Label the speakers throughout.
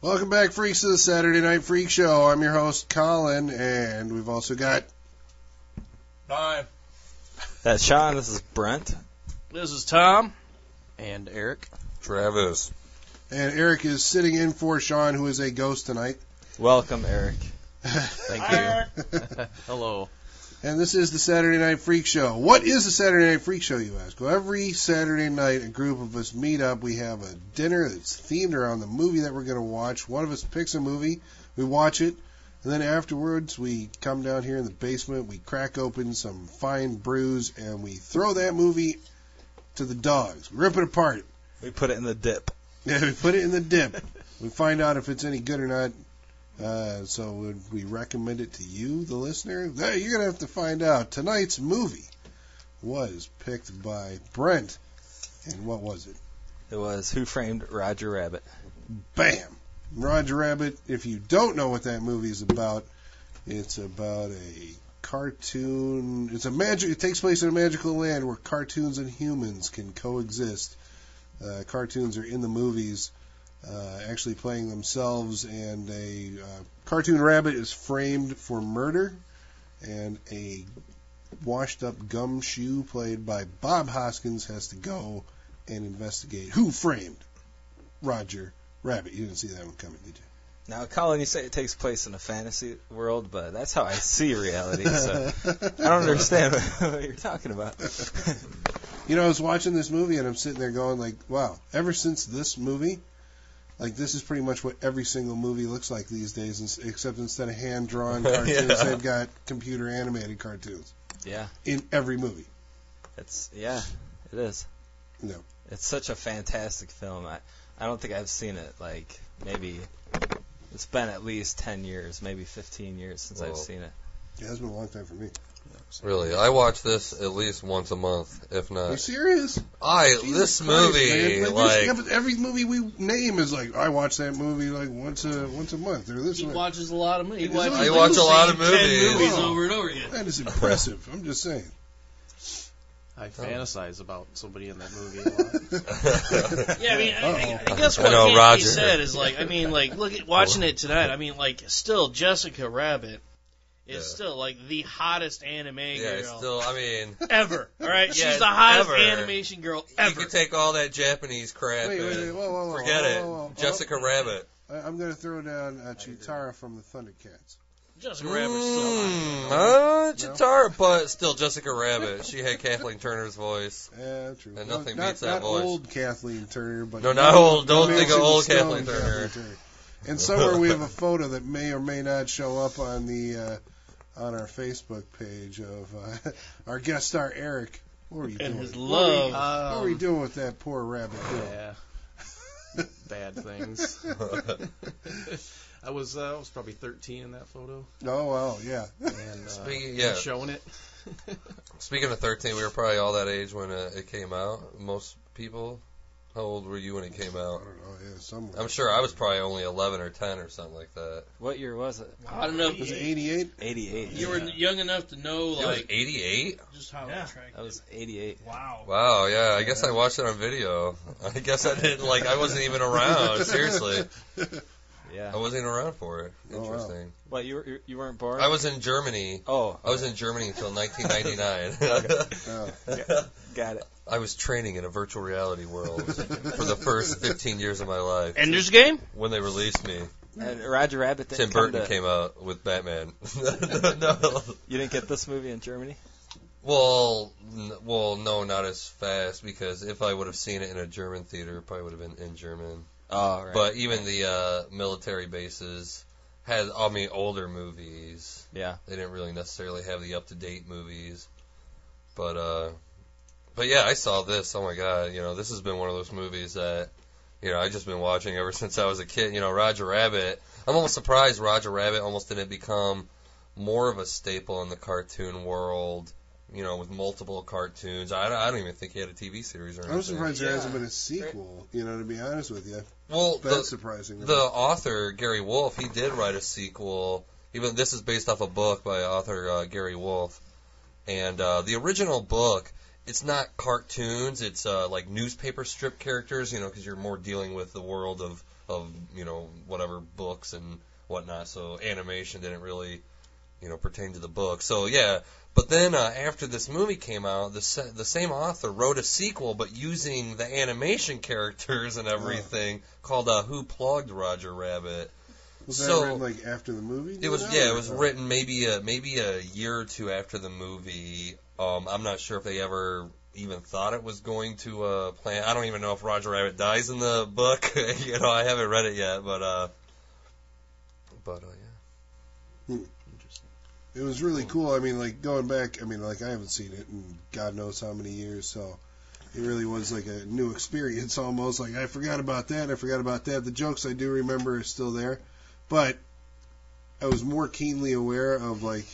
Speaker 1: Welcome back, freaks, to the Saturday Night Freak Show. I'm your host, Colin, and we've also got
Speaker 2: Hi,
Speaker 3: That's Uh, Sean. This is Brent.
Speaker 2: this is Tom.
Speaker 4: and Eric.
Speaker 2: Travis.
Speaker 1: and Eric is sitting in for Sean, who is a ghost tonight.
Speaker 3: Welcome, Eric.
Speaker 4: Thank
Speaker 2: Hi,
Speaker 4: you.
Speaker 2: Eric.
Speaker 4: Hello.
Speaker 1: And this is the Saturday Night Freak Show. What is the Saturday Night Freak Show, you ask? Well, every Saturday night, a group of us meet up. We have a dinner that's themed around the movie that we're going to watch. One of us picks a movie, we watch it, and then afterwards, we come down here in the basement, we crack open some fine brews, and we throw that movie to the dogs. We rip it apart.
Speaker 3: We put it in the dip.
Speaker 1: Yeah, we put it in the dip. we find out if it's any good or not. Uh, so would we recommend it to you, the listener? Hey, You're gonna have to find out. Tonight's movie was picked by Brent, and what was it?
Speaker 3: It was Who Framed Roger Rabbit.
Speaker 1: Bam! Roger Rabbit. If you don't know what that movie is about, it's about a cartoon. It's a magic. It takes place in a magical land where cartoons and humans can coexist. Uh, cartoons are in the movies, uh, actually playing themselves, and a uh, cartoon rabbit is framed for murder, and a washed-up gum shoe played by Bob Hoskins has to go and investigate who framed Roger Rabbit. You didn't see that one coming, did you?
Speaker 3: Now, Colin, you say it takes place in a fantasy world, but that's how I see reality. So I don't understand what you're talking about.
Speaker 1: You know, I was watching this movie and I'm sitting there going like, wow, ever since this movie, like this is pretty much what every single movie looks like these days, ins- except instead of hand-drawn cartoons,
Speaker 3: Yeah.
Speaker 1: they've got computer animated cartoons
Speaker 3: yeah,
Speaker 1: in every movie.
Speaker 3: it's yeah, it is.
Speaker 1: No.
Speaker 3: It's such a fantastic film. I I don't think I've seen it. Like maybe it's been at least ten years, maybe fifteen years since
Speaker 5: Whoa.
Speaker 3: I've seen it.
Speaker 1: Yeah, that's been a long time for me.
Speaker 5: Really, I watch this at least once a month, if
Speaker 1: Are you
Speaker 5: not.
Speaker 1: serious?
Speaker 5: Uh, I
Speaker 1: Jesus
Speaker 5: this
Speaker 1: Christ,
Speaker 5: movie,
Speaker 1: man. Like,
Speaker 5: like
Speaker 1: there's- yeah, but every movie we name is like, I watch that movie like once a once a month or this
Speaker 2: He
Speaker 1: one.
Speaker 2: watches a lot of movies. He
Speaker 1: He watches-
Speaker 2: watches
Speaker 1: I
Speaker 2: Oh.
Speaker 5: watch a lot of
Speaker 2: the same
Speaker 5: movies.
Speaker 2: Ten movies
Speaker 1: Wow.
Speaker 2: over and over again.
Speaker 1: that is impressive. I'm just saying.
Speaker 4: I fantasize about somebody in that movie a lot.
Speaker 2: Yeah, I mean, I, I, I
Speaker 1: Uh-oh.
Speaker 2: guess
Speaker 5: I
Speaker 2: what
Speaker 5: know,
Speaker 2: can't
Speaker 5: Roger.
Speaker 2: be said is like, I mean, like, look at watching it tonight. I mean, like, still Jessica Rabbit is
Speaker 5: Yeah.
Speaker 2: still like the hottest anime
Speaker 5: yeah, it's
Speaker 2: girl
Speaker 5: still. I mean,
Speaker 2: ever. All right,
Speaker 5: Yeah,
Speaker 2: she's the hottest
Speaker 5: ever.
Speaker 2: animation girl
Speaker 5: you
Speaker 2: ever.
Speaker 5: could take all that Japanese crap
Speaker 1: Wait, wait, wait,
Speaker 5: and
Speaker 1: whoa, whoa, whoa,
Speaker 5: forget
Speaker 1: whoa,
Speaker 5: it.
Speaker 1: whoa, whoa, whoa.
Speaker 5: Jessica Rabbit.
Speaker 1: I- I'm gonna throw down uh, Chitara from the Thundercats.
Speaker 2: Jessica Rabbit's still hot.
Speaker 5: Mm, uh, Chitara, but still Jessica Rabbit. She had Kathleen Turner's voice.
Speaker 1: Yeah, true.
Speaker 5: And
Speaker 1: No,
Speaker 5: nothing
Speaker 1: not,
Speaker 5: beats that
Speaker 1: not
Speaker 5: voice.
Speaker 1: old Kathleen Turner, but
Speaker 5: No, not old. Don't
Speaker 1: Mansion
Speaker 5: think of old
Speaker 1: Stone
Speaker 5: Kathleen Turner.
Speaker 1: And somewhere we have a photo that may or may not show up on the uh, on our Facebook page of uh, our guest star Eric. What were you
Speaker 2: And
Speaker 1: doing?
Speaker 2: his love.
Speaker 1: what were you doing with that poor rabbit? Girl?
Speaker 4: yeah. Bad things. I was uh, I was probably 13 in that photo,
Speaker 1: Oh wow, yeah.
Speaker 4: and uh,
Speaker 5: Speaking- yeah.
Speaker 4: showing it.
Speaker 5: Speaking of 13, we were probably all that age when uh, it came out. Most people. How old were you when it came
Speaker 1: I
Speaker 5: out?
Speaker 1: don't know. Yeah, somewhere.
Speaker 5: I'm sure I was probably only 11 or 10 or something like that.
Speaker 3: What year was it?
Speaker 2: Hot enough.
Speaker 1: Was it 88?
Speaker 3: Eighty-eight.
Speaker 2: You were young enough to know
Speaker 5: It was
Speaker 2: like
Speaker 5: 88.
Speaker 2: just how
Speaker 3: Yeah,
Speaker 2: attractive.
Speaker 3: that was eighty-eight.
Speaker 2: wow.
Speaker 5: Wow, yeah, I guess I watched it on video. I guess I didn't like I wasn't even around. Seriously,
Speaker 3: Yeah.
Speaker 5: I wasn't even around for it.
Speaker 1: Oh, wow.
Speaker 5: Interesting.
Speaker 3: What you were, you weren't born?
Speaker 5: I was in Germany.
Speaker 3: Oh,
Speaker 5: I was in Germany until 1999.
Speaker 3: Oh. got it.
Speaker 5: I was training in a virtual reality world for the first 15 years of my life
Speaker 2: Ender's Game.
Speaker 5: when they released me.
Speaker 3: And Roger Rabbit didn't
Speaker 5: Tim
Speaker 3: come
Speaker 5: Burton
Speaker 3: to-
Speaker 5: came out with Batman. no.
Speaker 3: You didn't get this movie in Germany?
Speaker 5: Well, n- well, no, not as fast because if I would have seen it in a German theater, it probably would have been in German.
Speaker 3: Oh, right.
Speaker 5: But even the uh, military bases had, I mean, older movies.
Speaker 3: Yeah.
Speaker 5: They didn't really necessarily have the up to date movies. But, uh, but yeah, I saw this. Oh my god, you know, this has been one of those movies that, you you know, I've just been watching ever since I was a kid. You know, Roger Rabbit. I'm almost surprised Roger Rabbit almost didn't become more of a staple in the cartoon world. You know, with multiple cartoons. I, don't- I don't even think he had a TV series or anything.
Speaker 1: I'm surprised there
Speaker 3: Yeah.
Speaker 1: hasn't been a sequel. You know, to be honest with you,
Speaker 5: Well,
Speaker 1: that's
Speaker 5: the,
Speaker 1: surprising. to
Speaker 5: the
Speaker 1: me.
Speaker 5: author Gary Wolf, he did write a sequel. Even this is based off a book by author uh, Gary Wolf, and uh, the original book. It's not cartoons. It's uh, like newspaper strip characters, you know, because you're more dealing with the world of of you know whatever books and whatnot. So animation didn't really you know pertain to the book. So yeah, but then uh, after this movie came out, the sa- the same author wrote a sequel, but using the animation characters and everything, called uh, "Who Plugged Roger Rabbit."
Speaker 1: was
Speaker 5: so-
Speaker 1: that written like after the movie?
Speaker 5: It was
Speaker 1: came out,
Speaker 5: yeah,
Speaker 1: or-
Speaker 5: it was written maybe a, maybe a year or two after the movie. Um, I'm not sure if they ever even thought it was going to uh, plan. I don't even know if Roger Rabbit dies in the book. you know, I haven't read it yet, but uh, but uh, yeah.
Speaker 1: It was really cool. I mean, like going back. I mean, like I haven't seen it in God knows how many years. So it really was like a new experience almost. Like I forgot about that. I forgot about that. The jokes I do remember are still there, but I was more keenly aware of like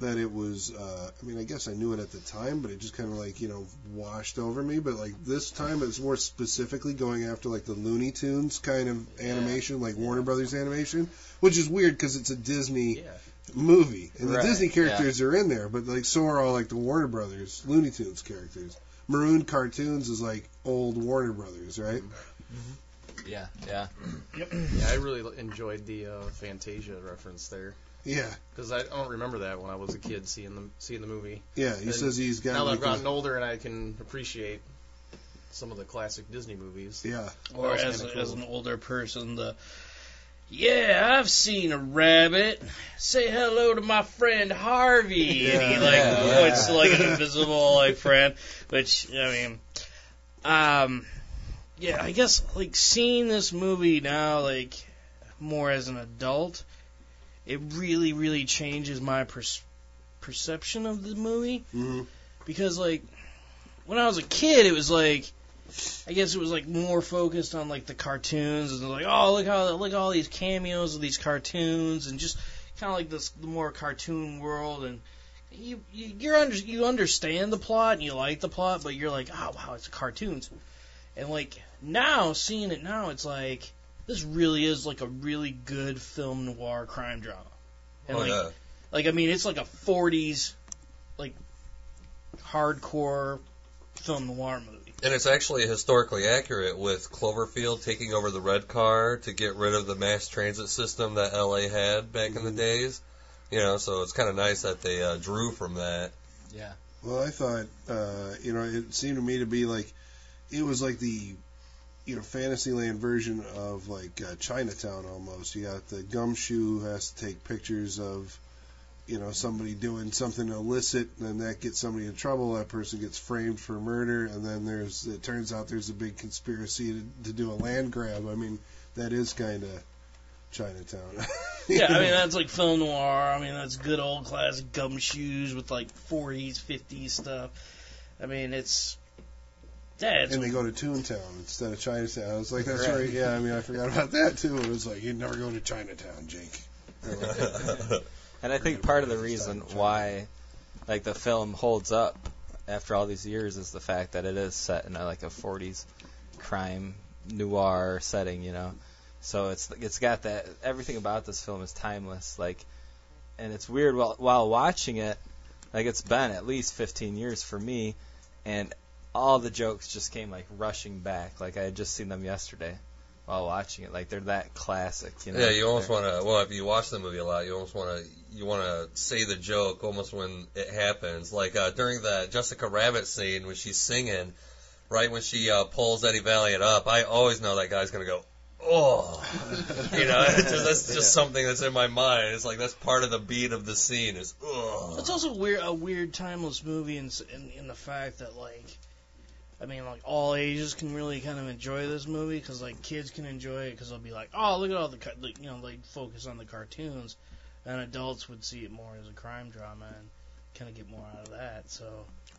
Speaker 1: that it was. Uh, I mean, I guess I knew it at the time, but it just kind of like you know washed over me. But like this time, it was more specifically going after like the Looney Tunes kind of animation, like Warner Brothers animation, which is weird because it's a Disney
Speaker 4: Yeah.
Speaker 1: movie, and
Speaker 3: Right,
Speaker 1: the Disney characters are in there, but like so are all like the Warner Brothers Looney Tunes characters. Maroon cartoons is like old Warner Brothers, right?
Speaker 4: Mm-hmm.
Speaker 3: Yeah, yeah.
Speaker 4: Yeah, I really l- enjoyed the uh, Fantasia reference there
Speaker 1: Yeah,
Speaker 4: because I, I don't remember that when I was a kid seeing the seeing the movie.
Speaker 1: yeah. He
Speaker 4: And
Speaker 1: says he's got
Speaker 4: now that
Speaker 1: like,
Speaker 4: I've gotten
Speaker 1: a-
Speaker 4: older and I can appreciate some of the classic Disney movies.
Speaker 1: yeah.
Speaker 2: Or
Speaker 4: That's
Speaker 2: as,
Speaker 4: kinda
Speaker 2: as
Speaker 4: cool.
Speaker 2: an older person, the yeah, I've seen a rabbit. Say hello to my friend Harvey. and he like
Speaker 3: Yeah, yeah.
Speaker 2: points to like an invisible like friend, which I mean, um, yeah, I guess like seeing this movie now like more as an adult, it really really changes my pers- perception of the movie
Speaker 1: hmm
Speaker 2: because like when I was a kid, it was like I guess it was like more focused on like the cartoons and like oh look how look at all these cameos of these cartoons and just kind of like this the more cartoon world and you, you you're under you understand the plot and you like the plot but you're like oh wow it's cartoons and like now seeing it now it's like this really is like a really good film noir crime drama and
Speaker 5: Oh,
Speaker 2: like
Speaker 5: yeah.
Speaker 2: like I mean, it's like a '40s, like hardcore film noir movie.
Speaker 5: And it's actually historically accurate with Cloverfield taking over the red car to get rid of the mass transit system that LA had back in the
Speaker 1: Mm-hmm.
Speaker 5: days. You know, so it's kind of nice that they uh, drew from that.
Speaker 1: Well, I thought, uh, you know, it seemed to me to be like it was like the you know Fantasyland version of like uh, Chinatown almost. You got the gumshoe who has to take pictures of you know somebody doing something illicit, and then that gets somebody in trouble. That person gets framed for murder, and then there's it turns out there's a big conspiracy to, to do a land grab. I mean, that is kind of Chinatown.
Speaker 2: Yeah, I mean that's like film noir. I mean that's good old classic gumshoes with like '40s, '50s stuff. I mean it's yeah, it's
Speaker 1: and they go to Toontown instead of Chinatown. I was like, that's right. Yeah, I mean, I forgot about that too. It was like, you'd never go to Chinatown, Jake. Or like,
Speaker 3: And I think part of the reason why, like, the film holds up after all these years is the fact that it is set in a, like a 40s crime noir setting, you know. So it's it's got that everything about this film is timeless, like, and it's weird while while watching it, like it's been at least 15 years for me, and all the jokes just came like rushing back, like I had just seen them yesterday while watching it, like they're that classic, you know.
Speaker 5: Yeah, you almost
Speaker 3: They're-
Speaker 5: want to. Well, if you watch the movie a lot, you almost want to. You want to say the joke almost when it happens, like uh, during the Jessica Rabbit scene when she's singing, right when she uh, pulls Eddie Valiant up. I always know that guy's gonna go, oh, you know, it's just, that's just something that's in my mind. It's like that's part of the beat of the scene is,
Speaker 2: It's
Speaker 5: oh.
Speaker 2: also weird, a weird timeless movie in, s- in in the fact that like, I mean, like all ages can really kind of enjoy this movie because like kids can enjoy it because they'll be like, oh, look at all the, car- like, you know, like focus on the cartoons, and adults would see it more as a crime drama, and kind of get more out of that. So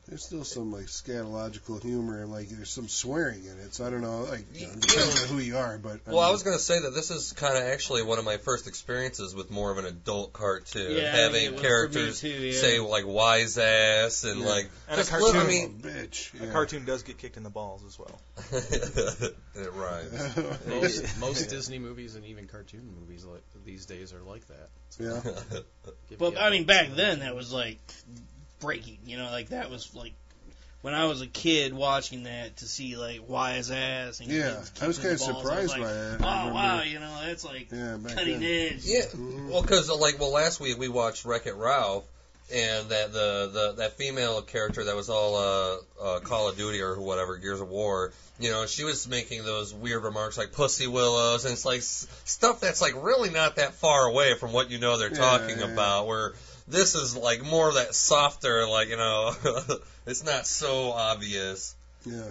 Speaker 1: There's still some like scatological humor and like there's some swearing in it. So I don't know, like you know,
Speaker 5: Yeah.
Speaker 1: depends on who you are, but um,
Speaker 5: Well,
Speaker 1: mean,
Speaker 5: I was going to say that this is kind of actually one of my first experiences with more of an adult cartoon,
Speaker 2: Yeah, it
Speaker 5: having
Speaker 2: was for me
Speaker 5: characters
Speaker 2: too, yeah.
Speaker 5: say like "wise ass" and
Speaker 1: Yeah.
Speaker 5: like
Speaker 6: And a
Speaker 5: just look- I
Speaker 6: cartoon.
Speaker 5: mean,
Speaker 1: a bitch.
Speaker 6: A cartoon does get kicked in the balls as well.
Speaker 5: it rhymes.
Speaker 4: Most, most Disney movies and even cartoon movies like, these days are like that.
Speaker 1: yeah.
Speaker 4: Give
Speaker 2: But
Speaker 4: you-
Speaker 2: I mean, back then that was like breaking. You know, like that was like when I was a kid watching that to see like why his ass. And
Speaker 1: Yeah,
Speaker 2: kids
Speaker 1: I was
Speaker 2: kicking the
Speaker 1: kinda
Speaker 2: balls, I was
Speaker 1: surprised
Speaker 2: like,
Speaker 1: by that. I
Speaker 2: Oh
Speaker 1: remember-
Speaker 2: wow, you know that's like
Speaker 1: Yeah, back
Speaker 2: cutting
Speaker 1: then.
Speaker 2: edge.
Speaker 5: Yeah,
Speaker 1: Mhm.
Speaker 5: well, because like, well, last week we watched Wreck It Ralph, and that the, the that female character that was all uh, uh, Call of Duty or whatever, Gears of War. You know, she was making those weird remarks like "pussy willows" and it's like s- stuff that's like really not that far away from what you know they're
Speaker 1: Yeah,
Speaker 5: talking
Speaker 1: yeah.
Speaker 5: about. Where this is like more of that softer, like you know, it's not so obvious.
Speaker 1: Yeah.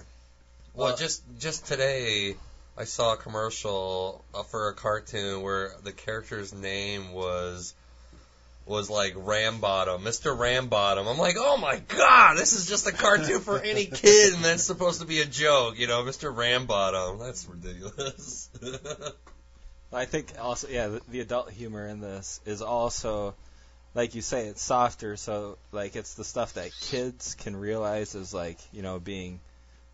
Speaker 5: Well,
Speaker 3: Well-
Speaker 5: just just today, I saw a commercial uh, for a cartoon where the character's name was was like Rambottom, Mr. Rambottom. I'm like, oh my god, this is just a cartoon for any kid, and that's supposed to be a joke, you know, Mr. Rambottom. That's ridiculous.
Speaker 3: I think also, yeah, the, the adult humor in this is also, like you say, it's softer. So like, it's the stuff that kids can realize is like, you know, being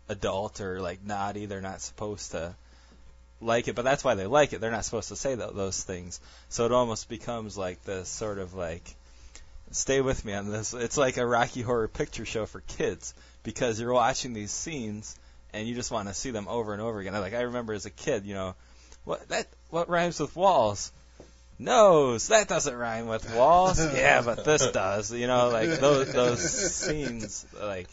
Speaker 3: adult or like naughty. They're not supposed to like it, but that's why they like it. They're not supposed to say tho- those things. So it almost becomes like this sort of like, stay with me on this. It's like a Rocky Horror Picture Show for kids because you're watching these scenes and you just want to see them over and over again. Like I remember as a kid, you know, what that what rhymes with walls? Nose. That doesn't rhyme with walls. yeah, but this does. You know, like those those scenes, like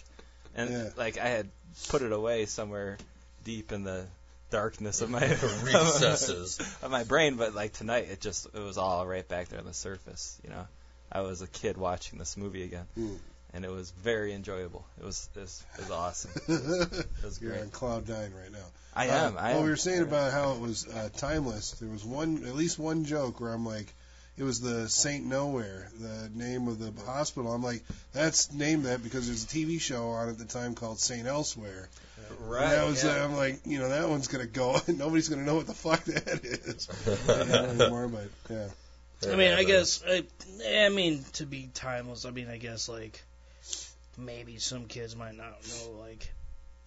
Speaker 3: and
Speaker 1: Yeah.
Speaker 3: like I had put it away somewhere deep in the darkness of my
Speaker 5: Recesses.
Speaker 3: of my brain, but like tonight, it just it was all right back there on the surface. You know, I was a kid watching this movie again,
Speaker 1: Mm.
Speaker 3: and it was very enjoyable. It was it was, it was awesome. It was
Speaker 1: You're
Speaker 3: great.
Speaker 1: on cloud nine right now.
Speaker 3: I
Speaker 1: Uh,
Speaker 3: am. I
Speaker 1: well,
Speaker 3: am.
Speaker 1: we were saying about how it was uh, timeless. There was one, at least one joke where I'm like, it was the Saint Nowhere, the name of the hospital. I'm like, that's named that because there's a TV show on at the time called Saint Elsewhere. And that was, uh, I'm like, you know, that one's gonna go, and nobody's gonna know what the fuck that is anymore. But yeah,
Speaker 2: I mean, I guess I, I mean to be timeless. I mean, I guess like maybe some kids might not know like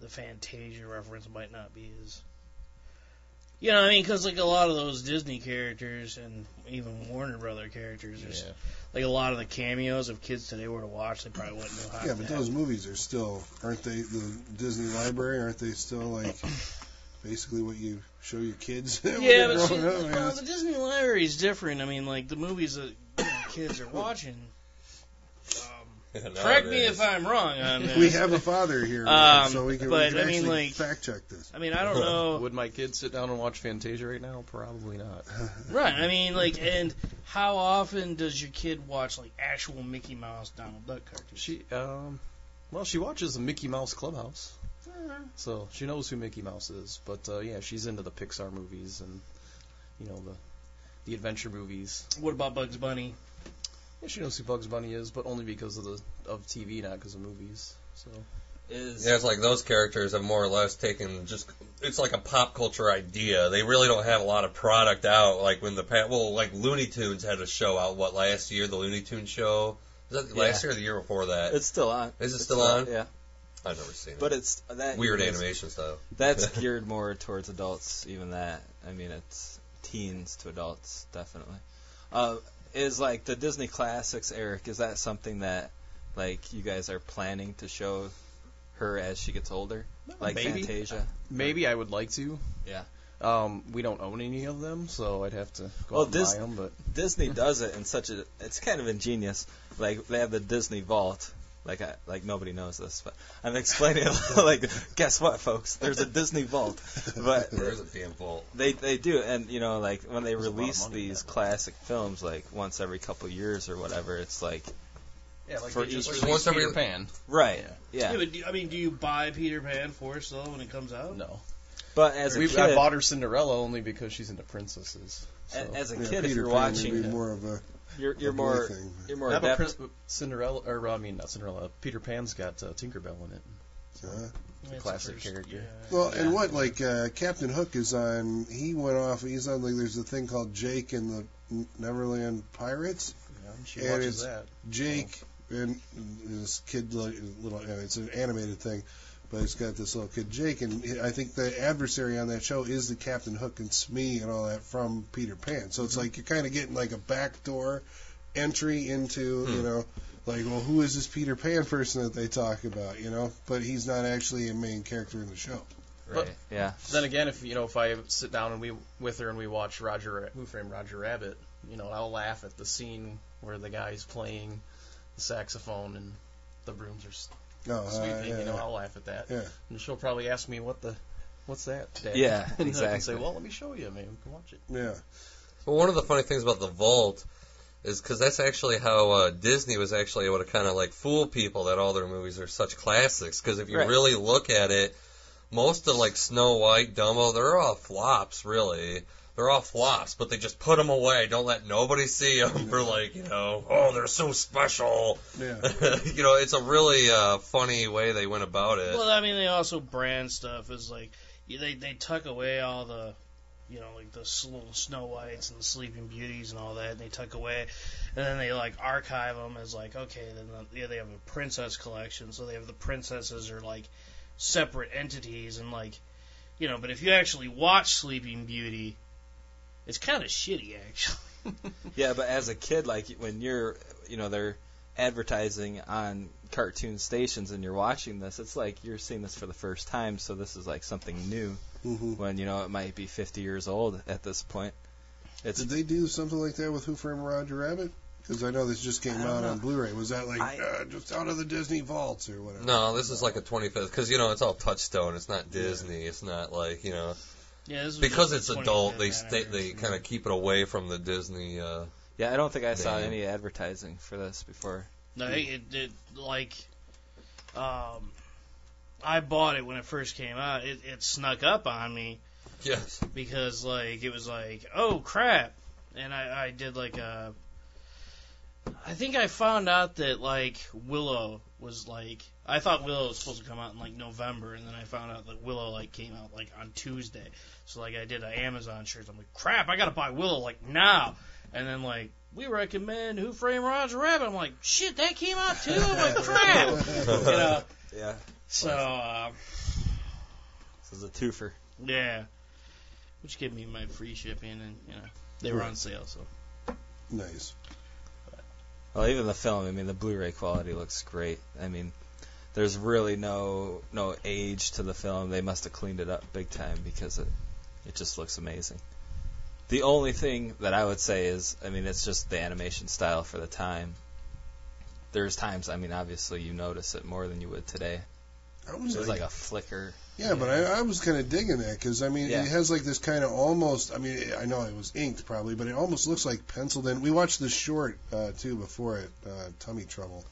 Speaker 2: the Fantasia reference might not be as you know. What I mean, because like a lot of those Disney characters and even Warner Brother characters, there's like a lot of the cameos of kids today were to watch, they probably wouldn't know how.
Speaker 1: yeah.
Speaker 2: to
Speaker 1: But
Speaker 2: act.
Speaker 1: those movies are still, aren't they? The Disney Library, aren't they still like? Basically, what you show your kids. when
Speaker 2: yeah,
Speaker 1: they're
Speaker 2: but see,
Speaker 1: growing up, I mean,
Speaker 2: well,
Speaker 1: it's-
Speaker 2: the Disney library is different. I mean, like the movies that you know, kids are watching. Um, correct me if I'm wrong on this.
Speaker 1: we have a father here,
Speaker 2: Um,
Speaker 1: so we can, we
Speaker 2: but,
Speaker 1: can
Speaker 2: I mean,
Speaker 1: actually
Speaker 2: like-
Speaker 1: fact check this.
Speaker 2: I mean, I don't know.
Speaker 4: Would my kids sit down and watch Fantasia right now? Probably not.
Speaker 2: Right. I mean, like, and how often does your kid watch like actual Mickey Mouse, Donald Duck cartoons?
Speaker 4: She, um, well, she watches the Mickey Mouse Clubhouse,
Speaker 3: Uh-huh.
Speaker 4: so she knows who Mickey Mouse is. But uh, yeah, she's into the Pixar movies and you know the the adventure movies.
Speaker 2: What about Bugs Bunny?
Speaker 4: Yeah, she knows who Bugs Bunny is, but only because of the of TV, not because of movies. So
Speaker 3: is
Speaker 5: Yeah, it's like those characters have more or less taken just. It's like a pop culture idea. They really don't have a lot of product out. Like when the pa- well, like Looney Tunes had a show out. What last year? The Looney Tunes show. Is that
Speaker 3: Yeah.
Speaker 5: last year or the year before that?
Speaker 3: it's still on.
Speaker 5: Is it
Speaker 3: It's
Speaker 5: still on?
Speaker 3: Yeah,
Speaker 5: I've never seen it.
Speaker 3: but it's that
Speaker 5: weird
Speaker 3: is-
Speaker 5: animation stuff.
Speaker 3: That's geared more towards adults. Even that. I mean, it's teens to adults definitely. Uh, is like the Disney classics, Eric. Is that something that like you guys are planning to show her as she gets older, like
Speaker 4: maybe.
Speaker 3: Fantasia?
Speaker 4: Maybe I would like to.
Speaker 3: Yeah.
Speaker 4: Um, we don't own any of them, so I'd have to go
Speaker 3: Well,
Speaker 4: out and
Speaker 3: this-
Speaker 4: buy them. But
Speaker 3: Disney does it in such a it's kind of ingenious. Like they have the Disney Vault. Like I, like nobody knows this, but I'm explaining it like guess what, folks? There's a Disney Vault, but
Speaker 5: There is a damn vault.
Speaker 3: they they do, and you know like when they
Speaker 4: There's a lot of
Speaker 3: release
Speaker 4: money in
Speaker 3: these
Speaker 4: that.
Speaker 3: classic films like once every couple years or whatever, it's like
Speaker 4: yeah, like
Speaker 3: For they just each-
Speaker 5: released once every- Peter
Speaker 4: Pan.
Speaker 3: right, yeah.
Speaker 2: Yeah, but do, I mean, do you buy Peter Pan for it still when it comes out?
Speaker 4: No.
Speaker 3: But as Oh. a
Speaker 4: We, I
Speaker 3: kid,
Speaker 4: bought her Cinderella only because she's into princesses. So.
Speaker 3: a- as a
Speaker 1: Yeah,
Speaker 3: kid,
Speaker 1: Peter
Speaker 3: if you're
Speaker 1: Pan would be
Speaker 3: watching,
Speaker 1: more of a,
Speaker 3: you're you're
Speaker 1: a boy
Speaker 3: more
Speaker 1: thing.
Speaker 3: you're more
Speaker 4: How about
Speaker 3: adept.
Speaker 4: Prin- Cinderella, or I mean not Cinderella. Peter Pan's got uh, Tinkerbell in it.
Speaker 1: Uh,
Speaker 2: That's the
Speaker 4: classic
Speaker 2: first-
Speaker 4: character.
Speaker 2: yeah.
Speaker 1: well, and what like uh, Captain Hook is on? He went off. He's on like there's a thing called Jake and the N- Neverland Pirates.
Speaker 4: She
Speaker 1: And it's-
Speaker 4: watches that.
Speaker 1: Jake and this kid, like, little, uh, it's an animated thing, but it's got this little kid Jake, and he- I think the adversary on that show is the Captain Hook and Smee and all that from Peter Pan. So
Speaker 4: Mm-hmm.
Speaker 1: it's like you're kind of getting like a backdoor entry into, you
Speaker 5: Hmm.
Speaker 1: know, like, well, who is this Peter Pan person that they talk about, you know? But he's not actually a main character in the show.
Speaker 3: Right. Yeah.
Speaker 4: Then again, if you know, if I sit down and we with her and we watch Roger Who Framed Roger Rabbit, you know, I'll laugh at the scene where the guy's playing the saxophone and the brooms are s-
Speaker 1: No, uh,
Speaker 4: sweeping.
Speaker 1: yeah,
Speaker 4: you know,
Speaker 1: yeah.
Speaker 4: I'll laugh at that.
Speaker 1: Yeah.
Speaker 4: And she'll probably ask me what the what's that? Dad?
Speaker 3: Yeah,
Speaker 4: and I can
Speaker 3: exactly.
Speaker 4: say, well, let me show you. Maybe we can watch it.
Speaker 1: yeah.
Speaker 5: Well, one of the funny things about the vault is because that's actually how uh, Disney was actually able to kind of like fool people that all their movies are such classics. Because if you
Speaker 3: Right.
Speaker 5: really look at it, most of like Snow White, Dumbo, they're all flops, really. They're all flops, but they just put them away. Don't let nobody see them for like you know, oh, they're so special.
Speaker 1: Yeah.
Speaker 5: you know, it's a really uh, funny way they went about it.
Speaker 2: Well, I mean, they also brand stuff as like you- they they tuck away all the you know like the s- little Snow Whites and the Sleeping Beauties and all that, and they tuck away, and then they like archive them as like okay, then the, yeah, they have a princess collection, so they have the princesses are like separate entities and like you know, but if you actually watch Sleeping Beauty, it's kind of shitty actually.
Speaker 3: Yeah, but as a kid, like when you're, you know, they're advertising on cartoon stations and you're watching this, it's like you're seeing this for the first time, so this is like something new
Speaker 1: hmm
Speaker 3: when, you know, it might be 50 years old at this point. It's
Speaker 1: Did they do something like that with Who Framed Roger Rabbit? Because I know this just came
Speaker 3: I don't
Speaker 1: out
Speaker 3: know.
Speaker 1: on Blu-ray. Was that like
Speaker 3: I-
Speaker 1: uh, just out of the Disney vaults or whatever?
Speaker 5: no, this is like a 25th because you know it's all Touchstone. It's not Disney. It's not like you know.
Speaker 2: Yeah, this was
Speaker 5: because
Speaker 2: just
Speaker 5: it's
Speaker 2: the
Speaker 5: adult, they
Speaker 2: 25th
Speaker 5: stay, they kind of keep it away from the Disney. Uh,
Speaker 3: yeah, I don't think I saw
Speaker 5: Damn.
Speaker 3: any advertising for this before.
Speaker 2: No, it, it, it like, um, I bought it when it first came out. It, it snuck up on me
Speaker 5: yes.
Speaker 2: because like it was like, oh crap, and I, I did like a. I think I found out that like Willow was like I thought Willow was supposed to come out in like November, and then I found out that Willow like came out like on Tuesday. So like I did an Amazon search. I'm like, crap, I gotta buy Willow like now. And then like we recommend Who Framed Roger Rabbit. I'm like, shit, that came out too. I'm like, crap. you know.
Speaker 3: Yeah.
Speaker 2: So uh,
Speaker 3: This is a twofer.
Speaker 2: yeah, which gave me my free shipping, and you know they were on sale, so.
Speaker 1: Nice.
Speaker 3: Well, even the film, I mean, the Blu-ray quality looks great. I mean, there's really no no age to the film. They must have cleaned it up big time because it it just looks amazing. The only thing that I would say is, I mean, it's just the animation style for the time. There's times, I mean, obviously you notice it more than you would today.
Speaker 1: I was
Speaker 3: There's
Speaker 1: like,
Speaker 3: like a flicker.
Speaker 1: yeah, but I, I was kind of digging that because I mean,
Speaker 3: Yeah.
Speaker 1: it has like this kind of almost. I mean, I know it was inked probably, but it almost looks like penciled in. We watched this short uh, too before it, uh, Tummy Trouble,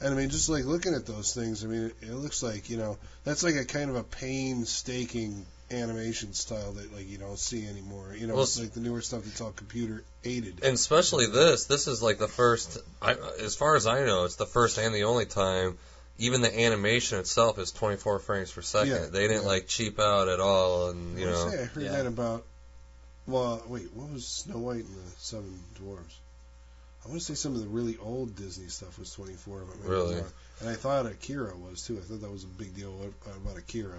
Speaker 1: and I mean, just like looking at those things, I mean, it, it looks like you know that's like a kind of a painstaking animation style that like you don't see anymore. You know,
Speaker 5: Well,
Speaker 1: it's like the newer stuff that's all computer aided.
Speaker 5: And especially this, this is like the first. I, as far as I know, it's the first and the only time. Even the animation itself is 24 frames per second.
Speaker 1: Yeah,
Speaker 5: they didn't
Speaker 1: yeah.
Speaker 5: like cheap out at all, and you
Speaker 1: I
Speaker 5: know.
Speaker 1: say I heard
Speaker 3: yeah.
Speaker 1: that about. Well, wait, what was Snow White and the Seven Dwarfs? I want to say some of the really old Disney stuff was 24, but maybe I'm
Speaker 5: Really?
Speaker 1: wrong. And I thought Akira was too. I thought that was a big deal what- about Akira.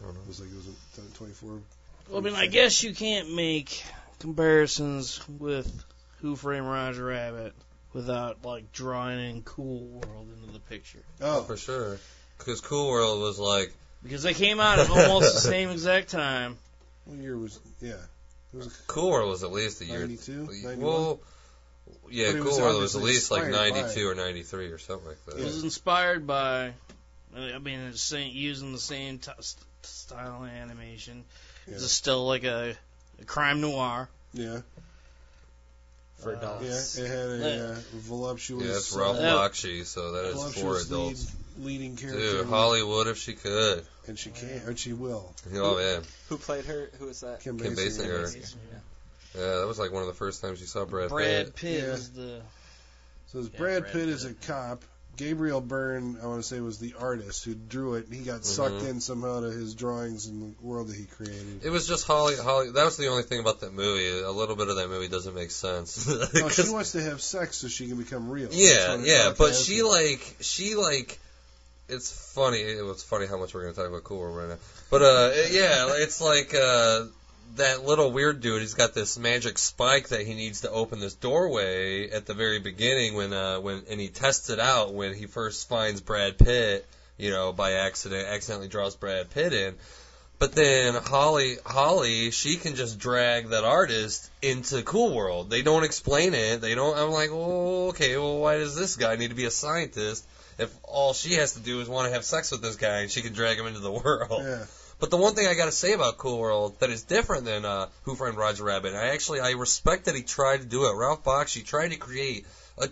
Speaker 5: I don't know.
Speaker 1: It was like it was a 24.
Speaker 2: Well, I mean, I guess you can't make comparisons with Who Framed Roger Rabbit without like drawing in Cool World into the picture
Speaker 5: Oh,
Speaker 1: Oh,
Speaker 5: for sure. Because Cool World was like,
Speaker 2: because they came out at almost the same exact time.
Speaker 1: what year was? Yeah, it was
Speaker 5: Cool World was at least a year.
Speaker 1: 92, 91?
Speaker 5: Well, yeah,
Speaker 1: But it was
Speaker 5: Cool World was
Speaker 1: obviously
Speaker 5: at least like
Speaker 1: inspired by
Speaker 5: 92 or 93 or something like that.
Speaker 2: It was inspired by, I mean, it's same, using the same t- st- style of animation.
Speaker 1: Yeah.
Speaker 2: It's still like a, a crime noir.
Speaker 1: yeah,
Speaker 3: For
Speaker 1: yeah. It had a uh, voluptuous.
Speaker 5: Yeah, Uh, it's Ralph
Speaker 1: uh,
Speaker 2: Yeah.
Speaker 5: Bakshi, so that is for
Speaker 1: voluptuous
Speaker 5: adults.
Speaker 1: lead leading character,
Speaker 5: Dude, Hollywood if she could.
Speaker 1: and she can, and she will.
Speaker 5: Oh man,
Speaker 3: Who played her? Who was that?
Speaker 1: Kim,
Speaker 5: Kim Basinger.
Speaker 3: Yeah.
Speaker 5: Yeah, that was like one of the first times you saw Brad,
Speaker 2: Brad
Speaker 5: Pitt.
Speaker 2: Pitt
Speaker 1: Yeah.
Speaker 2: is the
Speaker 1: So it's
Speaker 2: Yeah,
Speaker 1: Brad,
Speaker 2: Brad
Speaker 1: Pitt is a
Speaker 2: Pitt.
Speaker 1: cop. Gabriel Byrne, I want to say, was the artist who drew it. and He got sucked
Speaker 5: Mhm.
Speaker 1: in somehow to his drawings and the world that he created.
Speaker 5: It was just Holly. Holly. That was the only thing about that movie. A little bit of that movie doesn't make sense.
Speaker 1: No, she
Speaker 5: 'Cause-
Speaker 1: wants to have sex so she can become real. That's
Speaker 5: yeah,
Speaker 1: what it-
Speaker 5: yeah,
Speaker 1: okay,
Speaker 5: but
Speaker 1: that's
Speaker 5: she
Speaker 1: what-
Speaker 5: like she like. It's funny. It was funny how much we're gonna talk about Cool World right now. But uh, yeah, it's like uh, that little weird dude. He's got this magic spike that he needs to open this doorway at the very beginning when uh, when and he tests it out when he first finds Brad Pitt. You know, by accident, accidentally draws Brad Pitt in. But then Holly, Holly, she can just drag that artist into Cool World. They don't explain it. They don't. I'm like, oh, okay. Well, why does this guy need to be a scientist if all she has to do is want to have sex with this guy and she can drag him into the world?
Speaker 1: Yeah.
Speaker 5: But the one thing I got to say about Cool World that is different than uh, Who Framed Roger Rabbit, I actually I respect that he tried to do it. Ralph Bakshi tried to create a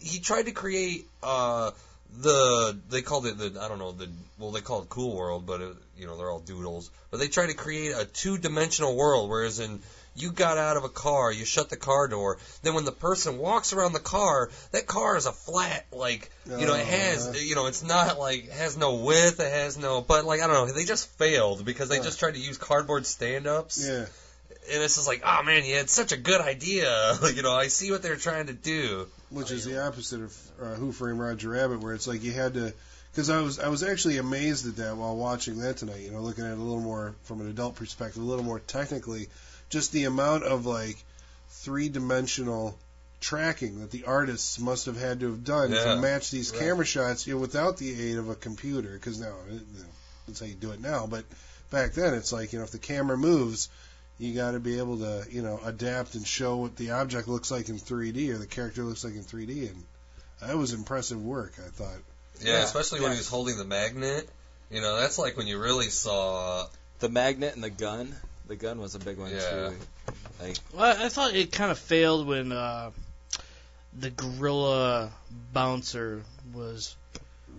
Speaker 5: he tried to create uh, the they called it the I don't know the well they called it Cool World, but it, you know they're all doodles. But they tried to create a two dimensional world, whereas in you got out of a car, you shut the car door. Then when the person walks around the car, that car is a flat like you know, it has,
Speaker 1: Uh,
Speaker 5: you know, it's not like it has no width, it has no, but like I don't know, they just failed because they
Speaker 1: Huh.
Speaker 5: just tried to use cardboard stand-ups,
Speaker 1: yeah.
Speaker 5: and it's just like, oh man, you had such a good idea, you know, I see what they're trying to do.
Speaker 1: which is the opposite of uh, Who Framed Roger Rabbit, where it's like you had to. Because I was I was actually amazed at that while watching that tonight. You know, looking at it a little more from an adult perspective, a little more technically, just the amount of like three dimensional tracking that the artists must have had to have done
Speaker 5: Yeah.
Speaker 1: to match these
Speaker 5: Right.
Speaker 1: camera shots you know, without the aid of a computer. Because now it- you know, that's how you do it now, but back then it's like you know if the camera moves you got to be able to you know adapt and show what the object looks like in 3D or the character looks like in 3D, and that was impressive work. I thought.
Speaker 5: Yeah,
Speaker 3: Yeah.
Speaker 5: especially when he was holding the magnet, you know, that's like when you really saw,
Speaker 3: The magnet and the gun. The gun was a big one
Speaker 5: Yeah.
Speaker 3: too.
Speaker 2: Well, I I thought it kind of failed when uh, the gorilla bouncer was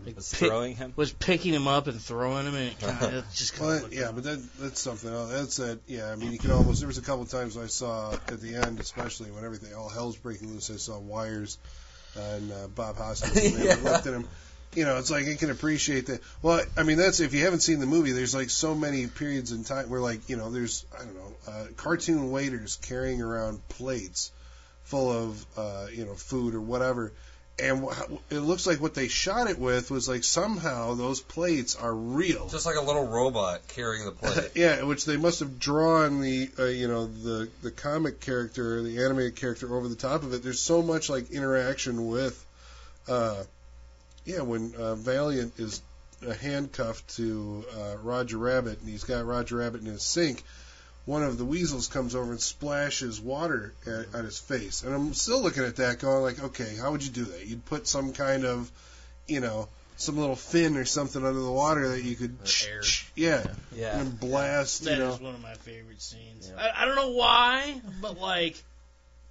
Speaker 2: like,
Speaker 3: Was
Speaker 2: pick-
Speaker 3: throwing him.
Speaker 2: was picking him up and throwing him, and it kind of just kind
Speaker 1: Well,
Speaker 2: of
Speaker 1: that, yeah, but that that's something else. That's that. Yeah, I mean, you can almost. There was a couple times I saw at the end, especially when everything all hell's breaking loose. I saw wires on uh, Bob Hoskins. And they
Speaker 5: Yeah.
Speaker 1: looked at him. You know, it's like I can appreciate that. Well, I mean, that's if you haven't seen the movie. There's like so many periods in time where, like, you know, there's I don't know, uh, cartoon waiters carrying around plates full of uh, you know food or whatever. And wh- it looks like what they shot it with was like somehow those plates are real.
Speaker 5: just like a little robot carrying the plate.
Speaker 1: yeah, which they must have drawn the uh, you know the the comic character, the animated character over the top of it. There's so much like interaction with, uh, yeah, when uh, Valiant is uh, handcuffed to uh, Roger Rabbit and he's got Roger Rabbit in his sink. One of the weasels comes over and splashes water at, on his face, and I'm still looking at that, going like, okay, how would you do that? You'd put some kind of, you know, some little fin or something under the water that you could,
Speaker 2: air.
Speaker 1: yeah,
Speaker 3: Yeah.
Speaker 1: and blast,
Speaker 2: That
Speaker 1: you
Speaker 2: is
Speaker 1: know.
Speaker 2: one of my favorite scenes.
Speaker 3: Yeah.
Speaker 2: I, I don't know why, but like,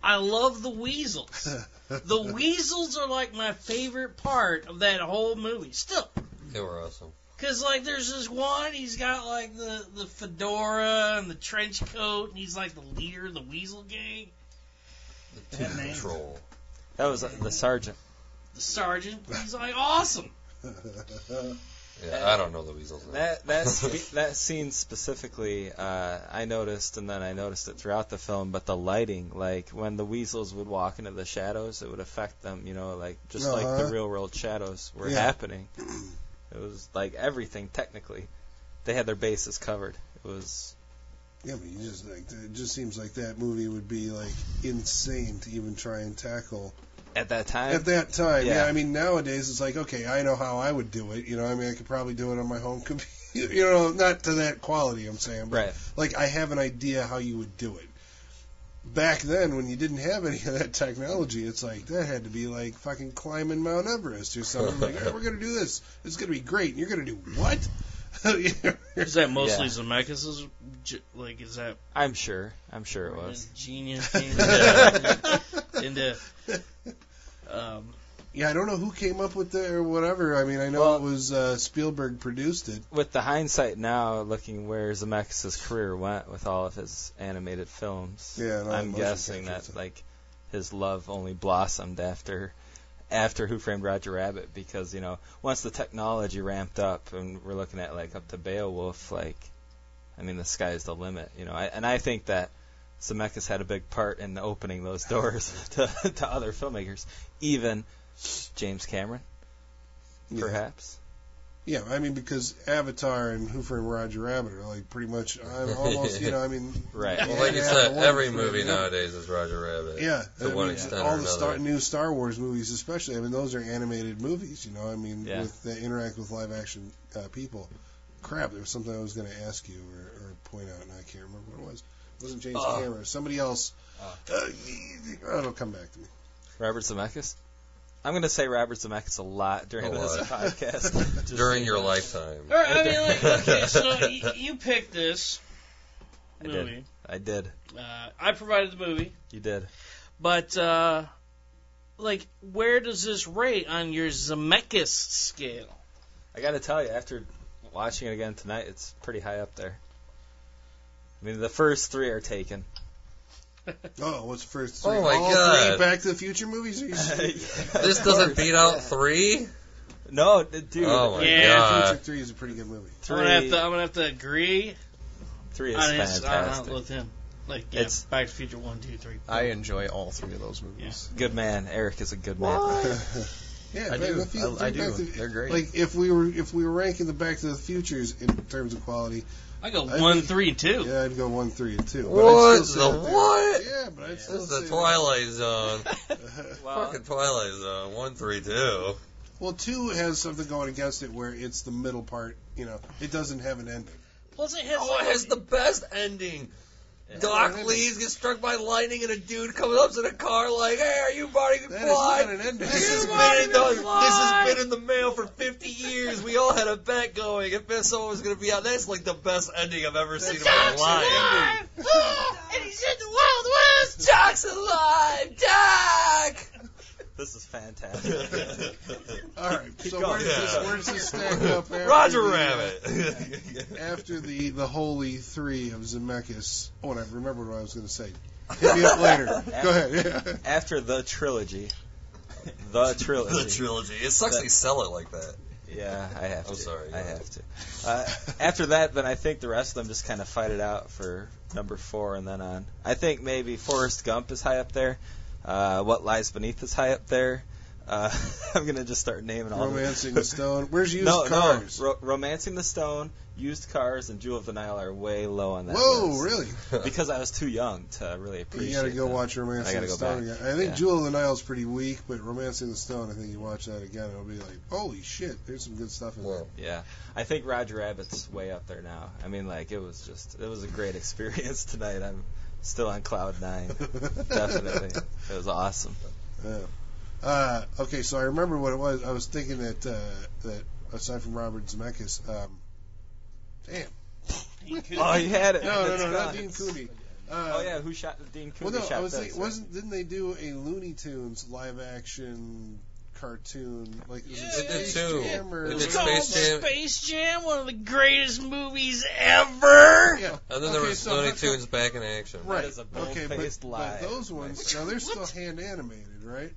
Speaker 2: I love the weasels. the weasels are like my favorite part of that whole movie. Still,
Speaker 5: They were awesome.
Speaker 2: because like, there's this one. He's got like the the fedora and the trench coat, and he's like the leader of the weasel gang.
Speaker 5: The
Speaker 2: That man.
Speaker 5: Tooth Troll.
Speaker 3: That was uh, the sergeant.
Speaker 2: The sergeant. He's like awesome.
Speaker 5: Yeah, I don't know the weasel's name.
Speaker 3: That that spe- that scene specifically, uh, I noticed, and then I noticed it throughout the film. But the lighting, like when the weasels would walk into the shadows, it would affect them. You know, like just like
Speaker 1: Uh-huh.
Speaker 3: the real world shadows were
Speaker 1: Yeah.
Speaker 3: happening. It was like everything technically. They had their bases covered. It was
Speaker 1: yeah, but you just like it just seems like that movie would be like insane to even try and tackle
Speaker 3: at that time.
Speaker 1: at that time. Yeah.
Speaker 3: yeah.
Speaker 1: I mean nowadays it's like okay, I know how I would do it. You know, I mean I could probably do it on my home computer. You know, not to that quality. I'm saying, but
Speaker 3: right.
Speaker 1: like I have an idea how you would do it. Back then, when you didn't have any of that technology, it's like that had to be like fucking climbing Mount Everest or something. like, "All right, we're gonna do this. It's gonna be great. And you're gonna do what? You know,
Speaker 2: Is that mostly
Speaker 3: Yeah.
Speaker 2: Zemeckis's? j- Like, is that
Speaker 3: I'm sure. I'm sure it was.
Speaker 2: genius?
Speaker 1: Yeah.
Speaker 2: into um,
Speaker 1: Yeah, I don't know who came up with it or whatever. I mean, I know
Speaker 3: Well-
Speaker 1: it was uh, Spielberg produced it.
Speaker 3: with the hindsight now, looking where Zemeckis' career went with all of his animated films,
Speaker 1: Yeah, and all the
Speaker 3: I'm
Speaker 1: motion
Speaker 3: guessing
Speaker 1: capture and
Speaker 3: that
Speaker 1: stuff.
Speaker 3: like his love only blossomed after after Who Framed Roger Rabbit because you know once the technology ramped up and we're looking at like up to Beowulf, like I mean the sky's the limit, you know. I, and I think that Zemeckis had a big part in opening those doors to, to other filmmakers, even James Cameron,
Speaker 1: Yeah.
Speaker 3: perhaps.
Speaker 1: Yeah, I mean because Avatar and Who Framed Roger Rabbit are like pretty much I'm almost you know I mean
Speaker 3: Right.
Speaker 5: Well, like you
Speaker 1: Yeah,
Speaker 5: said,
Speaker 1: one
Speaker 5: every
Speaker 1: for
Speaker 5: movie
Speaker 1: every-
Speaker 5: nowadays is Roger Rabbit.
Speaker 1: yeah
Speaker 5: To
Speaker 1: I
Speaker 5: one
Speaker 1: mean,
Speaker 5: extent or
Speaker 1: all the star,
Speaker 5: another.
Speaker 1: new Star Wars movies especially I mean those are animated movies you know I mean
Speaker 3: Yeah.
Speaker 1: with that interact with live action uh, people. Crap, there was something I was going to ask you or, or point out and I can't remember what it was. It wasn't James
Speaker 3: Oh.
Speaker 1: Cameron, somebody else.
Speaker 3: Oh.
Speaker 1: Uh, oh, it'll come back to me.
Speaker 3: Robert Zemeckis. I'm gonna say Robert Zemeckis a lot during
Speaker 5: A
Speaker 3: this
Speaker 5: lot.
Speaker 3: podcast. Just
Speaker 5: During
Speaker 3: so
Speaker 5: your
Speaker 3: you know.
Speaker 5: lifetime.
Speaker 2: Or, I mean, like, okay, so y- you picked this
Speaker 3: I did.
Speaker 2: movie.
Speaker 3: I did.
Speaker 2: Uh, I provided the movie,
Speaker 3: You did.
Speaker 2: but uh, like, where does this rate on your Zemeckis scale?
Speaker 3: I gotta tell you, after watching it again tonight, it's pretty high up there. I mean, the first three are taken.
Speaker 1: Oh, what's the first
Speaker 5: Oh
Speaker 1: three?
Speaker 5: my
Speaker 1: All
Speaker 5: God.
Speaker 1: three Back to the Future movies? Are you serious?
Speaker 5: This doesn't beat out three?
Speaker 3: No, d- dude.
Speaker 5: Oh my
Speaker 2: Yeah,
Speaker 1: Future
Speaker 5: god.
Speaker 1: 3 is a pretty good movie.
Speaker 3: Three,
Speaker 2: I'm gonna have to, uh, I'm gonna have to agree
Speaker 3: three is
Speaker 2: on his on
Speaker 3: fantastic.
Speaker 2: out with him. Like, yeah,
Speaker 3: It's-
Speaker 2: Back to the Future one, two, three.
Speaker 4: I enjoy all three of those movies.
Speaker 3: Good man. Eric is a good man.
Speaker 1: Yeah,
Speaker 4: I
Speaker 1: Back to
Speaker 4: do.
Speaker 1: the Future-
Speaker 4: I- I do.
Speaker 1: Back to-
Speaker 4: They're great.
Speaker 1: Like if we were if we were ranking the Back to the Futures in terms of quality,
Speaker 2: I go
Speaker 1: I
Speaker 2: one,
Speaker 1: think-
Speaker 2: three, and two.
Speaker 1: yeah, I'd go one, three, and two. But I'd
Speaker 5: What?
Speaker 1: still say
Speaker 5: The
Speaker 1: that they're-
Speaker 5: what?
Speaker 1: Yeah, but I'd
Speaker 5: This
Speaker 1: still
Speaker 5: is the
Speaker 1: say-
Speaker 5: Twilight Zone.
Speaker 3: Well,
Speaker 5: Fucking Twilight Zone. One, three, two.
Speaker 1: Well, two has something going against it where it's the middle part. You know, it doesn't have an ending.
Speaker 2: Plus, it has,
Speaker 5: Oh, it has the best ending. Doc Lees gets struck by lightning, and a dude comes up to the car like, "Hey, are you Marty
Speaker 1: That is
Speaker 5: McFly?"
Speaker 1: not an ending.
Speaker 5: This
Speaker 2: You
Speaker 5: has, been in
Speaker 2: Marty
Speaker 5: the,
Speaker 2: McFly!
Speaker 5: this has been in the mail for 50 years. We all had a bet going. If this someone was going to be out, that's like the best ending I've ever seen in my life.
Speaker 2: Ah, and he's in the Wild West.
Speaker 5: Doc's alive! Doc!
Speaker 3: this is fantastic.
Speaker 1: All right,
Speaker 3: Keep
Speaker 1: so
Speaker 3: going.
Speaker 1: where does this
Speaker 5: Yeah.
Speaker 1: where does this stack up? After
Speaker 5: Roger
Speaker 1: the, uh,
Speaker 5: Rabbit!
Speaker 1: After the the holy three of Zemeckis. Oh, and I remembered what I was going to say. Hit me up later. Go ahead.
Speaker 3: After the trilogy. The trilogy.
Speaker 5: The trilogy. It sucks they sell it like that.
Speaker 3: Yeah, I have
Speaker 5: I'm
Speaker 3: to.
Speaker 5: sorry, go
Speaker 3: I
Speaker 5: ahead.
Speaker 3: have to. Uh, after that, then I think the rest of them just kind of fight it out for number four and then on. I think maybe Forrest Gump is high up there. Uh, what Lies Beneath is high up there. Uh, I'm gonna just start naming all.
Speaker 1: Romancing
Speaker 3: the
Speaker 1: the Stone. Where's used
Speaker 3: no,
Speaker 1: cars?
Speaker 3: no. Ro- Romancing the Stone, Used Cars, and Jewel of the Nile are way low on that
Speaker 1: Whoa,
Speaker 3: list.
Speaker 1: really?
Speaker 3: Because I was too young to really appreciate.
Speaker 1: You gotta go
Speaker 3: them.
Speaker 1: watch Romance
Speaker 3: I
Speaker 1: in
Speaker 3: gotta
Speaker 1: the
Speaker 3: go
Speaker 1: Stone
Speaker 3: back.
Speaker 1: again. I think
Speaker 3: Yeah.
Speaker 1: Jewel of the Nile's pretty weak, but Romance in the Stone, I think you watch that again, it'll be like, holy shit, there's some good stuff in there.
Speaker 5: Well,
Speaker 3: Yeah, I think Roger Rabbit's way up there now. I mean, like it was just it was a great experience tonight. I'm still on cloud nine. Definitely, it was awesome.
Speaker 1: Yeah. Uh, okay, so I remember what it was. I was thinking that uh, that aside from Robert Zemeckis, um, damn,
Speaker 3: Oh, you had it.
Speaker 1: no, no,
Speaker 3: It's
Speaker 1: no, not
Speaker 3: gone.
Speaker 1: Dean Cooney. Uh,
Speaker 3: Oh yeah, who shot Dean Cooney?
Speaker 1: Well, no,
Speaker 3: shot
Speaker 1: I was
Speaker 3: this,
Speaker 1: thinking, wasn't didn't they do a Looney Tunes live action cartoon like it was
Speaker 2: Yeah,
Speaker 1: in
Speaker 2: they did
Speaker 1: Space
Speaker 5: too.
Speaker 1: Jam or-
Speaker 5: They
Speaker 2: It's
Speaker 5: did
Speaker 2: called
Speaker 5: Space Jam.
Speaker 2: Space Jam, one of the greatest movies ever.
Speaker 1: Yeah.
Speaker 5: And then there
Speaker 1: Okay,
Speaker 5: was
Speaker 1: so
Speaker 5: Looney
Speaker 1: that's what-
Speaker 5: Tunes back in action.
Speaker 1: Right.
Speaker 3: is a
Speaker 1: okay, but,
Speaker 3: bold-faced lie.
Speaker 1: but those ones now they're still hand animated, right?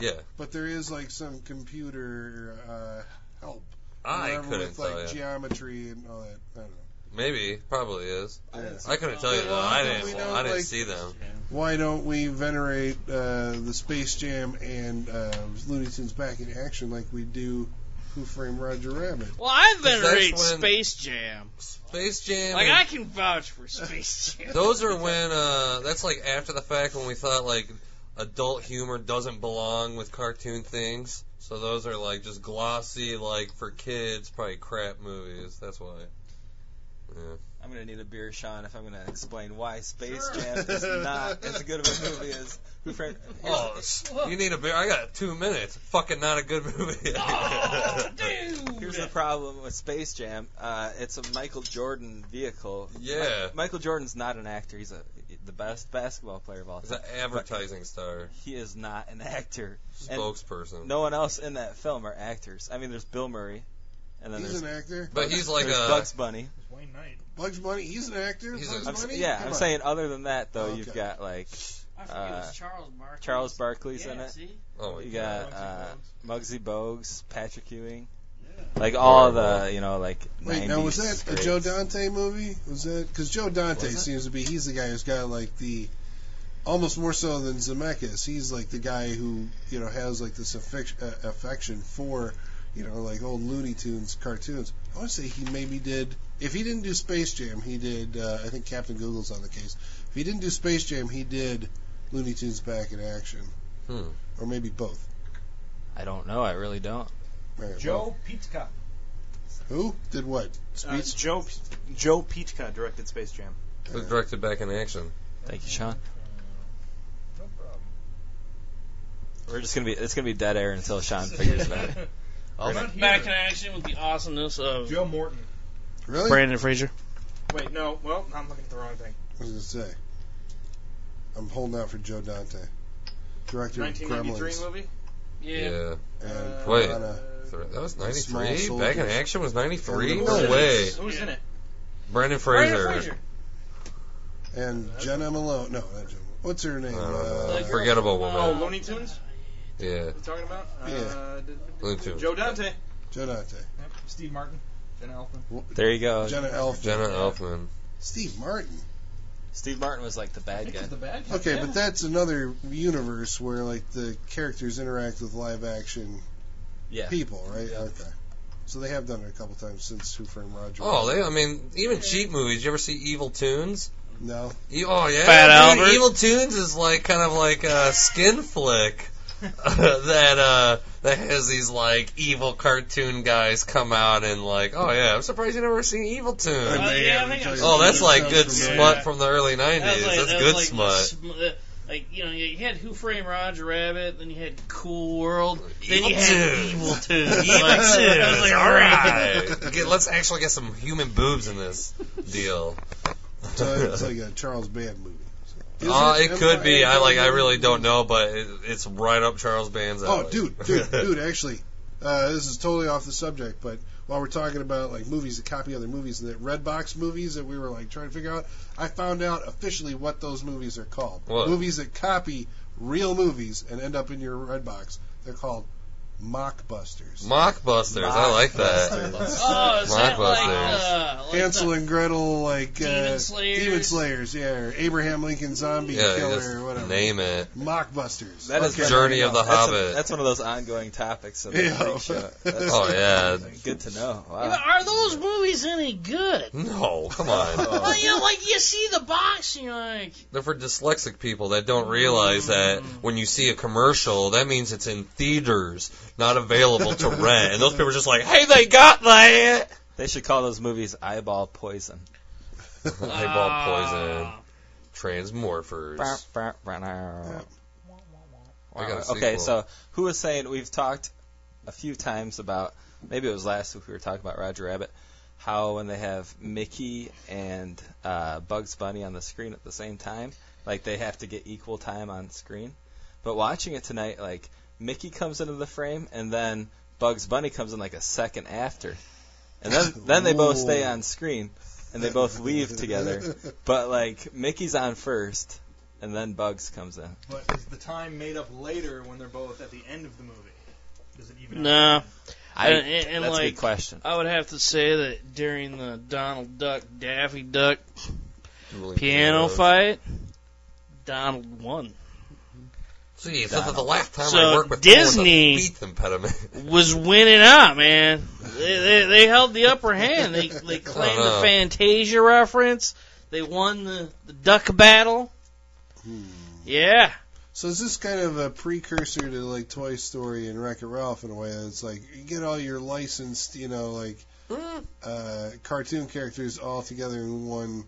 Speaker 5: Yeah.
Speaker 1: But there is like some computer uh, help,
Speaker 5: I
Speaker 1: whatever,
Speaker 5: couldn't
Speaker 1: with like
Speaker 5: tell you.
Speaker 1: geometry and all that. I don't know.
Speaker 5: Maybe. Probably is.
Speaker 1: Yeah.
Speaker 5: I couldn't tell you
Speaker 1: Well,
Speaker 5: though. I
Speaker 1: how come we
Speaker 5: didn't.
Speaker 1: don't,
Speaker 5: I didn't
Speaker 1: like-
Speaker 5: see them.
Speaker 1: Why don't we venerate uh, the Space Jam and uh, Looney Tunes back in action like we do Who Framed Roger Rabbit?
Speaker 2: Well, I
Speaker 5: that's
Speaker 2: venerate
Speaker 5: when-
Speaker 2: Space Jam.
Speaker 5: Space Jam.
Speaker 2: Like
Speaker 5: and-
Speaker 2: I can vouch for Space Jam.
Speaker 5: Those are when uh that's like after the fact when we thought like adult humor doesn't belong with cartoon things. So those are like just glossy like for kids probably crap movies. That's why. Yeah.
Speaker 3: I'm gonna need a beer, Sean, if I'm gonna explain why Space Jam is not as good of a movie as Who Framed.
Speaker 5: Oh, s- you need a beer? I got two minutes. Fucking not a good movie.
Speaker 2: Oh, dude.
Speaker 3: Here's the problem with Space Jam. Uh, it's a Michael Jordan vehicle.
Speaker 5: Yeah.
Speaker 3: Mi- Michael Jordan's not an actor. He's a the best basketball player of all
Speaker 5: He's
Speaker 3: time.
Speaker 5: an advertising star,
Speaker 3: He is not an actor. And
Speaker 5: spokesperson.
Speaker 3: No one else in that film are actors. I mean, there's Bill Murray, and then
Speaker 1: He's
Speaker 3: there's,
Speaker 1: an actor.
Speaker 5: but he's like
Speaker 3: there's
Speaker 5: a
Speaker 3: Bugs Bunny.
Speaker 6: It's Wayne Knight.
Speaker 1: Bugs Bunny. He's an actor.
Speaker 5: He's a-
Speaker 1: Bugs
Speaker 3: I'm, s-
Speaker 1: Bunny.
Speaker 3: yeah,
Speaker 1: Come
Speaker 3: I'm
Speaker 1: on.
Speaker 3: saying other than that though,
Speaker 1: Oh,
Speaker 3: you've
Speaker 1: okay.
Speaker 3: got like
Speaker 2: I forget it
Speaker 3: Uh,
Speaker 2: was Charles Barkley.
Speaker 3: Charles Barkley's
Speaker 2: yeah,
Speaker 3: in it.
Speaker 2: See?
Speaker 5: oh my
Speaker 3: You
Speaker 5: god.
Speaker 3: got uh, Muggsy Bogues, Patrick Ewing,
Speaker 2: Yeah.
Speaker 3: like all the you know like.
Speaker 1: Wait, now was
Speaker 3: 90s
Speaker 1: that
Speaker 3: greats.
Speaker 1: a Joe Dante movie? Was that because Joe Dante
Speaker 5: Was it?
Speaker 1: seems to be he's the guy who's got like the almost more so than Zemeckis. He's like the guy who you know has like this affection, uh, affection for you know like old Looney Tunes cartoons. I want to say he maybe did if he didn't do Space Jam, he did. Uh, I think Captain Google's on the case. If he didn't do Space Jam, he did Looney Tunes Back in Action,
Speaker 5: Hmm.
Speaker 1: or maybe both.
Speaker 3: I don't know. I really
Speaker 1: All
Speaker 3: don't.
Speaker 1: right,
Speaker 6: Joe Pitka.
Speaker 1: well, who did what?
Speaker 6: Uh, it's Joe Joe Pitka directed Space Jam.
Speaker 5: But
Speaker 1: Uh,
Speaker 5: directed back in action.
Speaker 3: Thank you, Sean.
Speaker 6: No problem.
Speaker 3: We're just gonna be it's gonna be dead air until Sean figures it out.
Speaker 4: I'll-
Speaker 6: Not here.
Speaker 2: Back in action with the awesomeness of
Speaker 6: Joe Morton.
Speaker 1: Really?
Speaker 2: Brandon Fraser.
Speaker 6: Wait, no. Well, I'm looking at the wrong thing.
Speaker 1: I was gonna say. I'm holding out for Joe Dante, director of
Speaker 6: 1993
Speaker 1: Gremlins
Speaker 6: movie.
Speaker 2: yeah.
Speaker 1: and
Speaker 6: Uh,
Speaker 5: Wait.
Speaker 1: Piranha.
Speaker 5: Sorry, That was
Speaker 1: Small
Speaker 5: 93? Back in
Speaker 1: soldiers.
Speaker 5: action was 93?
Speaker 1: Who
Speaker 5: No
Speaker 1: was
Speaker 5: way.
Speaker 6: Who was in it?
Speaker 2: Brandon
Speaker 5: Brandon Fraser.
Speaker 2: Fraser.
Speaker 1: and
Speaker 6: Uh,
Speaker 1: Jenna Malone. No, not Jenna. What's her name?
Speaker 5: I
Speaker 1: Uh,
Speaker 5: don't know. Forgettable woman.
Speaker 6: Oh, Looney Tunes.
Speaker 5: Yeah.
Speaker 6: We're talking about.
Speaker 1: Yeah.
Speaker 6: Uh, d-
Speaker 5: Looney Tunes.
Speaker 6: Joe Dante.
Speaker 1: Joe Dante.
Speaker 6: Steve Martin. Jen Elfman.
Speaker 3: There you go.
Speaker 1: Jenna Elfman.
Speaker 5: Jenna Elfman.
Speaker 1: Steve Martin.
Speaker 3: Steve Martin was like the bad guy.
Speaker 6: bad
Speaker 1: Okay, but that's another universe where like the characters interact with live action
Speaker 3: Yeah.
Speaker 1: people, right? Okay. So they have done it a couple times since Who Framed Roger.
Speaker 5: Oh, they, I mean, even cheap movies. You ever see Evil Tunes?
Speaker 1: no.
Speaker 5: E- oh, yeah.
Speaker 2: Fat
Speaker 5: dude,
Speaker 2: Albert.
Speaker 5: Evil Tunes is like kind of like a skin flick that uh, that has these like evil cartoon guys come out and like, oh yeah, I'm surprised you never seen Evil Tunes.
Speaker 2: Uh, yeah, I think I've
Speaker 5: Oh, that's like good
Speaker 1: Sounds
Speaker 2: Yeah.
Speaker 1: familiar.
Speaker 5: smut from the early '90s.
Speaker 2: That was like-
Speaker 5: that's
Speaker 2: that
Speaker 5: good
Speaker 2: was like
Speaker 5: smut.
Speaker 2: sm- uh, Like you know, you had Who Framed Roger Rabbit, then you had Cool World, then
Speaker 5: Evil
Speaker 2: you had
Speaker 5: Tunes.
Speaker 2: Evil Tunes.
Speaker 5: Evil
Speaker 2: Like, I was
Speaker 5: Tunes.
Speaker 2: like, uh,
Speaker 5: All
Speaker 2: alright.
Speaker 5: right. Get- let's actually get some human boobs in this deal.
Speaker 1: So it's like a Charles Band movie. So-
Speaker 5: Uh,
Speaker 1: Is
Speaker 5: it could be. I like. I really don't
Speaker 1: know.
Speaker 5: know, but it, it's right up Charles Band's alley.
Speaker 1: Oh, dude, dude, dude! Actually, uh, this is totally off the subject, but while we're talking about like movies that copy other movies and that red box movies that we were like trying to figure out, I found out officially what those movies are called.
Speaker 5: What?
Speaker 1: Movies that copy real movies and end up in your red box. They're called mockbusters.
Speaker 5: Mockbusters. I like that.
Speaker 2: Oh, is that like,
Speaker 5: Blockbusters.
Speaker 2: uh, like
Speaker 1: Hansel
Speaker 2: the-
Speaker 1: and Gretel, like uh,
Speaker 2: Demon Slayers.
Speaker 1: Demon Slayers, yeah, or Abraham Lincoln Zombie
Speaker 5: Yeah,
Speaker 1: Killer, or
Speaker 5: just
Speaker 1: whatever.
Speaker 5: name it.
Speaker 1: Mockbusters.
Speaker 3: That is
Speaker 5: Okay. Journey of the
Speaker 3: That's a-
Speaker 5: Hobbit.
Speaker 3: that's one of those ongoing topics of the
Speaker 1: Yeah.
Speaker 3: freak show. That's
Speaker 5: Oh yeah.
Speaker 3: good to know.
Speaker 2: Yeah,
Speaker 3: Wow.
Speaker 2: but Are those movies any good?
Speaker 5: No, come
Speaker 1: Oh.
Speaker 5: on.
Speaker 2: Well, you know, like you see the box, and you're like,
Speaker 5: They're for dyslexic people that don't realize that when you see a commercial, that means it's in theaters, not available to rent. And those people are just like, "Hey, they got that."
Speaker 3: They should call those movies eyeball poison.
Speaker 5: Eyeball poison.
Speaker 2: ah.
Speaker 5: Transmorphers. I got a
Speaker 3: Okay,
Speaker 5: sequel.
Speaker 3: so who was saying we've talked a few times about maybe it was last week we were talking about Roger Rabbit, how when they have Mickey and uh, Bugs Bunny on the screen at the same time, like they have to get equal time on screen. But watching it tonight, like Mickey comes into the frame and then Bugs Bunny comes in like a second after, and then then they both stay
Speaker 1: Ooh.
Speaker 3: on screen and they both leave together. But like Mickey's on first, and then Bugs comes in.
Speaker 6: But is the time made up later when they're both at the end of the movie? Does it even?
Speaker 2: Nah,
Speaker 6: out?
Speaker 3: I,
Speaker 2: And- and- and,
Speaker 3: that's a
Speaker 2: like-
Speaker 3: good question.
Speaker 2: I would have to say that during the Donald Duck Daffy Duck piano fight, Donald won.
Speaker 5: Gee, I thought that the last time I
Speaker 2: So
Speaker 5: worked with
Speaker 2: Disney-
Speaker 5: Beat them, pediment.
Speaker 2: Was winning out, man. They, they, they held the upper hand. They they claimed
Speaker 5: Oh, no.
Speaker 2: the Fantasia reference. They won the, the duck battle.
Speaker 3: Hmm.
Speaker 2: Yeah.
Speaker 1: So is this kind of a precursor to like Toy Story and Wreck-It Ralph in a way? that It's like you get all your licensed, you know, like
Speaker 5: Mm.
Speaker 1: uh, cartoon characters all together in one.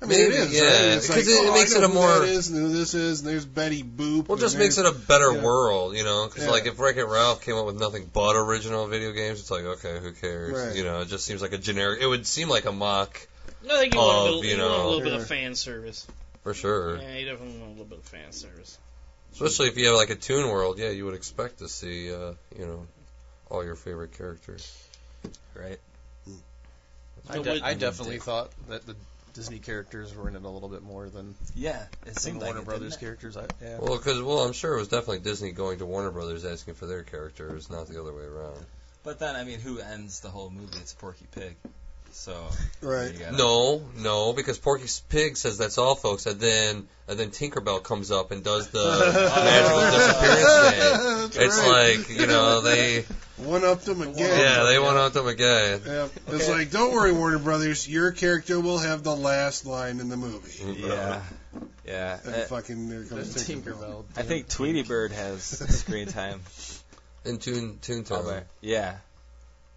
Speaker 1: I mean, it
Speaker 5: Maybe,
Speaker 1: is,
Speaker 5: yeah,
Speaker 1: right? It's
Speaker 5: 'cause
Speaker 1: like,
Speaker 5: it- it
Speaker 1: oh,
Speaker 5: makes
Speaker 1: I
Speaker 5: it
Speaker 1: know
Speaker 5: a
Speaker 1: who
Speaker 5: more-
Speaker 1: that is and who this is, and there's Betty Boop.
Speaker 5: Well,
Speaker 1: and
Speaker 5: just
Speaker 1: there's-
Speaker 5: makes it a better
Speaker 1: yeah.
Speaker 5: world, you know? 'Cause
Speaker 1: Yeah.
Speaker 5: like, if Wreck-It Ralph came up with nothing but original video games, it's like, okay, who cares?
Speaker 1: Right.
Speaker 5: You know, it just seems like a generic. It would seem like a mock
Speaker 2: No, I think you
Speaker 5: Oh,
Speaker 2: want a little,
Speaker 5: you
Speaker 2: you want a
Speaker 5: know.
Speaker 2: little bit
Speaker 1: Yeah.
Speaker 2: of fan service.
Speaker 5: for sure.
Speaker 2: Yeah, you definitely want a little bit of fan service.
Speaker 5: Especially if you have like a Toon World, yeah, you would expect to see, uh, you know, all your favorite characters.
Speaker 3: right?
Speaker 4: I, de- I definitely thought that the Disney characters were in it a little bit more than
Speaker 3: Yeah, it
Speaker 4: the
Speaker 3: seemed like
Speaker 4: Warner
Speaker 3: it,
Speaker 4: Brothers
Speaker 3: didn't
Speaker 4: characters. I, yeah.
Speaker 5: Well, because well, I'm sure it was definitely Disney going to Warner Brothers asking for their characters, not the other way around.
Speaker 3: it? But then, I mean, who ends the whole movie? It's Porky Pig. So
Speaker 1: Right.
Speaker 3: you gotta-
Speaker 5: No, no, because Porky Pig says that's all, folks, and then and then Tinkerbell comes up and does the magical disappearance thing.
Speaker 1: That's
Speaker 5: It's
Speaker 1: right.
Speaker 5: like you know they
Speaker 1: one up them again.
Speaker 5: yeah they went on to them again.
Speaker 1: Yep. It's like, don't worry, Warner Brothers. Your character will have the last line in the movie.
Speaker 3: Yeah, yeah.
Speaker 1: And
Speaker 3: Uh,
Speaker 1: fucking there comes Tinkerbell.
Speaker 4: Tinkerbell.
Speaker 3: I think Tweety Bird has screen time.
Speaker 5: In Toon
Speaker 3: all
Speaker 5: Toontown.
Speaker 3: there. Yeah,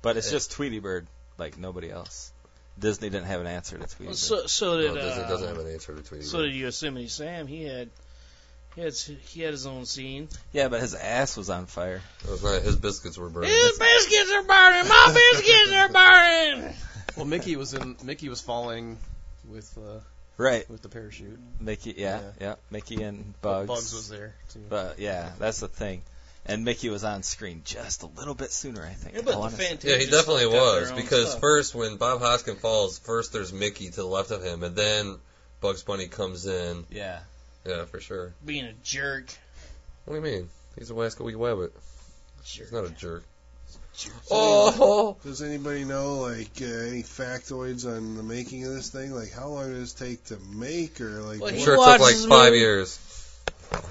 Speaker 3: but it's
Speaker 5: Uh,
Speaker 3: just Tweety Bird, like nobody else. Disney didn't have an answer to Tweety Bird.
Speaker 2: So, so
Speaker 5: No,
Speaker 2: did
Speaker 5: Disney
Speaker 2: uh,
Speaker 5: doesn't have an answer to Tweety.
Speaker 2: so did Yosemite Sam. He had he had he had his own scene.
Speaker 3: yeah, but his ass was on fire.
Speaker 5: It was not- his biscuits were burning.
Speaker 2: His biscuits are burning. My biscuits are burning.
Speaker 4: Well, Mickey was in. Mickey was falling with uh,
Speaker 3: Right,
Speaker 4: with the parachute.
Speaker 3: Mickey. Yeah, yeah.
Speaker 4: Yeah.
Speaker 3: Mickey and
Speaker 4: But
Speaker 3: Bugs.
Speaker 4: Bugs was there too.
Speaker 3: But yeah, that's the thing. And Mickey was on screen just a little bit sooner, I think.
Speaker 2: Yeah, but
Speaker 3: I
Speaker 2: the
Speaker 3: wanna say.
Speaker 2: Fantastics
Speaker 5: Yeah, he definitely
Speaker 2: got their
Speaker 5: was
Speaker 2: own
Speaker 5: because
Speaker 2: stuff.
Speaker 5: first when Bob Hoskin falls, first there's Mickey to the left of him, and then Bugs Bunny comes in.
Speaker 3: yeah.
Speaker 5: Yeah, for sure.
Speaker 2: being a jerk.
Speaker 5: What do you mean? He's a Wasco Wee Wabbit. He's
Speaker 2: Jerk.
Speaker 5: not a jerk.
Speaker 2: Jerk.
Speaker 5: Oh,
Speaker 1: Does anybody know like uh, any factoids on the making of this thing? Like how long did this take to make, or like
Speaker 2: Well,
Speaker 5: I'm
Speaker 2: he
Speaker 5: sure it took like
Speaker 2: watches
Speaker 5: five
Speaker 2: movies.
Speaker 5: years.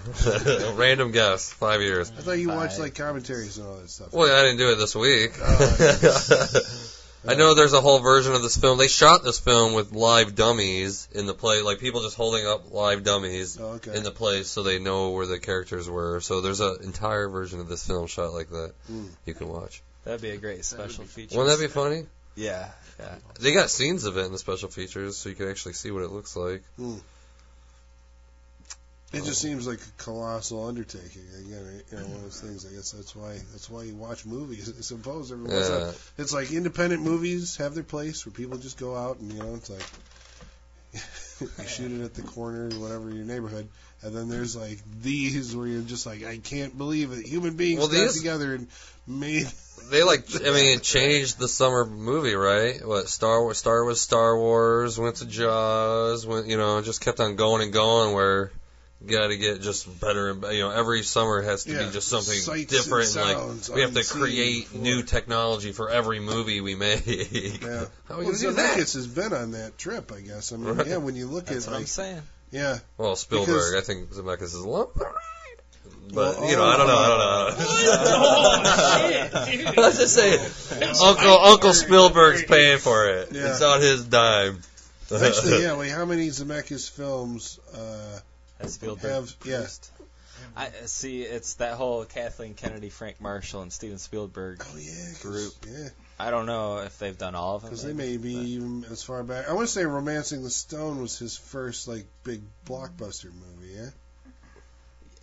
Speaker 5: Random guess, five years.
Speaker 1: I thought you watched
Speaker 3: Five.
Speaker 1: like commentaries and all that stuff.
Speaker 5: Well, I didn't do it this week.
Speaker 1: Oh,
Speaker 5: I know there's a whole version of this film. They shot this film with live dummies in the play, like people just holding up live dummies.
Speaker 1: Oh, okay.
Speaker 5: in the place so they know where the characters were. So there's an entire version of this film shot like that
Speaker 1: Mm.
Speaker 5: you can watch.
Speaker 3: That'd be a great special feature.
Speaker 5: Wouldn't that be funny?
Speaker 3: Yeah.
Speaker 5: They got scenes of it in the special features so you can actually see what it looks like.
Speaker 1: It just seems like a colossal undertaking. Again, you know, one of those things. I guess that's why that's why you watch movies. I suppose every once in a
Speaker 5: Yeah.
Speaker 1: it's like independent movies have their place where people just go out and you know it's like you shoot it at the corner or whatever your neighborhood and then there's like these where you're just like i can't believe it human beings
Speaker 5: Well,
Speaker 1: got
Speaker 5: these-
Speaker 1: together and made
Speaker 5: They like, I mean, it changed the summer movie, right? What Star Wars? Star was Star Wars. Went to Jaws. Went, you know, just kept on going and going. Where you got to get just better and be- you know, every summer has to
Speaker 1: Yeah,
Speaker 5: be just something
Speaker 1: sights
Speaker 5: different.
Speaker 1: and
Speaker 5: Like
Speaker 1: sounds
Speaker 5: we have to
Speaker 1: unseen
Speaker 5: create
Speaker 1: before.
Speaker 5: new technology for every movie we make.
Speaker 1: yeah
Speaker 5: How are
Speaker 1: well,
Speaker 5: we gonna Oh, do that?
Speaker 1: Zemeckis has been on that trip i guess i mean
Speaker 5: Right.
Speaker 1: yeah when you look
Speaker 3: That's
Speaker 1: at
Speaker 3: what I'm
Speaker 1: like
Speaker 3: saying.
Speaker 1: yeah
Speaker 5: Well, Spielberg,
Speaker 1: Because-
Speaker 5: I think Zemeckis is a lump. But
Speaker 1: Well,
Speaker 5: you know, I don't know. I don't know.
Speaker 2: What? Oh, shit, dude.
Speaker 5: Let's just say
Speaker 2: That's
Speaker 5: Uncle
Speaker 2: my
Speaker 5: Uncle
Speaker 2: word.
Speaker 5: Spielberg's paying for it.
Speaker 1: Yeah.
Speaker 5: It's on his dime.
Speaker 1: actually yeah like how many zemeckis films uh
Speaker 3: That's Spielberg.
Speaker 1: have yeah
Speaker 3: I see. It's that whole Kathleen Kennedy, Frank Marshall, and Steven Spielberg.
Speaker 1: oh yeah 'cause-
Speaker 3: Group.
Speaker 1: yeah
Speaker 3: I don't know if they've done all of them.
Speaker 1: Because they may
Speaker 3: maybe,
Speaker 1: be even as far back. I want to say *Romancing the Stone* was his first like big blockbuster movie. Yeah,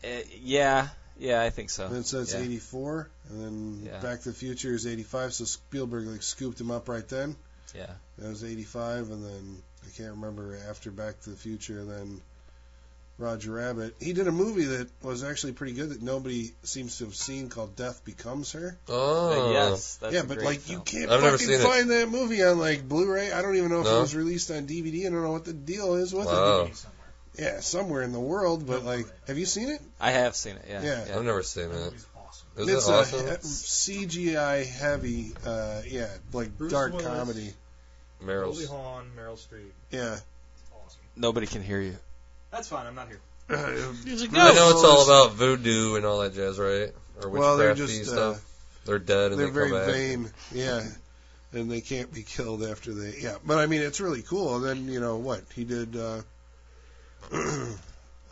Speaker 3: but- Uh, yeah, yeah, I think so.
Speaker 1: and then so it's E.
Speaker 3: yeah.
Speaker 1: '84, and then
Speaker 3: Yeah.
Speaker 1: *Back to the Future* is '85. So Spielberg like scooped him up right then.
Speaker 3: Yeah.
Speaker 1: that was '85, and then I can't remember after *Back to the Future*. And then Roger Rabbit. He did a movie that was actually pretty good that nobody seems to have seen called *Death Becomes Her*.
Speaker 5: Oh,
Speaker 3: But yes, that's
Speaker 1: yeah,
Speaker 3: a
Speaker 1: but
Speaker 3: great
Speaker 1: like
Speaker 3: film.
Speaker 1: you can't
Speaker 5: I've never
Speaker 1: fucking
Speaker 5: seen it.
Speaker 1: find that movie on like Blu-ray. I don't even know if
Speaker 5: No?
Speaker 1: it was released on DVD. I don't know what the deal is with it.
Speaker 5: wow!
Speaker 1: Yeah, somewhere in the world, but like, have you seen it?
Speaker 3: I have seen it. Yeah.
Speaker 1: Yeah.
Speaker 5: I've never seen it. Is
Speaker 1: it's uh,
Speaker 5: it awesome?
Speaker 1: a he- CGI heavy, uh, yeah, like
Speaker 6: Bruce
Speaker 1: dark
Speaker 6: Willis.
Speaker 1: comedy.
Speaker 6: Goldie
Speaker 5: Meryl's.
Speaker 6: Hawn, Meryl Streep.
Speaker 1: Yeah,
Speaker 6: Awesome.
Speaker 3: Nobody can hear you.
Speaker 6: That's fine. I'm not here.
Speaker 2: He's like,
Speaker 5: I know
Speaker 2: no.
Speaker 5: it's all about voodoo and all that jazz, right? Or
Speaker 1: Well, they're
Speaker 5: witchcrafty
Speaker 1: just, uh,
Speaker 5: stuff. they're dead and
Speaker 1: they're
Speaker 5: they
Speaker 1: very
Speaker 5: come back.
Speaker 1: vain. Yeah, and they can't be killed after they. Yeah, but I mean, it's really cool. And then you know what he did. Uh,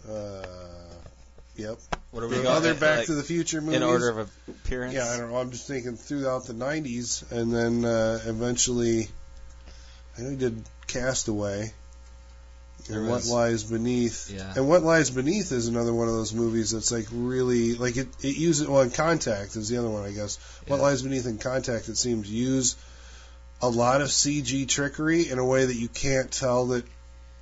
Speaker 1: uh, yep,
Speaker 3: What are we
Speaker 1: the
Speaker 3: going?
Speaker 1: other
Speaker 3: like,
Speaker 1: Back to the Future movies.
Speaker 3: in order of appearance.
Speaker 1: Yeah, I don't know. I'm just thinking throughout the '90s, and then uh, eventually, I know he did Castaway.
Speaker 3: There
Speaker 1: And what
Speaker 3: was-
Speaker 1: lies beneath?
Speaker 3: Yeah.
Speaker 1: And what lies beneath is another one of those movies that's like really like it. It uses well, in Contact is the other one, I guess. What
Speaker 3: Yeah.
Speaker 1: lies beneath in Contact? It seems use a lot of CG trickery in a way that you can't tell that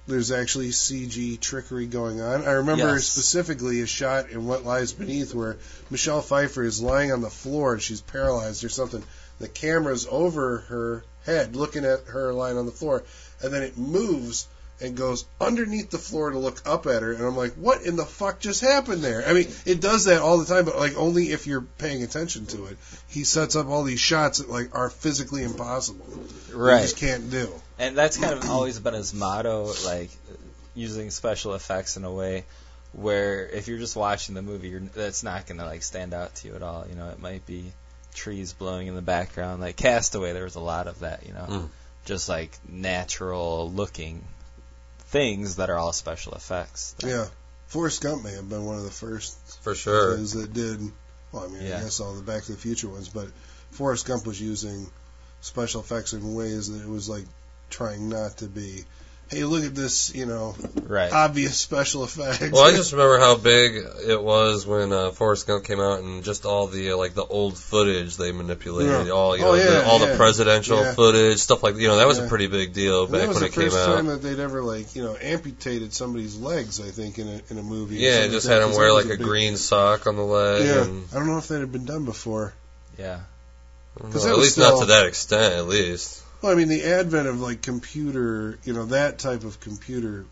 Speaker 1: there's actually CG trickery going on. I remember
Speaker 3: Yes.
Speaker 1: specifically a shot in What Lies Beneath where Michelle Pfeiffer is lying on the floor and she's paralyzed or something. The camera's over her head looking at her lying on the floor, and then it moves and goes underneath the floor to look up at her. And I'm like, what in the fuck just happened there? I mean, it does that all the time, but like only if you're paying attention to it. He sets up all these shots that like are physically impossible. You
Speaker 3: Right.
Speaker 1: just can't do.
Speaker 3: And that's kind of always been his motto, like using special effects in a way where if you're just watching the movie, you're, that's not gonna like stand out to you at all. You know, it might be trees blowing in the background, like Castaway. There was a lot of that. You know,
Speaker 1: Hmm.
Speaker 5: Mm.
Speaker 3: just like natural looking things that are all special effects.
Speaker 1: Yeah. Forrest Gump may have been one of the first
Speaker 5: for sure.
Speaker 1: things that did. Well, I mean,
Speaker 3: Yeah.
Speaker 1: I guess all the Back to the Future ones, but Forrest Gump was using special effects in ways that it was like trying not to be. Hey, look at this, you know,
Speaker 3: Right.
Speaker 1: obvious special effects.
Speaker 5: Well, I just remember how big it was when uh, Forrest Gump came out, and just all the uh, like the old footage they manipulated,
Speaker 1: Yeah.
Speaker 5: all you
Speaker 1: Oh,
Speaker 5: know, the,
Speaker 1: yeah,
Speaker 5: all
Speaker 1: yeah.
Speaker 5: the presidential
Speaker 1: Yeah.
Speaker 5: footage, stuff like you know that was
Speaker 1: Yeah.
Speaker 5: a pretty big deal
Speaker 1: And that
Speaker 5: back
Speaker 1: was
Speaker 5: when
Speaker 1: the
Speaker 5: it came
Speaker 1: first time
Speaker 5: out.
Speaker 1: that they'd ever like, you know, amputated somebody's legs. I think in a in a movie. or
Speaker 5: Yeah,
Speaker 1: something
Speaker 5: just
Speaker 1: like
Speaker 5: had
Speaker 1: that,
Speaker 5: him
Speaker 1: 'cause
Speaker 5: wear
Speaker 1: that was
Speaker 5: like a
Speaker 1: big-
Speaker 5: green sock on the leg.
Speaker 1: Yeah,
Speaker 5: and,
Speaker 1: I don't know if that had been done before.
Speaker 3: yeah.
Speaker 5: I don't
Speaker 1: 'Cause
Speaker 5: know,
Speaker 1: that
Speaker 5: at
Speaker 1: was
Speaker 5: least
Speaker 1: still-
Speaker 5: not to that extent, at least.
Speaker 1: Well, I mean, the advent of like computer, you know, that type of computer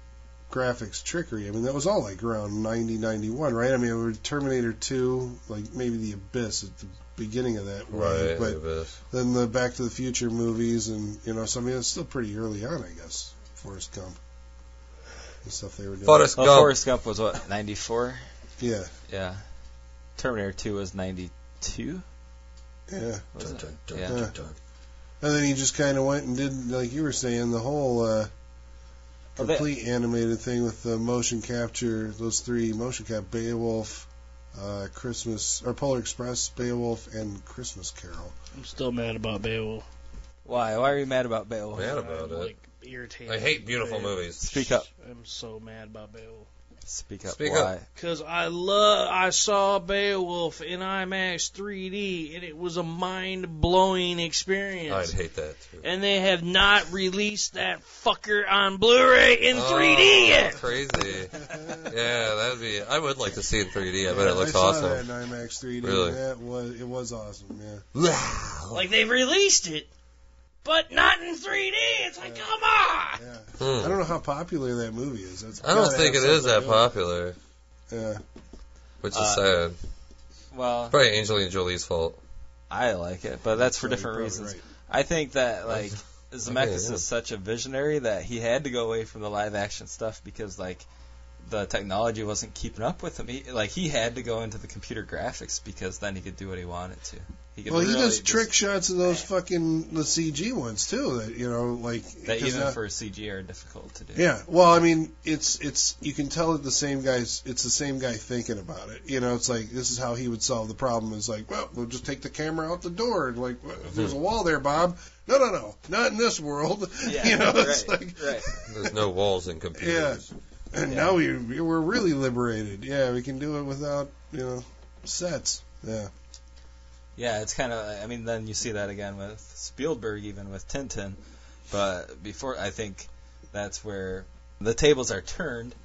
Speaker 1: graphics trickery. I mean, that was all like around 90, 91, right? I mean, we were Terminator 2, like maybe The Abyss at the beginning of that,
Speaker 5: Right.
Speaker 1: wave, But
Speaker 5: but-
Speaker 1: then the Back to the Future movies, and you know, so I mean, it's still pretty early on, I guess. Forrest Gump and stuff they were doing.
Speaker 5: Forrest
Speaker 3: Well,
Speaker 5: Gump.
Speaker 3: Forrest Gump was what 94.
Speaker 1: Yeah,
Speaker 3: Yeah. Terminator 2 was 92.
Speaker 1: yeah.
Speaker 3: Was it?
Speaker 5: Dun, dun,
Speaker 3: Yeah.
Speaker 5: dun, dun, dun.
Speaker 1: And then he just kind of went and did, like you were saying, the whole uh,
Speaker 3: Oh, they-
Speaker 1: complete animated thing with the motion capture, those three motion cap Beowulf, uh, Christmas, or Polar Express, Beowulf, and Christmas Carol.
Speaker 2: I'm still mad about Beowulf.
Speaker 3: Why? Why are you mad about Beowulf?
Speaker 5: Mad about
Speaker 2: I'm,
Speaker 5: it.
Speaker 2: Like irritated.
Speaker 5: I hate beautiful
Speaker 2: Beowulf.
Speaker 5: movies.
Speaker 3: Speak up.
Speaker 2: I'm so mad about Beowulf.
Speaker 3: Speak up.
Speaker 5: Speak up.
Speaker 3: why?
Speaker 2: Cause I love, I saw Beowulf in IMAX 3D, and it was a mind-blowing
Speaker 5: I'd
Speaker 2: experience.
Speaker 5: hate that too.
Speaker 2: And they have not released that fucker on Blu-ray in
Speaker 5: Oh,
Speaker 2: 3D yet.
Speaker 5: Crazy. Yeah, that'd be. I would like to see it in 3D. I bet it looks
Speaker 1: I saw
Speaker 5: awesome.
Speaker 1: that in IMAX 3D.
Speaker 5: Really?
Speaker 1: That was it was awesome. Yeah.
Speaker 2: Like they released it, but not in 3D. It's like, come on.
Speaker 1: Yeah.
Speaker 5: Hmm.
Speaker 1: I don't know how popular that movie is. That's
Speaker 5: I don't
Speaker 1: gotta
Speaker 5: think it
Speaker 1: have
Speaker 5: is that
Speaker 1: something
Speaker 5: popular,
Speaker 1: to do with it.
Speaker 5: which is
Speaker 3: Uh,
Speaker 5: sad.
Speaker 3: Well,
Speaker 5: Probably Angelina Jolie's fault.
Speaker 3: I like it, but that's
Speaker 1: Yeah.
Speaker 3: for
Speaker 1: So you're
Speaker 3: different
Speaker 1: probably
Speaker 3: reasons.
Speaker 1: right.
Speaker 3: I think that like
Speaker 5: Okay,
Speaker 3: Zemeckis
Speaker 5: yeah.
Speaker 3: is such a visionary that he had to go away from the live action stuff because like the technology wasn't keeping up with him. He, like he had to go into the computer graphics because then he could do what he wanted to. He could
Speaker 1: Well, he
Speaker 3: really
Speaker 1: does
Speaker 3: just-
Speaker 1: trick shots of those fucking the CG ones too. That you know, like
Speaker 3: that
Speaker 1: 'cause
Speaker 3: even
Speaker 1: now-
Speaker 3: for CG are difficult to do.
Speaker 1: uh, Yeah. Well, I mean, it's it's you can tell that the same guy's it's the same guy thinking about it. You know, it's like this is how he would solve the problem. Is like, well, we'll just take the camera out the door and like, well, if
Speaker 5: Hmm.
Speaker 1: there's a wall there, Bob. No, no, no, not in this world.
Speaker 3: Yeah,
Speaker 1: you know,
Speaker 3: right,
Speaker 1: it's like,
Speaker 3: right.
Speaker 5: There's no walls in computers.
Speaker 1: and
Speaker 3: Yeah.
Speaker 1: now we we're really liberated. Yeah, we can do it without you know sets. Yeah.
Speaker 3: Yeah, it's kind of. I mean, then you see that again with Spielberg, even with Tintin. But before, I think that's where the tables are turned,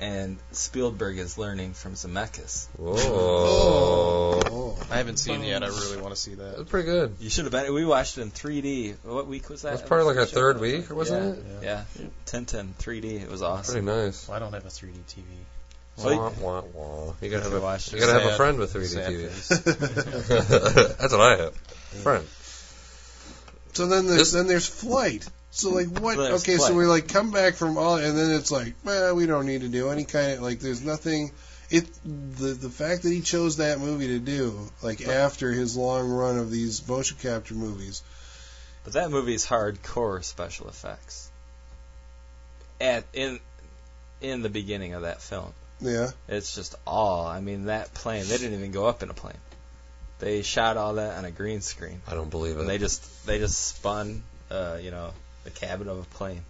Speaker 3: and Spielberg is learning from Zemeckis.
Speaker 5: Whoa.
Speaker 1: Oh.
Speaker 4: I haven't seen it yet. I really want to see
Speaker 5: That
Speaker 4: that.
Speaker 5: was pretty good.
Speaker 3: You should have been. We watched it in 3D. What week was that?
Speaker 5: That was probably like our
Speaker 3: Yeah.
Speaker 5: third week, wasn't
Speaker 3: yeah.
Speaker 4: it?
Speaker 3: Yeah. Tintin 3D. It was awesome.
Speaker 5: Pretty nice.
Speaker 4: Well, I don't have a 3D TV.
Speaker 3: Well, you-
Speaker 5: Wah, wah, wah. You gotta
Speaker 3: You
Speaker 5: have a,
Speaker 3: watched
Speaker 5: you
Speaker 3: it.
Speaker 5: gotta have a
Speaker 3: Sad-
Speaker 5: friend with 3D
Speaker 4: Sad
Speaker 5: TV.
Speaker 4: face.
Speaker 5: That's what I have. Friend.
Speaker 1: So then,
Speaker 5: This-
Speaker 1: there's, then there's flight. So like what?
Speaker 3: There's
Speaker 1: okay,
Speaker 3: flight.
Speaker 1: so we like come back from all, and then it's like, well, we don't need to do any kind of like. There's nothing. It the the fact that he chose that movie to do like after his long run of these motion capture movies.
Speaker 3: But that movie is hardcore special effects. At in in the beginning of that film.
Speaker 1: Yeah,
Speaker 3: It's just all. I mean, that plane. They didn't even go up in a plane. They shot all that on a green screen.
Speaker 5: I don't believe
Speaker 3: And they
Speaker 5: it.
Speaker 3: just they just spun, uh, you know, the cabin of a plane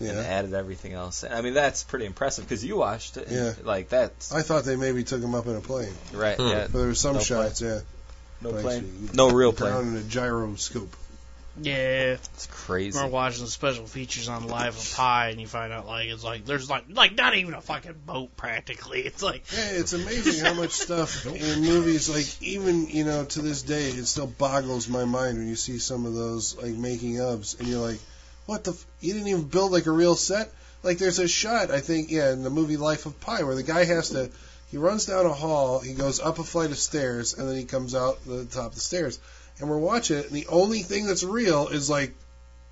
Speaker 3: and
Speaker 1: yeah.
Speaker 3: added everything else. I mean, that's pretty impressive because you watched it. and,
Speaker 1: Yeah.
Speaker 3: Like that's
Speaker 1: I thought they maybe took him up in a plane,
Speaker 3: right.
Speaker 5: Hmm.
Speaker 3: Yeah.
Speaker 1: but there were some
Speaker 3: No
Speaker 1: shots. Yeah,
Speaker 3: No
Speaker 1: But
Speaker 3: plane.
Speaker 1: actually,
Speaker 3: No real
Speaker 1: down in
Speaker 3: plane.
Speaker 1: a gyroscope.
Speaker 2: Yeah.
Speaker 3: It's crazy.
Speaker 2: We're watching the special features on Live of Pi, and you find out like it's like there's like like not even a fucking boat practically. It's like
Speaker 1: Yeah, it's amazing how much stuff in movies, like even you know to this day, it still boggles my mind when you see some of those like making ofs, and you're like, what the? F- you didn't even build like a real set. Like there's a shot I think yeah in the movie Life of Pi where the guy has to he runs down a hall, he goes up a flight of stairs, and then he comes out the top of the stairs, and we're watching it, and the only thing that's real is like.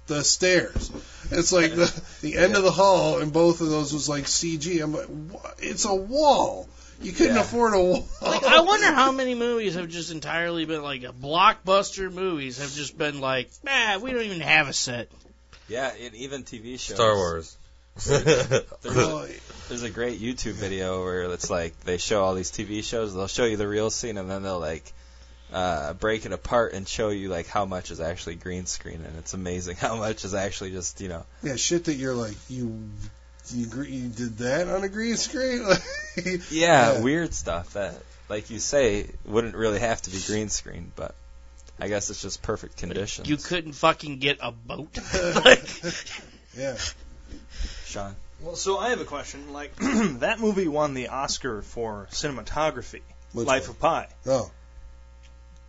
Speaker 1: The stairs. It's like the, the end of the hall, and both of those was like CG. I'm like, "Wha- it's a wall. You couldn't
Speaker 3: Yeah.
Speaker 1: afford a wall.
Speaker 2: Like, I wonder how many movies have just entirely been like blockbuster movies have just been like, nah, we don't even have a set.
Speaker 3: yeah, and even TV shows.
Speaker 5: Star Wars.
Speaker 3: There's a,
Speaker 1: Well,
Speaker 3: there's a great YouTube video where it's like they show all these TV shows. They'll show you the real scene, and then they'll like uh, break it apart and show you like how much is actually green screen, and it's amazing how much is actually just you know
Speaker 1: yeah, shit that you're like you you, gre- you did that on a green screen. Like,
Speaker 3: yeah, weird stuff that like you say wouldn't really have to be green screen, but I guess it's just perfect conditions.
Speaker 2: You couldn't fucking get a boat. like,
Speaker 1: Yeah,
Speaker 3: Sean.
Speaker 6: Well, so I have a question. Like that movie won the Oscar for cinematography,
Speaker 1: Which
Speaker 6: Life
Speaker 1: one?
Speaker 6: of Pi.
Speaker 1: Oh,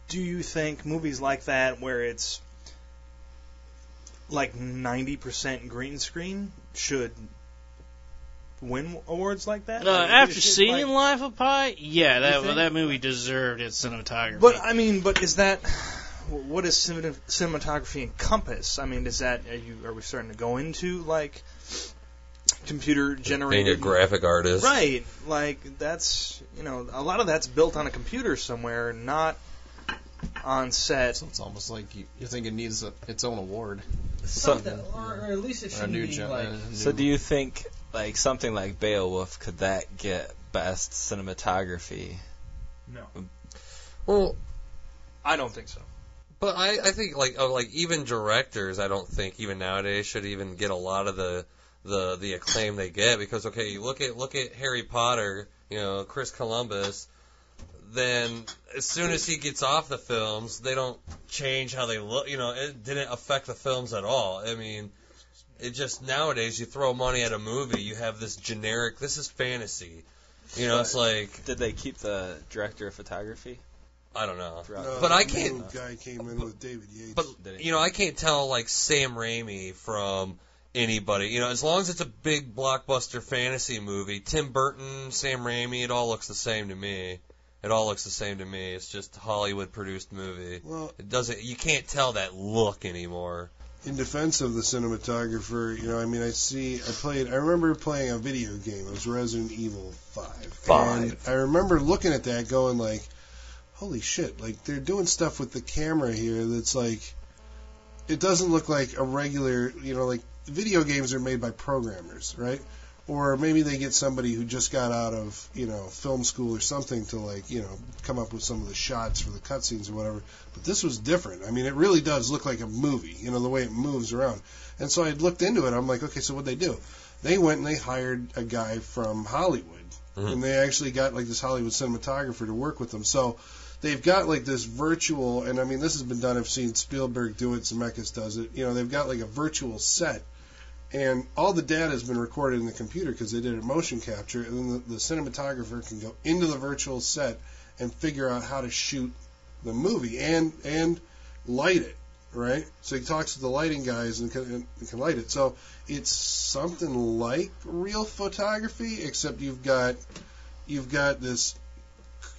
Speaker 6: do you think movies like that where it's like 90% green screen should win awards like that?
Speaker 2: uh,
Speaker 6: Like,
Speaker 2: after
Speaker 6: it's just
Speaker 2: seeing
Speaker 6: like-
Speaker 2: Life of Pi, yeah,
Speaker 6: You
Speaker 2: that
Speaker 6: think?
Speaker 2: that movie deserved its cinematography.
Speaker 6: But I mean, but is that what does cinem- cinematography encompass? I mean, is that are you are we starting to go into like computer
Speaker 5: Being a
Speaker 6: generated
Speaker 5: graphic artist.
Speaker 6: Right. Like that's you know, a lot of that's built on a computer somewhere, not on set.
Speaker 4: So it's almost like you, you think it needs a, its own award.
Speaker 3: So,
Speaker 7: or, or at least it
Speaker 4: Or a
Speaker 7: should
Speaker 4: new
Speaker 7: be
Speaker 4: gen-
Speaker 7: like.
Speaker 4: a new-
Speaker 3: so do you think like something like Beowulf could that get best cinematography?
Speaker 5: Well,
Speaker 6: I don't think so.
Speaker 5: but I, I think like oh, like even directors, I don't think even nowadays should even get a lot of the the the acclaim they get because okay, you look at look at Harry Potter, you know, Chris Columbus. Then as soon as he gets off the films, they don't change how they look. You know, it didn't affect the films at all. I mean, it just nowadays you throw money at a movie, you have this generic. This is fantasy. You know, it's like
Speaker 3: Did they keep the director of photography?
Speaker 5: I don't know.
Speaker 3: throughout?
Speaker 1: No,
Speaker 5: But I
Speaker 1: Uh, the
Speaker 5: can't-
Speaker 1: new Guy came in with David Yates.
Speaker 5: But
Speaker 3: Did he?
Speaker 5: you know, I can't tell like Sam Raimi from anybody. You know, as long as it's a big blockbuster fantasy movie, Tim Burton, Sam Raimi, it all looks the same to me. It all looks the same to me. It's just a Hollywood produced movie.
Speaker 1: well,
Speaker 5: It doesn't. You can't tell that look anymore.
Speaker 1: in defense of the cinematographer, you know, I mean, I see, I played, I remember playing a video game. It was Resident Evil 5.
Speaker 3: Five.
Speaker 1: And I remember looking at that going like, holy shit, like they're doing stuff with the camera here that's like, it doesn't look like a regular, you know, like video games are made by programmers, right? Or maybe they get somebody who just got out of, you know, film school or something to like, you know, come up with some of the shots for the cutscenes or whatever. But this was different. I mean, it really does look like a movie, you know, the way it moves around. And so I looked into it. I'm like, okay, so what'd they do? They went and they hired a guy from Hollywood.
Speaker 5: Mhm.
Speaker 1: And they actually got like this Hollywood cinematographer to work with them. So they've got like this virtual, and I mean, this has been done. I've seen Spielberg do it, Zemeckis does it. You know, they've got like a virtual set. And all the data has been recorded in the computer because they did a motion capture, and then the, the cinematographer can go into the virtual set and figure out how to shoot the movie and and light it, right? So he talks to the lighting guys and can, and can light it. So it's something like real photography, except you've got you've got this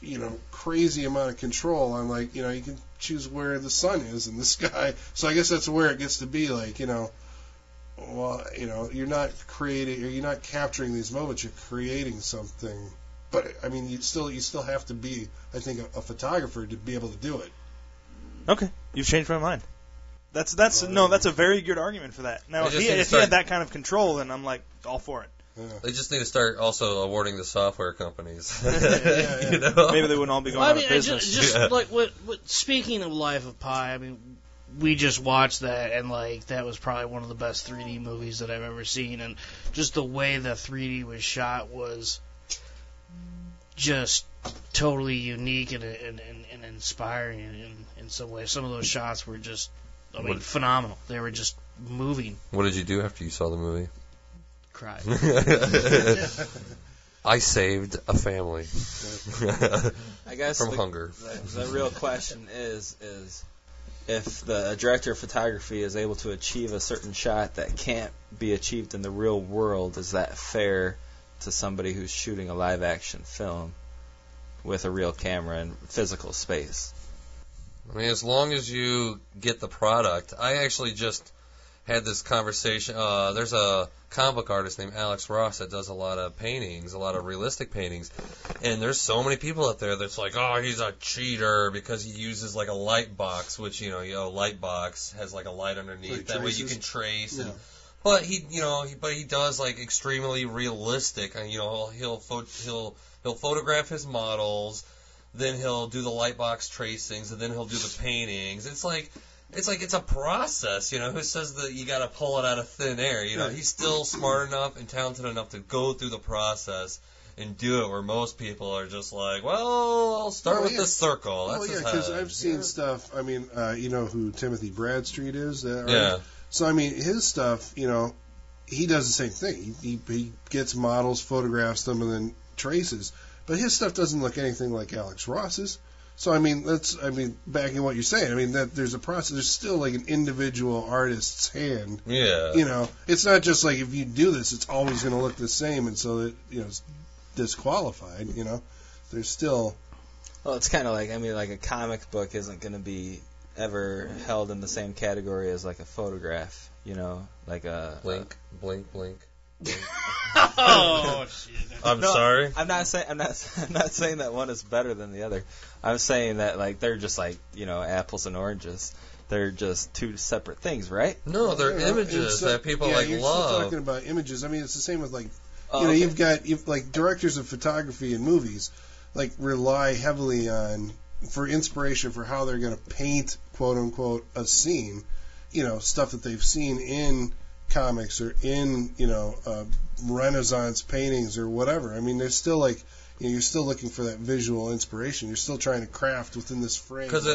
Speaker 1: you know crazy amount of control on like you know you can choose where the sun is in the sky. So I guess that's where it gets to be like you know. Well, you know, you're not creating, or you're not capturing these moments. You're creating something, but I mean, you still, you still have to be, I think, a, a photographer to be able to do it.
Speaker 6: Okay, you've changed my mind. That's that's no, that's a very good argument for that. Now,
Speaker 5: I
Speaker 6: if
Speaker 5: just
Speaker 6: he,
Speaker 5: need to
Speaker 6: if he had
Speaker 5: start-
Speaker 6: that kind of control, then I'm like all for it.
Speaker 5: They just need to start also awarding the software companies.
Speaker 1: yeah.
Speaker 5: you know?
Speaker 6: Maybe they wouldn't all be going
Speaker 2: Well, I
Speaker 6: out
Speaker 2: mean,
Speaker 6: of
Speaker 2: I
Speaker 6: business.
Speaker 2: just, just
Speaker 5: Yeah.
Speaker 2: like what, what. Speaking of Life of Pi, I mean, we just watched that, and like that was probably one of the best 3D movies that I've ever seen, and just the way the 3D was shot was just totally unique and and, and, and inspiring in, in some way. Some of those shots were just I mean,
Speaker 5: What-
Speaker 2: phenomenal. They were just moving.
Speaker 5: What did you do after you saw the movie?
Speaker 2: Cried.
Speaker 5: I saved a family from
Speaker 3: I guess the,
Speaker 5: hunger.
Speaker 3: the, the real question is is if the director of photography is able to achieve a certain shot that can't be achieved in the real world, is that fair to somebody who's shooting a live action film with a real camera and physical space?
Speaker 5: I mean, as long as you get the product. I actually just had this conversation. Uh, there's a comic book artist named Alex Ross that does a lot of paintings, a lot of realistic paintings. And there's so many people out there that's like, oh, he's a cheater because he uses like a light box, which, you know, you know, a light box has like a light underneath.
Speaker 1: Like
Speaker 5: that way you
Speaker 1: traces?
Speaker 5: can trace.
Speaker 1: Yeah.
Speaker 5: And, but he, you know, he, but he does like extremely realistic. uh, You know, he'll pho- he'll he'll photograph his models, then he'll do the light box tracings, and then he'll do the paintings. It's like it's like it's a process, you know. Who says that you got to pull it out of thin air? You know,
Speaker 1: Right.
Speaker 5: he's still smart enough and talented enough to go through the process and do it. Where most people are just like, well, I'll start
Speaker 1: Oh,
Speaker 5: with
Speaker 1: yeah.
Speaker 5: the circle. That's
Speaker 1: Well, yeah,
Speaker 5: his
Speaker 1: because
Speaker 5: head.
Speaker 1: I've seen stuff. I mean, uh, you know who Timothy Bradstreet is? That artist?
Speaker 5: yeah.
Speaker 1: So I mean, his stuff, you know, he does the same thing. He, he, he gets models, photographs them, and then traces. But his stuff doesn't look anything like Alex Ross's. So I mean, that's I mean, backing what you're saying. I mean that there's a process. There's still like an individual artist's hand.
Speaker 5: Yeah.
Speaker 1: You know, it's not just like if you do this, it's always going to look the same, and so it you know it's disqualified. You know, there's still
Speaker 3: Well, it's kind of like I mean, like a comic book isn't going to be ever held in the same category as like a photograph, you know, like uh, a.
Speaker 5: Blink, blink, blink.
Speaker 2: oh shit!
Speaker 5: I'm
Speaker 3: No,
Speaker 5: sorry.
Speaker 3: I'm not saying I'm not I'm not saying that one is better than the other. I'm saying that like they're just like you know apples and oranges. They're just two separate things, right?
Speaker 5: No, they're
Speaker 1: you know, and
Speaker 5: images
Speaker 1: so-
Speaker 5: that people
Speaker 1: uh, yeah,
Speaker 5: like
Speaker 1: you're Still
Speaker 5: love.
Speaker 1: talking about images. I mean, it's the same with like
Speaker 3: Oh,
Speaker 1: you know,
Speaker 3: okay.
Speaker 1: you've got you've, like directors of photography and movies like rely heavily on for inspiration for how they're going to paint quote unquote a scene. You know, stuff that they've seen in comics or in you know uh, Renaissance paintings or whatever. I mean, there's still like you know, you're still looking for that visual inspiration. You're still trying to craft within this frame.
Speaker 5: Because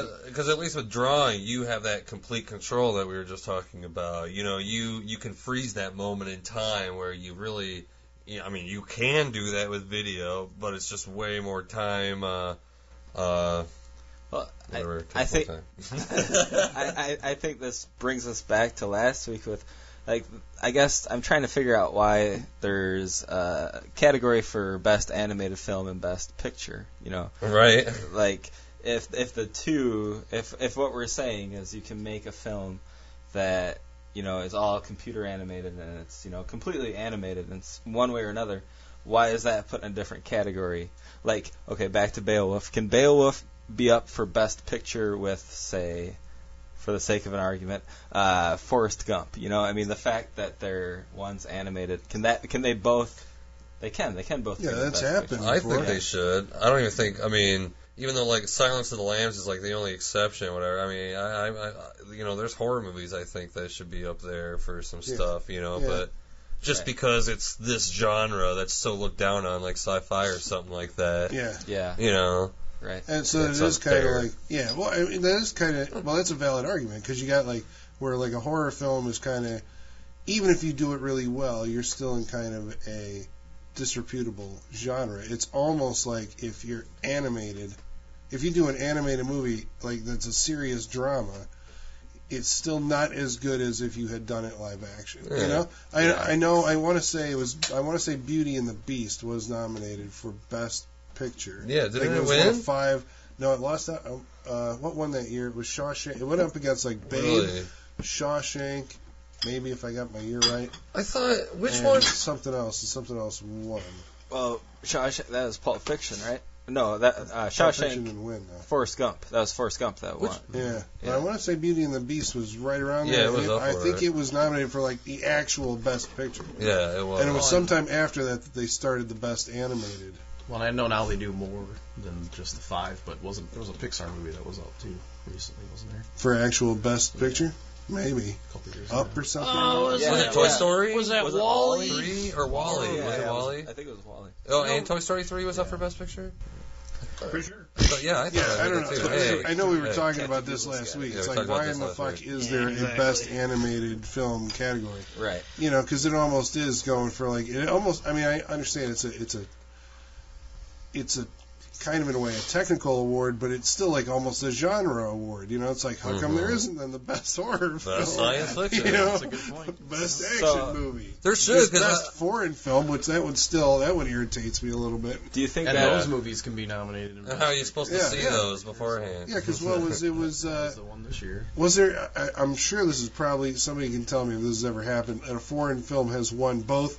Speaker 5: at least with drawing, you have that complete control that we were just talking about. You know, you you can freeze that moment in time where you really, you know, I mean, you can do that with video, but it's just way more time. Uh, uh,
Speaker 3: Well, I-
Speaker 5: whatever. it
Speaker 3: I
Speaker 5: takes
Speaker 3: think-
Speaker 5: more time.
Speaker 3: I, I, I think this brings us back to last week with, like, I guess I'm trying to figure out why there's a category for best animated film and best picture. You know,
Speaker 5: right.
Speaker 3: like if if the two if if what we're saying is you can make a film that you know is all computer animated and it's you know completely animated in s- one way or another why is that put in a different category like okay back to beowulf can beowulf be up for best picture with say for the sake of an argument uh forrest gump you know i mean the fact that they're one's animated can that can they both they can they can both
Speaker 1: Yeah,
Speaker 3: be the
Speaker 1: that's
Speaker 3: best
Speaker 1: happened.
Speaker 3: picture.
Speaker 5: I
Speaker 1: before.
Speaker 5: think they should. I don't even think. I mean, even though like Silence of the Lambs is like the only exception, whatever. I mean, I, I, I you know, there's horror movies I think that should be up there for some
Speaker 1: Yeah.
Speaker 5: stuff, you know,
Speaker 1: Yeah.
Speaker 5: but just
Speaker 3: Right.
Speaker 5: because it's this genre that's so looked down on, like sci-fi or something like that,
Speaker 1: yeah.
Speaker 3: yeah
Speaker 5: you know.
Speaker 3: right
Speaker 1: And so
Speaker 5: That's
Speaker 1: it is kind of
Speaker 5: unfair.
Speaker 1: like, yeah, well, I mean, that is kind of, well, that's a valid argument because you got like where like a horror film is kind of, even if you do it really well, you're still in kind of a disreputable genre. It's almost like if you're animated, if you do an animated movie like that's a serious drama, it's still not as good as if you had done it live action. You
Speaker 5: Yeah.
Speaker 1: know, I I know I want to say it was I want to say Beauty and the Beast was nominated for best picture.
Speaker 5: Yeah,
Speaker 1: I think
Speaker 5: didn't it
Speaker 1: was one of
Speaker 5: win?
Speaker 1: five. No, it lost out. um, Uh, what won that year? It was Shawshank. It went up against like Babe,
Speaker 5: Really,
Speaker 1: Shawshank. Maybe if I got my year right.
Speaker 5: I thought which
Speaker 1: and
Speaker 5: one?
Speaker 1: Something else. and Something else won.
Speaker 3: Well, Shawshank, that was Pulp Fiction, right? No, that uh,
Speaker 1: Pulp Fiction
Speaker 3: Shawshank,
Speaker 1: didn't win though.
Speaker 3: Forrest Gump. That was Forrest Gump that
Speaker 5: Which-
Speaker 3: won.
Speaker 1: Yeah. But
Speaker 3: Yeah.
Speaker 1: I want to say Beauty and the Beast was right around
Speaker 5: Hmm. Yeah,
Speaker 1: there.
Speaker 5: it was
Speaker 1: And
Speaker 5: up
Speaker 1: I
Speaker 5: for
Speaker 1: think
Speaker 5: it.
Speaker 1: it was nominated for like the actual best picture.
Speaker 5: Yeah, it was.
Speaker 1: and it was sometime after that that they started the best animated.
Speaker 4: Well, I know now they do more than just the five, but wasn't there was a Pixar movie that was up too recently, wasn't there?
Speaker 1: For actual best picture? Maybe.
Speaker 4: A couple years
Speaker 1: Up
Speaker 4: ago.
Speaker 1: or something?
Speaker 2: Oh, was
Speaker 3: Yeah,
Speaker 5: was
Speaker 2: that
Speaker 5: it Toy
Speaker 3: yeah.
Speaker 5: Story?
Speaker 2: Was that
Speaker 3: Was it
Speaker 2: Wally?
Speaker 3: Wall-E?
Speaker 5: Three or Wally?
Speaker 3: Yeah,
Speaker 5: was it
Speaker 3: yeah,
Speaker 5: Wally?
Speaker 3: I think it was Wally.
Speaker 5: Oh, and Toy Story three was up for best picture. Pretty sure. But yeah, I, thought
Speaker 1: Yeah, I don't know.
Speaker 5: did too.
Speaker 1: It's-
Speaker 5: Hey,
Speaker 1: I know we were
Speaker 5: hey.
Speaker 1: talking
Speaker 5: Yeah,
Speaker 1: about this last
Speaker 5: yeah,
Speaker 1: week.
Speaker 5: we
Speaker 1: It's
Speaker 5: talked
Speaker 1: like,
Speaker 5: about
Speaker 1: why
Speaker 5: this
Speaker 1: in the
Speaker 5: last
Speaker 1: fuck
Speaker 5: week.
Speaker 1: is
Speaker 2: Yeah,
Speaker 1: there a
Speaker 2: exactly.
Speaker 1: best animated film category?
Speaker 3: Right.
Speaker 1: You know, because it almost is going for like it almost. I mean, I understand it's a it's a it's a kind of in a way a technical award, but it's still like almost a genre award. You know, it's like how come
Speaker 5: Mhm.
Speaker 1: there isn't then the best horror film?
Speaker 5: Best science fiction.
Speaker 1: You know,
Speaker 5: That's a
Speaker 4: good point.
Speaker 1: best action
Speaker 3: So-
Speaker 1: movie.
Speaker 5: There
Speaker 1: There's
Speaker 5: should
Speaker 1: best
Speaker 5: because
Speaker 1: foreign film, which that one still that one irritates me a little bit.
Speaker 3: Do you think
Speaker 4: And
Speaker 3: that
Speaker 4: those movies can be nominated. in
Speaker 5: uh, how are you supposed to
Speaker 1: Yeah,
Speaker 5: see
Speaker 1: yeah.
Speaker 5: those beforehand?
Speaker 1: Yeah, because what was it was
Speaker 4: That
Speaker 1: uh,
Speaker 4: was the one this year.
Speaker 1: Was there? I, I'm sure this is probably somebody can tell me if this has ever happened. And a foreign film has won both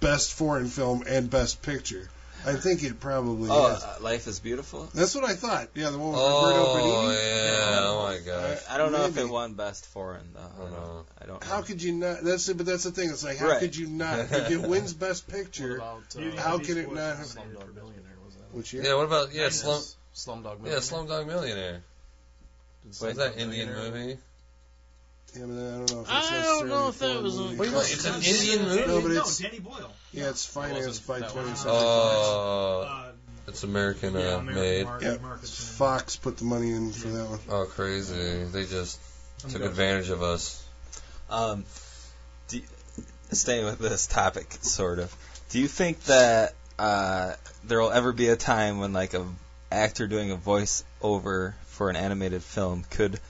Speaker 1: best foreign film and best picture. I think it probably.
Speaker 3: oh,
Speaker 1: has.
Speaker 3: uh, Life is Beautiful?
Speaker 1: That's what I thought. Yeah, the one with
Speaker 5: Oh
Speaker 1: Roberto Benigni.
Speaker 5: yeah. Oh my gosh.
Speaker 3: I don't know if
Speaker 1: Maybe.
Speaker 3: it won Best Foreign though. I
Speaker 5: don't
Speaker 3: don't
Speaker 5: know.
Speaker 3: know. I don't.
Speaker 1: How
Speaker 3: know.
Speaker 1: could you not? That's it, but that's the thing. It's like how
Speaker 3: Right.
Speaker 1: could you not? If it wins best picture,
Speaker 4: What about,
Speaker 6: Beauty
Speaker 4: uh,
Speaker 1: how
Speaker 6: and the
Speaker 1: can it
Speaker 6: Beast
Speaker 1: not?
Speaker 6: was
Speaker 1: Have,
Speaker 4: Slumdog
Speaker 6: nominated for best
Speaker 4: Millionaire was that?
Speaker 1: which year?
Speaker 5: Yeah. What about Uh, yeah? Slum.
Speaker 4: Slumdog
Speaker 5: Yeah,
Speaker 4: Millionaire.
Speaker 5: Slumdog Millionaire.
Speaker 4: Slumdog
Speaker 5: Was that Indian
Speaker 4: Millionaire.
Speaker 5: movie?
Speaker 1: Yeah, but I don't know. If it's
Speaker 2: I don't know
Speaker 1: necessarily
Speaker 2: if that
Speaker 1: foreign
Speaker 2: was a-
Speaker 1: movie.
Speaker 2: Wait,
Speaker 5: Well, it's an Indian
Speaker 1: No,
Speaker 5: movie.
Speaker 1: but
Speaker 7: no,
Speaker 1: it's-
Speaker 7: Danny Boyle.
Speaker 1: Yeah, it's financed by
Speaker 4: That wasn't-
Speaker 1: 20th Century Fox.
Speaker 5: Oh,
Speaker 7: Uh,
Speaker 5: it's American
Speaker 7: yeah,
Speaker 5: uh,
Speaker 7: American
Speaker 5: made.
Speaker 7: Market,
Speaker 1: Yeah,
Speaker 7: Markets.
Speaker 1: Fox put the money in for that one.
Speaker 5: Oh, crazy! They just
Speaker 7: I'm
Speaker 5: took
Speaker 7: good.
Speaker 5: advantage of us.
Speaker 3: Um, do, staying with this topic, sort of. Do you think that uh, there will ever be a time when like a actor doing a voice over for an animated film could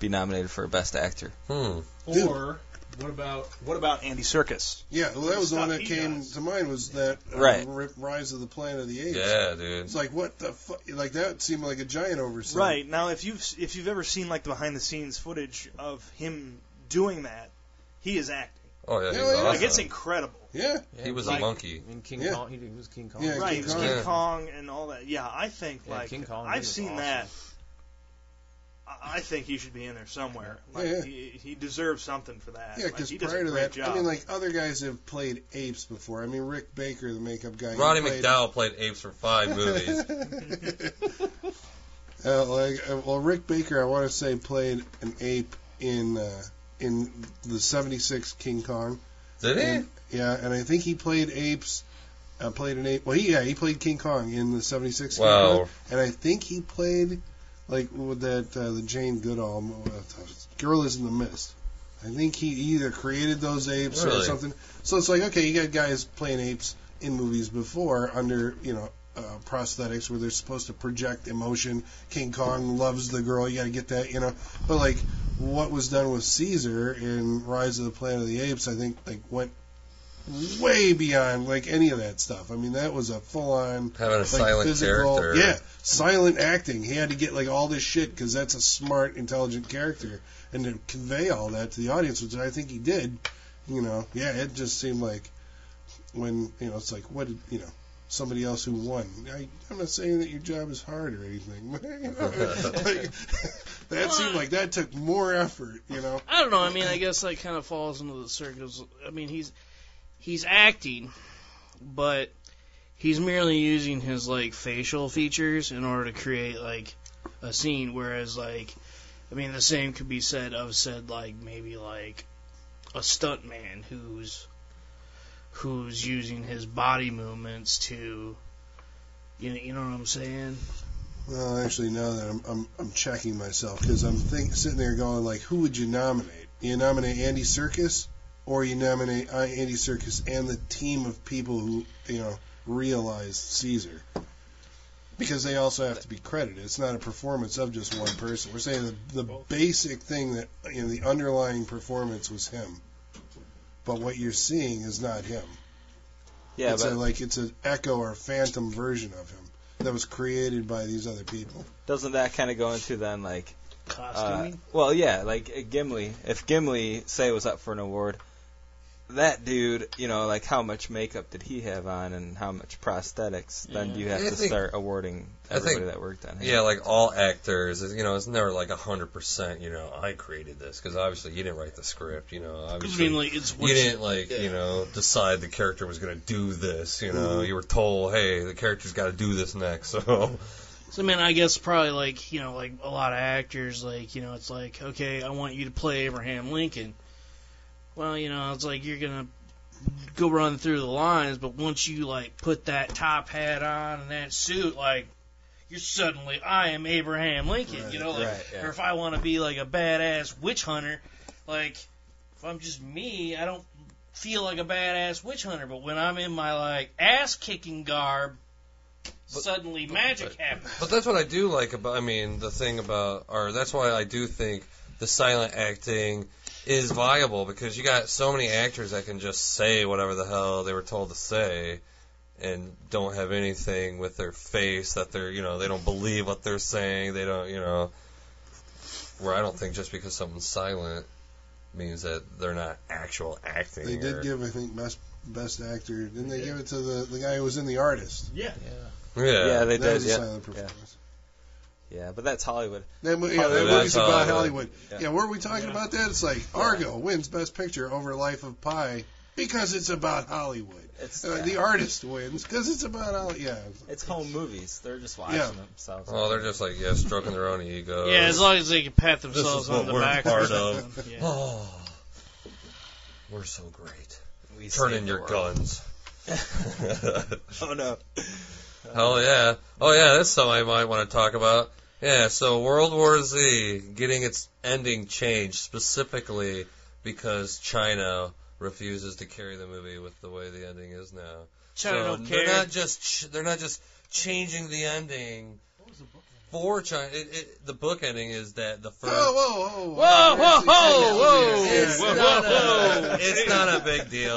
Speaker 3: be nominated for Best Actor?
Speaker 5: Hmm.
Speaker 1: Dude.
Speaker 6: Or what about what about Andy Circus?
Speaker 1: Yeah, well, that was the
Speaker 7: Stuff
Speaker 1: one that
Speaker 7: he
Speaker 1: came
Speaker 7: does.
Speaker 1: to mind was that uh,
Speaker 3: Right.
Speaker 1: Ri- Rise of the Planet of the Apes.
Speaker 5: Yeah, dude.
Speaker 1: It's like what the fuck? Like that seemed like a giant oversight.
Speaker 6: Right now, if you've if you've ever seen like the behind the scenes footage of him doing that, he is acting.
Speaker 5: Oh yeah, he's
Speaker 1: Yeah, yeah.
Speaker 5: awesome.
Speaker 6: Like it's incredible.
Speaker 1: Yeah.
Speaker 4: Yeah,
Speaker 5: He was a
Speaker 6: Like-
Speaker 5: monkey.
Speaker 4: In King
Speaker 1: Yeah.
Speaker 4: Kong, he, he was King Kong.
Speaker 1: Yeah,
Speaker 6: right,
Speaker 1: King
Speaker 6: it's King,
Speaker 1: Kong.
Speaker 5: Yeah.
Speaker 6: Kong and all that. Yeah, I think
Speaker 4: Yeah,
Speaker 6: like
Speaker 4: King Kong
Speaker 6: I've
Speaker 4: was
Speaker 6: seen
Speaker 4: awesome.
Speaker 6: that. I I think he should be in there somewhere. Like
Speaker 1: Yeah, yeah.
Speaker 6: He, he deserves something for that.
Speaker 1: Yeah,
Speaker 6: Like,
Speaker 1: because
Speaker 6: he does a
Speaker 1: prior to
Speaker 6: great
Speaker 1: that,
Speaker 6: job.
Speaker 1: I mean, like other guys have played apes before. I mean, Rick Baker, the makeup guy. he
Speaker 5: Roddy
Speaker 1: played-
Speaker 5: McDowell played apes for five movies.
Speaker 1: uh, like, uh, well, Rick Baker, I want to say played an ape in uh, in the '76 King Kong.
Speaker 5: Did he?
Speaker 1: And- yeah, and I think he played apes. Uh, played an ape. Well, he, yeah, he played King Kong in the '76. King Kong.
Speaker 5: Wow.
Speaker 1: and I think he played like with that uh, the Jane Goodall mo- uh, Girl is in the Mist. I think he either created those apes or
Speaker 5: Really?
Speaker 1: something. So it's like okay, you got guys playing apes in movies before under you know uh, prosthetics where they're supposed to project emotion. King Kong loves the girl. You got to get that you know. But like what was done with Caesar in Rise of the Planet of the Apes, I think like went way beyond like any of that stuff. I mean that was a full on
Speaker 5: Having a
Speaker 1: like,
Speaker 5: silent
Speaker 1: physical-
Speaker 5: character.
Speaker 1: Yeah, silent acting. He had to get like all this shit because that's a smart, intelligent character, and to convey all that to the audience, which I think he did. You know, yeah, it just seemed like when you know it's like what did, you know somebody else who won. I, I'm not saying that your job is hard or anything, but you know, like, that seemed like that took more effort. You know,
Speaker 2: I don't know. I mean, I guess that kind of falls into the circus. I mean, he's he's acting, but he's merely using his like facial features in order to create like a scene. Whereas, like, I mean, the same could be said of said like maybe like a stuntman who's who's using his body movements to. You know, you know what I'm saying?
Speaker 1: Well, actually, now that I'm I'm, I'm checking myself because I'm think, sitting there going like, who would you nominate? You nominate Andy Circus, or you nominate uh, Andy Circus and the team of people who you know realized Caesar, because they also have to be credited. It's not a performance of just one person. We're saying the, the basic thing that you know the underlying performance was him, but what you're seeing is not him.
Speaker 3: Yeah,
Speaker 1: it's
Speaker 3: but
Speaker 1: a, like it's an echo or phantom version of him that was created by these other people.
Speaker 3: doesn't that kind of go into then like Uh,
Speaker 2: Costuming.
Speaker 3: well, yeah, like uh, Gimli. If Gimli say was up for an award, that dude, you know, like how much makeup did he have on and how much prosthetics? Then
Speaker 2: Yeah.
Speaker 3: you have
Speaker 5: I
Speaker 3: to
Speaker 5: think-
Speaker 3: start awarding
Speaker 5: I think-
Speaker 3: everybody that worked on him.
Speaker 5: Yeah, like all actors, you know, it's never like a hundred percent. You know, I created this because obviously you didn't write the script. You know,
Speaker 2: I
Speaker 5: obviously
Speaker 2: mean, like it's
Speaker 5: you
Speaker 2: what
Speaker 5: didn't like you know decide the character was gonna do this. You know,
Speaker 2: Mm-hmm.
Speaker 5: you were told, hey, the character's got to do this next. So
Speaker 2: So I mean, I guess probably like you know, like a lot of actors, like you know, it's like okay, I want you to play Abraham Lincoln. Well, you know, it's like you're gonna go run through the lines, but once you like put that top hat on and that suit, like you're suddenly I am Abraham Lincoln, you know, like,
Speaker 3: Right, yeah.
Speaker 2: or if I want to be like a badass witch hunter, like if I'm just me, I don't feel like a badass witch hunter. But when I'm in my like ass kicking garb, suddenly magic happens.
Speaker 5: But that's what I do like about. I mean, the thing about, or that's why I do think the silent acting is viable because you got so many actors that can just say whatever the hell they were told to say, and don't have anything with their face that they're, you know, they don't believe what they're saying. They don't, you know. Where I don't think just because something's silent means that they're not actual acting.
Speaker 1: They
Speaker 5: or-
Speaker 1: did give, I think, best best actor. Didn't they give it to the the guy who was in The Artist?
Speaker 5: yeah.
Speaker 3: Yeah, they
Speaker 1: that
Speaker 3: did.
Speaker 1: was a
Speaker 3: Yeah.
Speaker 1: silent performance.
Speaker 3: yeah, but that's Hollywood.
Speaker 1: That, mo-
Speaker 2: Oh,
Speaker 1: yeah, that
Speaker 5: Hollywood.
Speaker 1: movie's
Speaker 5: That's
Speaker 1: about Hollywood.
Speaker 5: Hollywood.
Speaker 1: Yeah,
Speaker 3: Yeah.
Speaker 1: were we talking about that? It's like Argo wins Best Picture over Life of Pi because it's about Hollywood.
Speaker 3: It's
Speaker 1: Uh, The Artist wins because it's about Hollywood. Yeah,
Speaker 3: It's home movies. They're just watching
Speaker 1: Yeah.
Speaker 3: themselves.
Speaker 5: Oh, they're just like yeah, stroking their own ego.
Speaker 2: Yeah, as long as they can pat themselves
Speaker 5: is
Speaker 2: on
Speaker 5: what
Speaker 2: the
Speaker 5: we're
Speaker 2: back.
Speaker 5: part
Speaker 2: or
Speaker 5: of.
Speaker 2: something. Yeah.
Speaker 5: Oh, we're so great.
Speaker 3: We
Speaker 5: Turn
Speaker 3: save
Speaker 5: in
Speaker 3: the
Speaker 5: your
Speaker 3: world.
Speaker 5: guns.
Speaker 3: oh no.
Speaker 5: Hell yeah. Oh yeah, that's something I might want to talk about. Yeah, so World War Z getting its ending changed specifically because China refuses to carry the movie with the way the ending is now.
Speaker 2: China
Speaker 5: so
Speaker 2: don't
Speaker 5: they're
Speaker 2: care.
Speaker 5: not just ch- they're not just changing the ending for China. It, it, the book ending is that the
Speaker 2: Oh,
Speaker 1: whoa,
Speaker 5: first
Speaker 1: whoa, whoa,
Speaker 2: Whoa, whoa, whoa, whoa.
Speaker 5: It's
Speaker 2: Whoa,
Speaker 5: not
Speaker 2: whoa.
Speaker 5: a, it's not a big deal.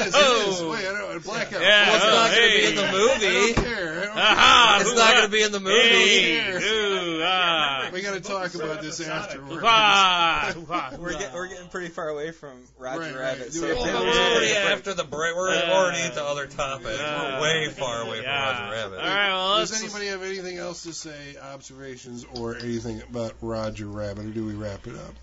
Speaker 1: It is, it is. Wait, I don't, blackout.
Speaker 2: Yeah,
Speaker 5: Well, it's
Speaker 2: oh,
Speaker 5: not going to
Speaker 2: hey.
Speaker 5: be in the
Speaker 1: I don't
Speaker 5: movie.
Speaker 1: care. I don't
Speaker 2: Aha,
Speaker 5: It's
Speaker 2: who-
Speaker 5: not going to be in the movie.
Speaker 2: Hey, ooh,
Speaker 1: care.
Speaker 2: ah.
Speaker 1: We got to talk about this afterwards.
Speaker 2: Wah, wah, wah.
Speaker 3: We're, get, we're getting pretty far away from Roger
Speaker 1: Right, right.
Speaker 3: Rabbit. So
Speaker 1: Yeah.
Speaker 3: if they
Speaker 5: Well,
Speaker 3: were
Speaker 5: we're
Speaker 3: to-
Speaker 5: already
Speaker 2: Yeah.
Speaker 5: after the break. We're
Speaker 2: Yeah.
Speaker 5: already into other topics.
Speaker 2: Yeah.
Speaker 5: We're way far away from
Speaker 2: Yeah.
Speaker 5: Roger
Speaker 2: All
Speaker 5: Rabbit.
Speaker 2: right, well,
Speaker 1: Does
Speaker 2: let's.
Speaker 1: anybody have anything else to say, observations, or anything about Roger Rabbit, or do we wrap it up?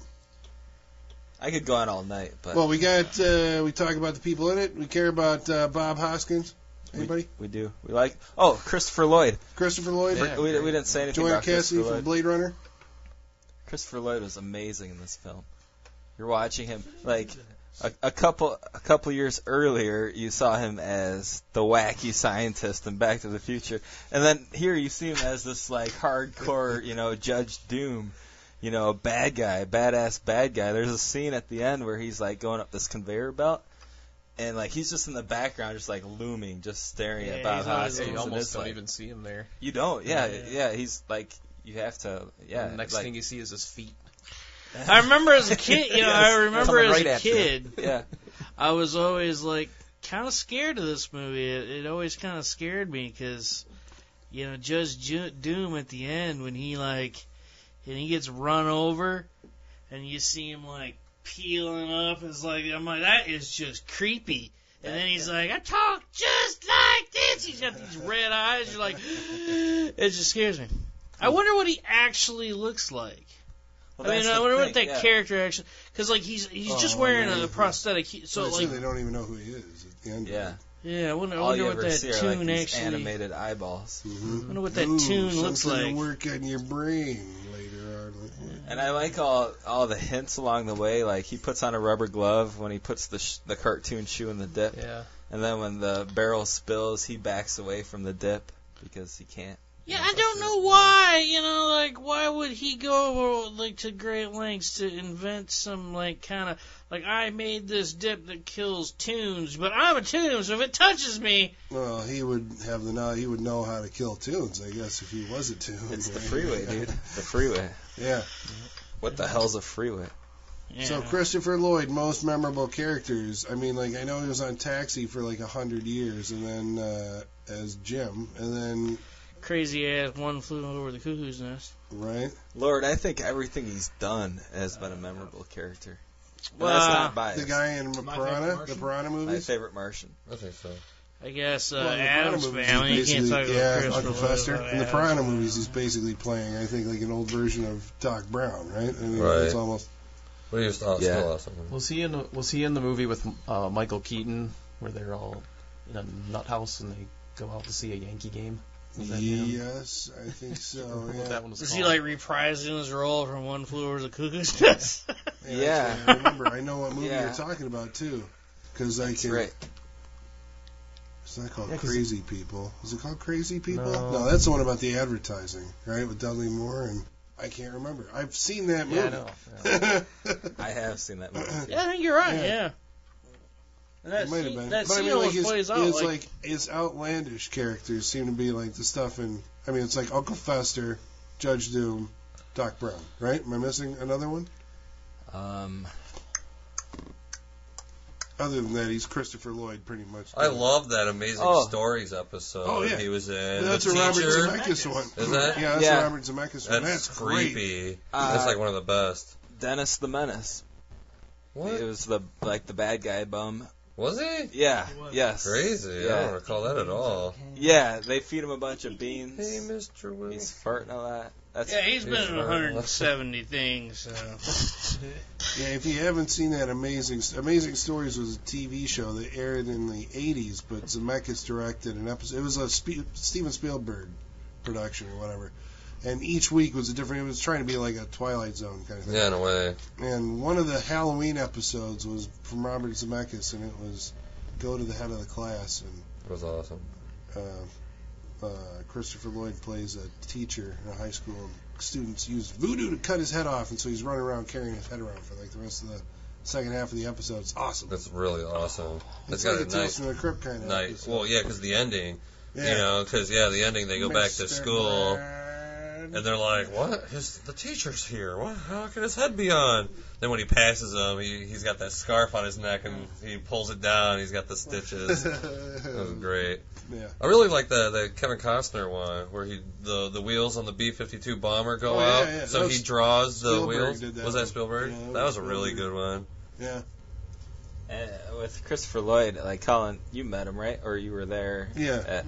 Speaker 3: I could go on all night, but
Speaker 1: Well, we got uh, we talk about the people in it. We care about uh, Bob Hoskins. Anybody?
Speaker 3: we do. We like. Oh, Christopher Lloyd.
Speaker 1: Christopher Lloyd,
Speaker 3: We- we, we didn't say anything
Speaker 1: Joanna
Speaker 3: about
Speaker 1: Cassidy
Speaker 3: Christopher
Speaker 1: from
Speaker 3: Lloyd.
Speaker 1: Blade Runner.
Speaker 3: Christopher Lloyd was amazing in this film. You're watching him like a, a couple a couple years earlier you saw him as the wacky scientist in Back to the Future, and then here you see him as this like hardcore you know Judge Doom. You know, bad guy, badass bad guy. There's a scene at the end where he's like going up this conveyor belt, and like he's just in the background, just like looming, just staring
Speaker 2: Yeah,
Speaker 3: at Bob
Speaker 2: he's always
Speaker 4: Yeah,
Speaker 3: Hoskins.
Speaker 4: you
Speaker 3: and
Speaker 4: almost
Speaker 3: it's
Speaker 4: don't
Speaker 3: like,
Speaker 4: even see him there.
Speaker 3: You don't, yeah,
Speaker 2: Yeah.
Speaker 3: yeah, He's like, you have to, yeah.
Speaker 4: the next
Speaker 3: like,
Speaker 4: thing you see is his feet.
Speaker 2: I remember as a kid, you
Speaker 3: Yes.
Speaker 2: know, I remember
Speaker 3: Coming
Speaker 2: as
Speaker 3: right
Speaker 2: a
Speaker 3: at you.
Speaker 2: kid,
Speaker 3: yeah.
Speaker 2: I was always like kind of scared of this movie. It, it always kind of scared me because, you know, Judge Ju- Doom at the end when he like, and he gets run over, and you see him like peeling up. It's like I'm like that is just creepy. And then he's like, I talk just like this. He's got these red eyes. You're like, it just scares me. I wonder what he actually looks like.
Speaker 3: Well,
Speaker 2: I mean,
Speaker 3: that's
Speaker 2: I
Speaker 3: the
Speaker 2: wonder
Speaker 3: thing,
Speaker 2: what that
Speaker 3: yeah.
Speaker 2: character actually, because like he's he's just
Speaker 1: Oh,
Speaker 2: wearing
Speaker 1: man.
Speaker 2: a prosthetic. He, so
Speaker 1: But it's
Speaker 2: like,
Speaker 1: they don't even know who he is at the end. of
Speaker 3: Yeah.
Speaker 1: it.
Speaker 2: yeah, I wonder, I
Speaker 3: All you
Speaker 2: wonder what
Speaker 3: ever
Speaker 2: that
Speaker 3: see are like
Speaker 2: tune
Speaker 3: these
Speaker 2: actually.
Speaker 3: animated eyeballs.
Speaker 1: Mhm.
Speaker 2: wonder what that
Speaker 1: Ooh,
Speaker 2: tune looks
Speaker 1: something to
Speaker 2: like.
Speaker 1: work on your brain later on.
Speaker 3: And I like all all the hints along the way. Like he puts on a rubber glove when he puts the sh- the cartoon shoe in the dip,
Speaker 4: Yeah.
Speaker 3: and then when the barrel spills, he backs away from the dip because he can't.
Speaker 2: Yeah, I don't know why. You know, like why would he go like to great lengths to invent some like kind of like I made this dip that kills tunes, but I'm a tune, so if it touches me,
Speaker 1: Well, he would have the know. He would know how to kill tunes, I guess, if he was a tune.
Speaker 3: It's the freeway, dude. The freeway.
Speaker 1: yeah.
Speaker 3: What the hell's a freeway?
Speaker 2: yeah.
Speaker 1: So Christopher Lloyd, most memorable characters. I mean, like I know he was on Taxi for like a hundred years, and then uh, as Jim, and then
Speaker 2: crazy ass one flew over the cuckoo's nest.
Speaker 1: right.
Speaker 3: Lord, I think everything he's done has been a memorable character. And
Speaker 2: Well,
Speaker 3: that's not biased.
Speaker 1: The guy in Piranha, the Piranha
Speaker 3: My
Speaker 1: movies.
Speaker 3: favorite Martian.
Speaker 5: I think so.
Speaker 2: I guess uh,
Speaker 1: Well, in the Piranha
Speaker 2: Adam's
Speaker 1: movies,
Speaker 2: family. You
Speaker 1: he's
Speaker 2: can't talk
Speaker 1: basically-
Speaker 2: about
Speaker 1: yeah,
Speaker 2: Christopher
Speaker 1: Uncle Fester.
Speaker 2: without
Speaker 1: In the
Speaker 2: Adam's
Speaker 1: Piranha
Speaker 2: family.
Speaker 1: movies, he's basically playing, I think, like an old version of Doc Brown, right? I mean,
Speaker 5: Right.
Speaker 1: It's almost
Speaker 5: What are your thoughts?
Speaker 3: Yeah.
Speaker 5: Still awesome.
Speaker 4: Was he in? the- Was he in the movie with uh, Michael Keaton where they're all in a nut house and they go out to see a Yankee game? Was that him?
Speaker 1: yes, I think so.
Speaker 4: What
Speaker 1: yeah.
Speaker 4: that one was
Speaker 2: Is he
Speaker 4: called.
Speaker 2: like reprising his role from One Flew Over the Cuckoo's Nest?
Speaker 3: Yeah.
Speaker 1: actually, I remember. I know what movie
Speaker 3: Yeah.
Speaker 1: you're talking about too, because I
Speaker 3: That's
Speaker 1: can
Speaker 3: right.
Speaker 1: It's not called
Speaker 4: Yeah, 'cause-
Speaker 1: Crazy People. Is it called Crazy People?
Speaker 4: No.
Speaker 1: No, that's the one about the advertising, right? With Dudley Moore and I can't remember. I've seen that movie.
Speaker 4: Yeah, I know. Yeah.
Speaker 3: I have seen that movie.
Speaker 2: Yeah, I think you're right.
Speaker 1: Yeah.
Speaker 2: Yeah. And that,
Speaker 1: It might
Speaker 2: scene,
Speaker 1: have been.
Speaker 2: that
Speaker 1: but I
Speaker 2: scene
Speaker 1: mean, like
Speaker 2: always
Speaker 1: his,
Speaker 2: plays out
Speaker 1: his,
Speaker 2: like,
Speaker 1: like his outlandish characters seem to be like the stuff in. I mean, it's like Uncle Fester, Judge Doom, Doc Brown, right? Am I missing another one?
Speaker 3: Um,
Speaker 1: Other than that, he's Christopher Lloyd, pretty much.
Speaker 5: I love that amazing
Speaker 3: Oh.
Speaker 5: stories episode.
Speaker 1: Oh, yeah.
Speaker 5: he was in.
Speaker 1: That's
Speaker 5: the
Speaker 1: a Robert
Speaker 5: teacher.
Speaker 1: Zemeckis one.
Speaker 5: Is that?
Speaker 1: Yeah, that's
Speaker 3: Yeah.
Speaker 1: a Robert Zemeckis one.
Speaker 5: That's,
Speaker 1: That's, great.
Speaker 5: creepy.
Speaker 3: Uh,
Speaker 5: That's like one of the best.
Speaker 3: Dennis the Menace.
Speaker 5: What
Speaker 3: It was the like the bad guy bum.
Speaker 5: was he?
Speaker 3: Yeah.
Speaker 2: was.
Speaker 3: Yes.
Speaker 5: Crazy. I don't
Speaker 3: Yeah.
Speaker 5: recall that at all.
Speaker 3: Yeah. They feed him a bunch of
Speaker 5: Hey,
Speaker 3: beans.
Speaker 5: Mr. Will.
Speaker 3: He's farting a lot. That's
Speaker 2: yeah, he's been in
Speaker 5: very
Speaker 2: 170 things. So.
Speaker 1: Yeah, if you haven't seen that, Amazing Amazing Stories was a TV show that aired in the 80s, but Zemeckis directed an episode. It was a Spe- Steven Spielberg production or whatever. And each week was a different. It was trying to be like a Twilight Zone kind of thing.
Speaker 5: Yeah, in a way.
Speaker 1: And one of the Halloween episodes was from Robert Zemeckis, and it was go to the head of the class, and
Speaker 5: It was awesome.
Speaker 1: uh, uh, Christopher Lloyd plays a teacher in a high school. And students use voodoo to cut his head off, and so he's running around carrying his head around for like the rest of the second half of the episode. It's awesome.
Speaker 5: That's really awesome.
Speaker 1: it's
Speaker 5: It's
Speaker 1: like
Speaker 5: got
Speaker 1: a
Speaker 5: a
Speaker 1: Tales
Speaker 5: nice,
Speaker 1: from the Crypt kind of
Speaker 5: nice.
Speaker 1: episode.
Speaker 5: Well, yeah, because the ending.
Speaker 1: yeah.
Speaker 5: You know, because yeah, the ending they go back to
Speaker 1: Mr.
Speaker 5: school.
Speaker 1: Burns.
Speaker 5: And they're like, "What? His the teacher's here. What? How can his head be on?" Then when he passes him, he he's got that scarf on his neck and he pulls it down. He's got the stitches. that was great.
Speaker 1: Yeah.
Speaker 5: I really like the the Kevin Costner one where he the the wheels on the B fifty two bomber go
Speaker 1: Oh, yeah,
Speaker 5: out,
Speaker 1: yeah. That
Speaker 5: so
Speaker 1: was-
Speaker 5: he draws the
Speaker 1: Spielberg
Speaker 5: wheels.
Speaker 1: did that
Speaker 5: was
Speaker 1: one.
Speaker 5: that Spielberg?
Speaker 1: Yeah, that
Speaker 5: that,
Speaker 1: was
Speaker 5: was a really
Speaker 1: Spielberg.
Speaker 5: good one.
Speaker 1: Yeah.
Speaker 3: And uh, with Christopher Lloyd, like Colin, you met him right, or you were there.
Speaker 1: Yeah.
Speaker 3: at-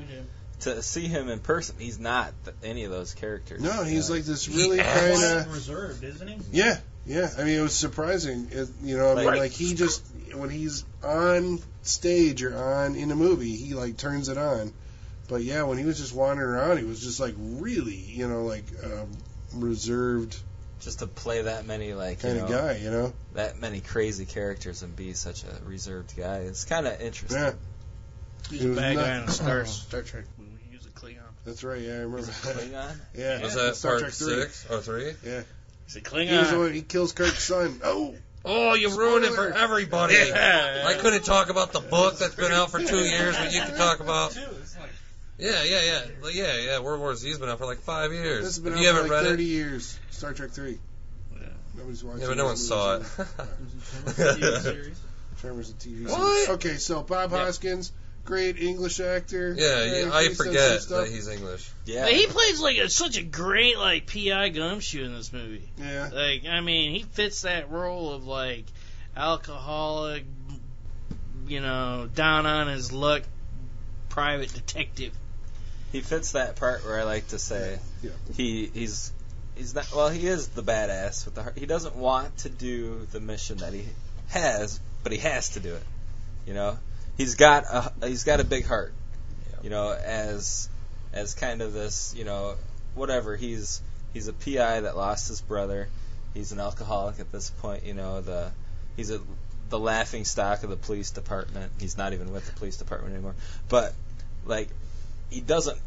Speaker 3: to see him in person, he's not th- any of those characters.
Speaker 1: No, he's like this
Speaker 5: He
Speaker 1: really
Speaker 5: acts-
Speaker 1: kind of.
Speaker 7: reserved, isn't he?
Speaker 1: Yeah, yeah. I mean, it was surprising. It, you know, I mean,
Speaker 3: Like-
Speaker 1: like he just when he's on stage or on in a movie, he like turns it on. But yeah, when he was just wandering around, he was just like really, you know, like um, reserved
Speaker 3: just to play that many like
Speaker 1: kind
Speaker 3: you
Speaker 1: of
Speaker 3: know,
Speaker 1: guy. You know,
Speaker 3: that many crazy characters and be such a reserved guy. It's kind of interesting.
Speaker 1: yeah,
Speaker 2: He's
Speaker 1: It
Speaker 2: a
Speaker 1: was
Speaker 2: bad
Speaker 1: nuts.
Speaker 2: guy in a Star, Star Trek movie. He was a Klingon.
Speaker 1: that's right. Yeah, I remember.
Speaker 3: Klingon?
Speaker 1: yeah,
Speaker 5: Was that
Speaker 1: Star
Speaker 5: part
Speaker 1: Trek three.
Speaker 5: six or three?
Speaker 2: He's a
Speaker 1: He was the
Speaker 2: Klingon.
Speaker 1: one he kills Kirk's son. Oh,
Speaker 5: Oh, you ruined it for
Speaker 1: Spoiler.
Speaker 5: everybody.
Speaker 2: Yeah.
Speaker 5: I couldn't talk about the book that's been out for two years, but you can talk about. Yeah, yeah, yeah, Like, yeah, yeah. World War Z's been out for like five years.
Speaker 1: this has been
Speaker 5: If
Speaker 1: out
Speaker 5: you
Speaker 1: for
Speaker 5: haven't
Speaker 1: like
Speaker 5: read
Speaker 1: thirty
Speaker 5: it,
Speaker 1: years. Star Trek three.
Speaker 2: Yeah.
Speaker 1: Nobody's watching.
Speaker 5: yeah, but no one
Speaker 1: those
Speaker 5: saw it.
Speaker 1: movies anymore. Tremors a TV
Speaker 5: What?
Speaker 1: series. Okay, so Bob
Speaker 3: Yeah.
Speaker 1: Hoskins, great English actor.
Speaker 5: yeah,
Speaker 1: Hey,
Speaker 5: yeah, I
Speaker 1: he said some
Speaker 5: forget
Speaker 1: stuff.
Speaker 5: that he's English.
Speaker 3: Yeah.
Speaker 2: But he plays like a, such a great like PI gumshoe in this movie.
Speaker 1: Yeah.
Speaker 2: Like I mean, he fits that role of like alcoholic, you know, down on his luck private detective.
Speaker 3: He fits that part where I like to say
Speaker 1: Yeah.
Speaker 3: he he's he's not well he is the badass with the heart. He doesn't want to do the mission that he has, but he has to do it. You know, he's got a he's got a big heart. You know, as as kind of this you know whatever he's he's a PI that lost his brother. He's an alcoholic at this point. You know the he's a the laughing stock of the police department. He's not even with the police department anymore. But like he doesn't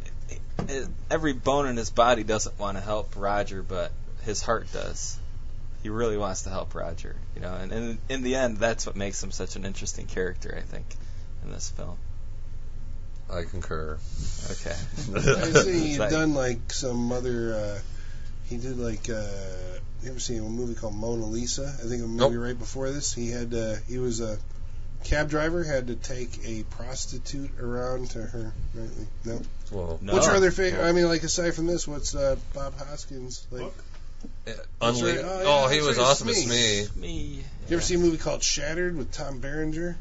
Speaker 3: it- every bone in his body doesn't want to help Roger, but his heart does. He really wants to help Roger, you know. And, and in the end, that's what makes him such an interesting character, I think, in this film.
Speaker 5: I concur.
Speaker 3: Okay.
Speaker 1: I see he'd
Speaker 3: Like-
Speaker 1: done like some other. Uh, he did like. Uh, you ever seen a movie called Mona Lisa? I think a movie
Speaker 5: Nope.
Speaker 1: right before this. He had. Uh, he was a cab driver. Had to take a prostitute around to her nightly. No.
Speaker 5: Well,
Speaker 3: No.
Speaker 1: What's your other favorite? I mean, like aside from this, what's uh, Bob Hoskins? Like,
Speaker 5: yeah,
Speaker 1: That's
Speaker 5: unle-
Speaker 1: right. Oh, yeah,
Speaker 5: Oh, he
Speaker 1: that's
Speaker 5: was
Speaker 1: right,
Speaker 5: awesome
Speaker 1: Smee.
Speaker 5: as me.
Speaker 3: Me.
Speaker 1: you ever see a movie called Shattered with Tom Berenger?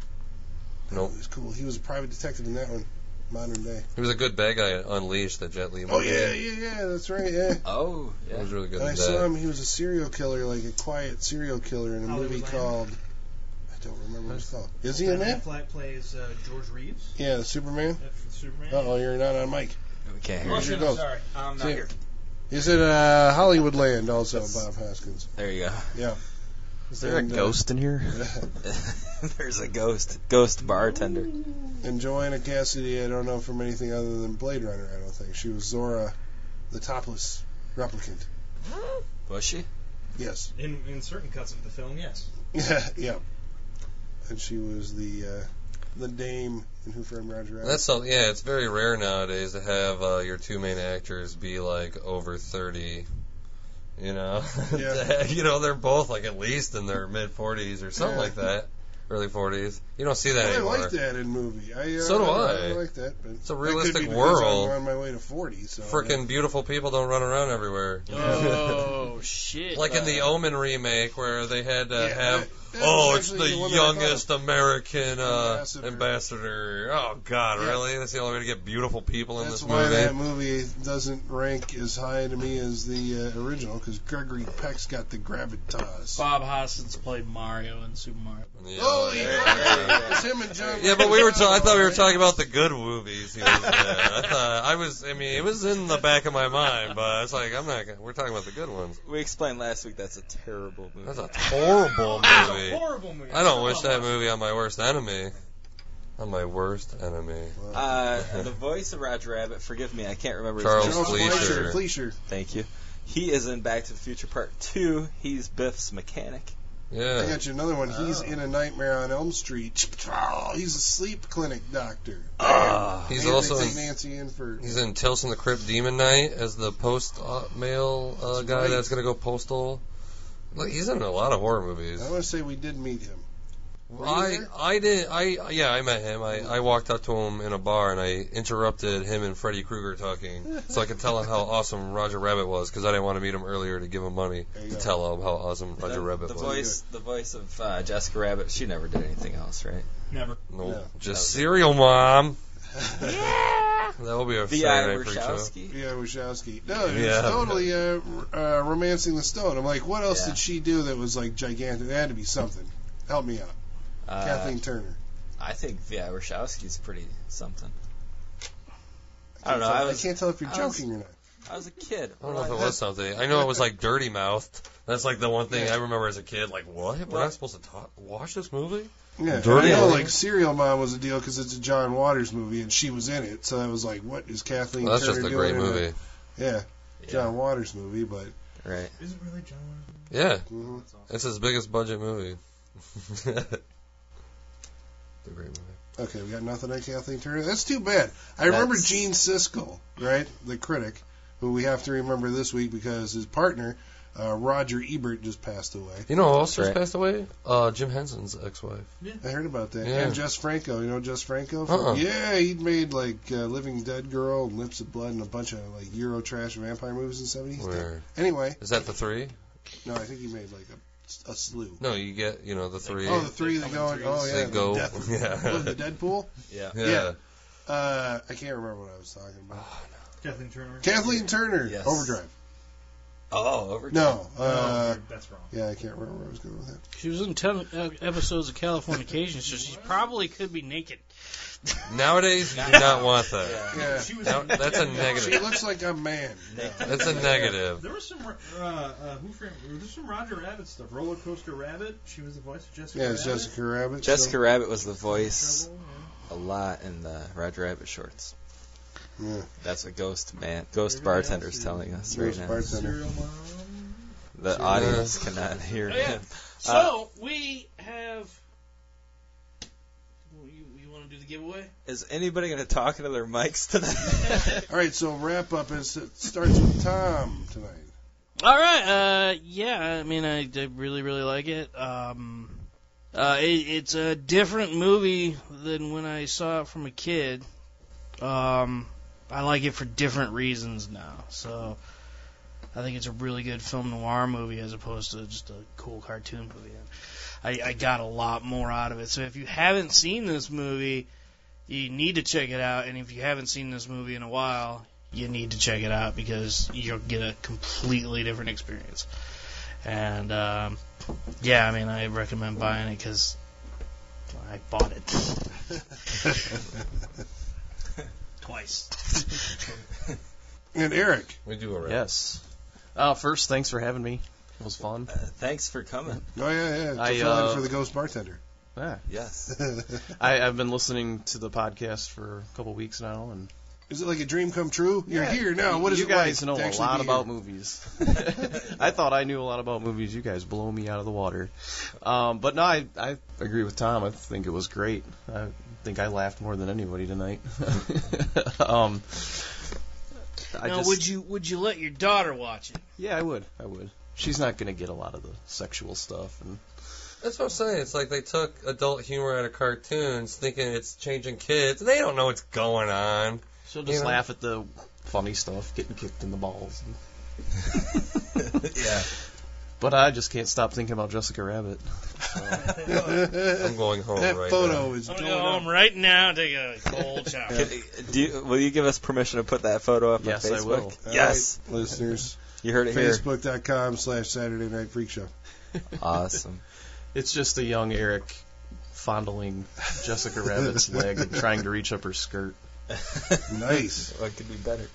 Speaker 5: Nope.
Speaker 1: It was cool. He was a private detective in that one. Modern day.
Speaker 5: He was a good bad guy in Unleashed, the Jet Li movie.
Speaker 1: Oh yeah, yeah, yeah. That's right. Yeah.
Speaker 3: Oh,
Speaker 5: He
Speaker 3: yeah.
Speaker 5: was really good
Speaker 1: And I
Speaker 5: at
Speaker 1: saw
Speaker 5: that.
Speaker 1: him. He was a serial killer, like a quiet serial killer in a
Speaker 7: Hollywood
Speaker 1: movie
Speaker 7: Land.
Speaker 1: called. I don't remember what it's called. Is he in that?
Speaker 7: Flat plays uh, George Reeves.
Speaker 1: Yeah, Superman.
Speaker 7: That's from Superman.
Speaker 1: Uh oh, you're not on mic.
Speaker 3: We can't hear
Speaker 7: Oh,
Speaker 1: Here
Speaker 3: you.
Speaker 7: shit,
Speaker 1: it
Speaker 7: I'm
Speaker 1: goes.
Speaker 7: sorry. I'm not
Speaker 1: See-
Speaker 7: here.
Speaker 1: Is it uh, Hollywoodland also, Bob Hoskins?
Speaker 3: There you go.
Speaker 1: Yeah.
Speaker 4: Is
Speaker 3: there a
Speaker 1: And, uh,
Speaker 3: ghost in here? There's a ghost. Ghost bartender.
Speaker 1: And Joanna Cassidy, I don't know from anything other than Blade Runner. I don't think she was Zora, the topless replicant.
Speaker 3: Was she?
Speaker 1: Yes.
Speaker 7: In, in certain cuts of the film, yes.
Speaker 1: Yeah, yeah. And she was the uh, the dame in Who Framed Roger Rabbit.
Speaker 5: That's something. Yeah, it's very rare nowadays to have uh, your two main actors be like over thirty. You know,
Speaker 1: Yeah.
Speaker 5: you know they're both like at least in their mid forties or something
Speaker 1: Yeah.
Speaker 5: like that, early forties. You don't see that
Speaker 1: I
Speaker 5: anymore.
Speaker 1: like that in movie. I, uh,
Speaker 5: So do
Speaker 1: I
Speaker 5: I.
Speaker 1: like that. But
Speaker 5: It's a
Speaker 1: that could
Speaker 5: realistic
Speaker 1: be because
Speaker 5: world.
Speaker 1: I'm on my way to 40. So
Speaker 5: Freaking beautiful people don't run around everywhere.
Speaker 2: Oh shit!
Speaker 5: Like in the Omen remake where they had to
Speaker 1: Yeah,
Speaker 5: have,
Speaker 1: that- that
Speaker 5: oh,
Speaker 1: was
Speaker 5: it's
Speaker 1: actually
Speaker 5: the
Speaker 1: one that I thought of.
Speaker 5: youngest American uh,
Speaker 1: Ambassador.
Speaker 5: ambassador. Oh God,
Speaker 1: Yeah.
Speaker 5: really? That's the only way to get beautiful people in
Speaker 1: That's
Speaker 5: this
Speaker 1: why
Speaker 5: movie.
Speaker 1: that movie doesn't rank as high to me as the uh, original because Gregory Peck's got the gravitas.
Speaker 2: Bob Hoskins played Mario in Super Mario.
Speaker 5: Yeah.
Speaker 1: Oh, yeah. It's him and John.
Speaker 5: Yeah, but we were. Ta- I thought we were talking about the good movies. He was in. I thought I was. I mean, it was in the back of my mind, but it's like I'm not. gonna- We're talking about the good ones.
Speaker 3: We explained last week that's a terrible movie.
Speaker 5: That's a horrible
Speaker 7: That's a
Speaker 5: movie.
Speaker 7: horrible movie.
Speaker 5: I don't wish that movie on my worst enemy. On my worst enemy,
Speaker 3: uh, the voice of Roger Rabbit, forgive me, I can't remember
Speaker 5: Charles
Speaker 3: his
Speaker 1: Charles
Speaker 3: name.
Speaker 1: Fleischer.
Speaker 5: Fleischer.
Speaker 1: Fleischer.
Speaker 3: Thank you. He is in Back to the Future Part 2. He's Biff's mechanic.
Speaker 1: I
Speaker 5: yeah.
Speaker 1: got you another one. He's in a Nightmare on Elm Street. He's a sleep clinic doctor.
Speaker 5: Ah. He's
Speaker 1: They- they
Speaker 5: also
Speaker 1: take
Speaker 5: in,
Speaker 1: Nancy in for.
Speaker 5: he's in Tilson the Crypt Demon Knight as the post uh, mail uh,
Speaker 1: That's
Speaker 5: guy
Speaker 1: right.
Speaker 5: that's gonna go postal. Like, he's in a lot of horror movies.
Speaker 1: I want to say we did meet him. Were you
Speaker 5: I
Speaker 1: there?
Speaker 5: I did I yeah I met him I, I walked up to him in a bar and I interrupted him and Freddy Krueger talking so I could tell him how awesome Roger Rabbit was because I didn't want to meet him earlier to give him money
Speaker 1: There you
Speaker 5: to
Speaker 1: go.
Speaker 5: tell him how awesome Roger
Speaker 3: the,
Speaker 5: Rabbit
Speaker 3: the
Speaker 5: was.
Speaker 3: voice, the voice of uh, Jessica Rabbit. She never did anything else, right?
Speaker 7: Never.
Speaker 5: No,
Speaker 1: Yeah.
Speaker 5: just cereal, mom.
Speaker 1: yeah.
Speaker 5: That will be a
Speaker 3: V.I.
Speaker 5: Saturday night freak show.
Speaker 3: Wachowski.
Speaker 1: Wachowski. No, it
Speaker 5: Yeah.
Speaker 1: was totally uh, r- uh, romancing the stone. I'm like, what else
Speaker 3: Yeah.
Speaker 1: did she do that was like gigantic? It had to be something. Help me out,
Speaker 3: Uh,
Speaker 1: Kathleen Turner.
Speaker 3: I think V.I. Wachowski's pretty something. I don't know. I
Speaker 1: I,
Speaker 3: was
Speaker 1: can't tell if you're
Speaker 3: I was-
Speaker 1: joking or not.
Speaker 3: I was a kid.
Speaker 5: I don't know if it was something. I know it was like dirty mouthed. That's like the one thing I remember as a kid. Like what? We're not supposed to talk, watch this movie?
Speaker 1: Yeah,
Speaker 5: Dirty
Speaker 1: I know,
Speaker 5: Harry.
Speaker 1: like Serial Mom was a deal because it's a John Waters movie and she was in it, so I was like, what is Kathleen?
Speaker 5: Well, that's
Speaker 1: Turner
Speaker 5: just a
Speaker 1: doing
Speaker 5: great
Speaker 1: in
Speaker 5: movie.
Speaker 1: yeah, John Waters movie, but
Speaker 3: Right.
Speaker 7: Is it really John?
Speaker 5: Yeah,
Speaker 1: mhm.
Speaker 5: it's his biggest budget movie. It's a great movie.
Speaker 1: Okay, we got nothing on Kathleen Turner. That's too bad. I remember
Speaker 3: That's-
Speaker 1: Gene Siskel, right, the critic, who we have to remember this week because his partner, uh, Roger Ebert, just passed away.
Speaker 5: You know who
Speaker 3: That's
Speaker 5: else just
Speaker 3: right.
Speaker 5: passed away? Uh, Jim Henson's ex-wife.
Speaker 1: I heard about that.
Speaker 5: Yeah.
Speaker 1: And Jess Franco, you know Jess Franco? From-
Speaker 5: Uh-uh.
Speaker 1: Yeah, he'd made like uh, Living Dead Girl and Lips of Blood and a bunch of like Euro trash vampire movies in the 70s.
Speaker 5: Where
Speaker 1: Anyway,
Speaker 5: is that the three?
Speaker 1: no, I think he made like a, a slew.
Speaker 5: No, you get you know the three.
Speaker 1: Oh, the three that
Speaker 7: Coming
Speaker 1: go.
Speaker 7: threes.
Speaker 1: Oh, yeah.
Speaker 5: They
Speaker 1: the
Speaker 5: go-
Speaker 1: Death,
Speaker 5: yeah.
Speaker 1: what was it, the Deadpool?
Speaker 3: Yeah.
Speaker 5: yeah. Oh,
Speaker 1: yeah. Uh, I can't remember what I was talking about.
Speaker 7: Kathleen Turner.
Speaker 1: Kathleen Turner,
Speaker 3: Yes.
Speaker 1: Overdrive.
Speaker 3: Oh, over.
Speaker 1: No.
Speaker 7: Oh,
Speaker 1: Uh,
Speaker 7: dude, that's wrong.
Speaker 1: yeah, I can't remember where I was going with that.
Speaker 2: She was in ten uh, episodes of Californication, so she probably could be naked.
Speaker 5: Nowadays, you do not want that.
Speaker 3: Yeah.
Speaker 1: Yeah.
Speaker 7: She was
Speaker 5: Now-
Speaker 7: in-
Speaker 5: that's a
Speaker 1: She
Speaker 5: negative.
Speaker 1: looks like a man.
Speaker 5: That's a negative.
Speaker 7: There was some uh, uh, Who Framed? There's some Roger Rabbit stuff. Roller Coaster Rabbit. She was the voice of Jessica.
Speaker 1: Yeah, it's
Speaker 7: Rabbit.
Speaker 1: Jessica Rabbit.
Speaker 3: Jessica Rabbit was the voice
Speaker 7: Trouble,
Speaker 3: a lot in the Roger Rabbit shorts.
Speaker 1: Yeah.
Speaker 3: That's what Ghost Man, Ghost
Speaker 7: Everybody else
Speaker 3: Bartender's
Speaker 7: is-
Speaker 3: telling
Speaker 1: It's
Speaker 3: us right
Speaker 1: Rose
Speaker 3: now.
Speaker 7: yeah.
Speaker 1: Bartender.
Speaker 7: Serial Mom.
Speaker 3: The audience cannot hear
Speaker 2: Oh, yeah.
Speaker 3: him.
Speaker 2: So we have. Well, you, you want to do the giveaway?
Speaker 3: Is anybody going to talk into their mics tonight?
Speaker 1: All right, so wrap up is it starts with Tom tonight.
Speaker 2: All right. Uh, yeah. I mean, I, I really, really like it. Um, uh, it, it's a different movie than when I saw it from a kid. Um, I like it for different reasons now. So, I think it's a really good film noir movie as opposed to just a cool cartoon movie. I, I got a lot more out of it. So, if you haven't seen this movie, you need to check it out. And if you haven't seen this movie in a while, you need to check it out because you'll get a completely different experience. And um, yeah, I mean, I recommend buying it because I bought it twice.
Speaker 1: and Eric.
Speaker 5: We do a wrap.
Speaker 4: Yes. Uh, first, thanks for having me. It was fun.
Speaker 3: Uh, thanks for coming.
Speaker 1: Oh yeah, yeah. It's
Speaker 4: I,
Speaker 1: a fill-in
Speaker 4: uh,
Speaker 1: for the ghost bartender.
Speaker 4: Yeah.
Speaker 3: Yes.
Speaker 4: I, I've been listening to the podcast for a couple weeks now, and
Speaker 1: Is it like a dream come true? You're
Speaker 4: Yeah.
Speaker 1: here now. What is
Speaker 4: you
Speaker 1: it
Speaker 4: guys
Speaker 1: like
Speaker 4: know
Speaker 1: to
Speaker 4: a
Speaker 1: actually
Speaker 4: lot
Speaker 1: be
Speaker 4: about
Speaker 1: here?
Speaker 4: movies. I thought I knew a lot about movies. You guys blow me out of the water. Um, but no, I, I agree with Tom. I think it was great. I think I laughed more than anybody tonight. um, I
Speaker 2: now,
Speaker 4: just,
Speaker 2: would you would you let your daughter watch it?
Speaker 4: yeah, I would. I would. She's not going to get a lot of the sexual stuff. And
Speaker 5: That's what I'm saying. It's like they took adult humor out of cartoons, thinking it's changing kids, and they don't know what's going on.
Speaker 4: she'll just
Speaker 5: You know?
Speaker 4: laugh at the funny stuff, getting kicked in the balls.
Speaker 5: Yeah,
Speaker 4: But I just can't stop thinking about Jessica Rabbit.
Speaker 5: I'm going home
Speaker 1: that
Speaker 5: right
Speaker 1: photo is
Speaker 2: I'm
Speaker 1: going
Speaker 2: gonna go
Speaker 1: up.
Speaker 2: home right now, and take a cold shower.
Speaker 3: Can- uh, do you, will you give us permission to put that photo up
Speaker 4: Yes,
Speaker 3: on
Speaker 4: I
Speaker 3: Facebook?
Speaker 4: will.
Speaker 1: All
Speaker 3: Yes.
Speaker 1: right, listeners.
Speaker 3: You heard it here.
Speaker 1: Facebook.com slash Saturday Night Freak Show.
Speaker 3: Awesome.
Speaker 4: It's just a young Eric fondling Jessica Rabbit's leg and trying to reach up her skirt.
Speaker 1: Nice.
Speaker 3: What could be better?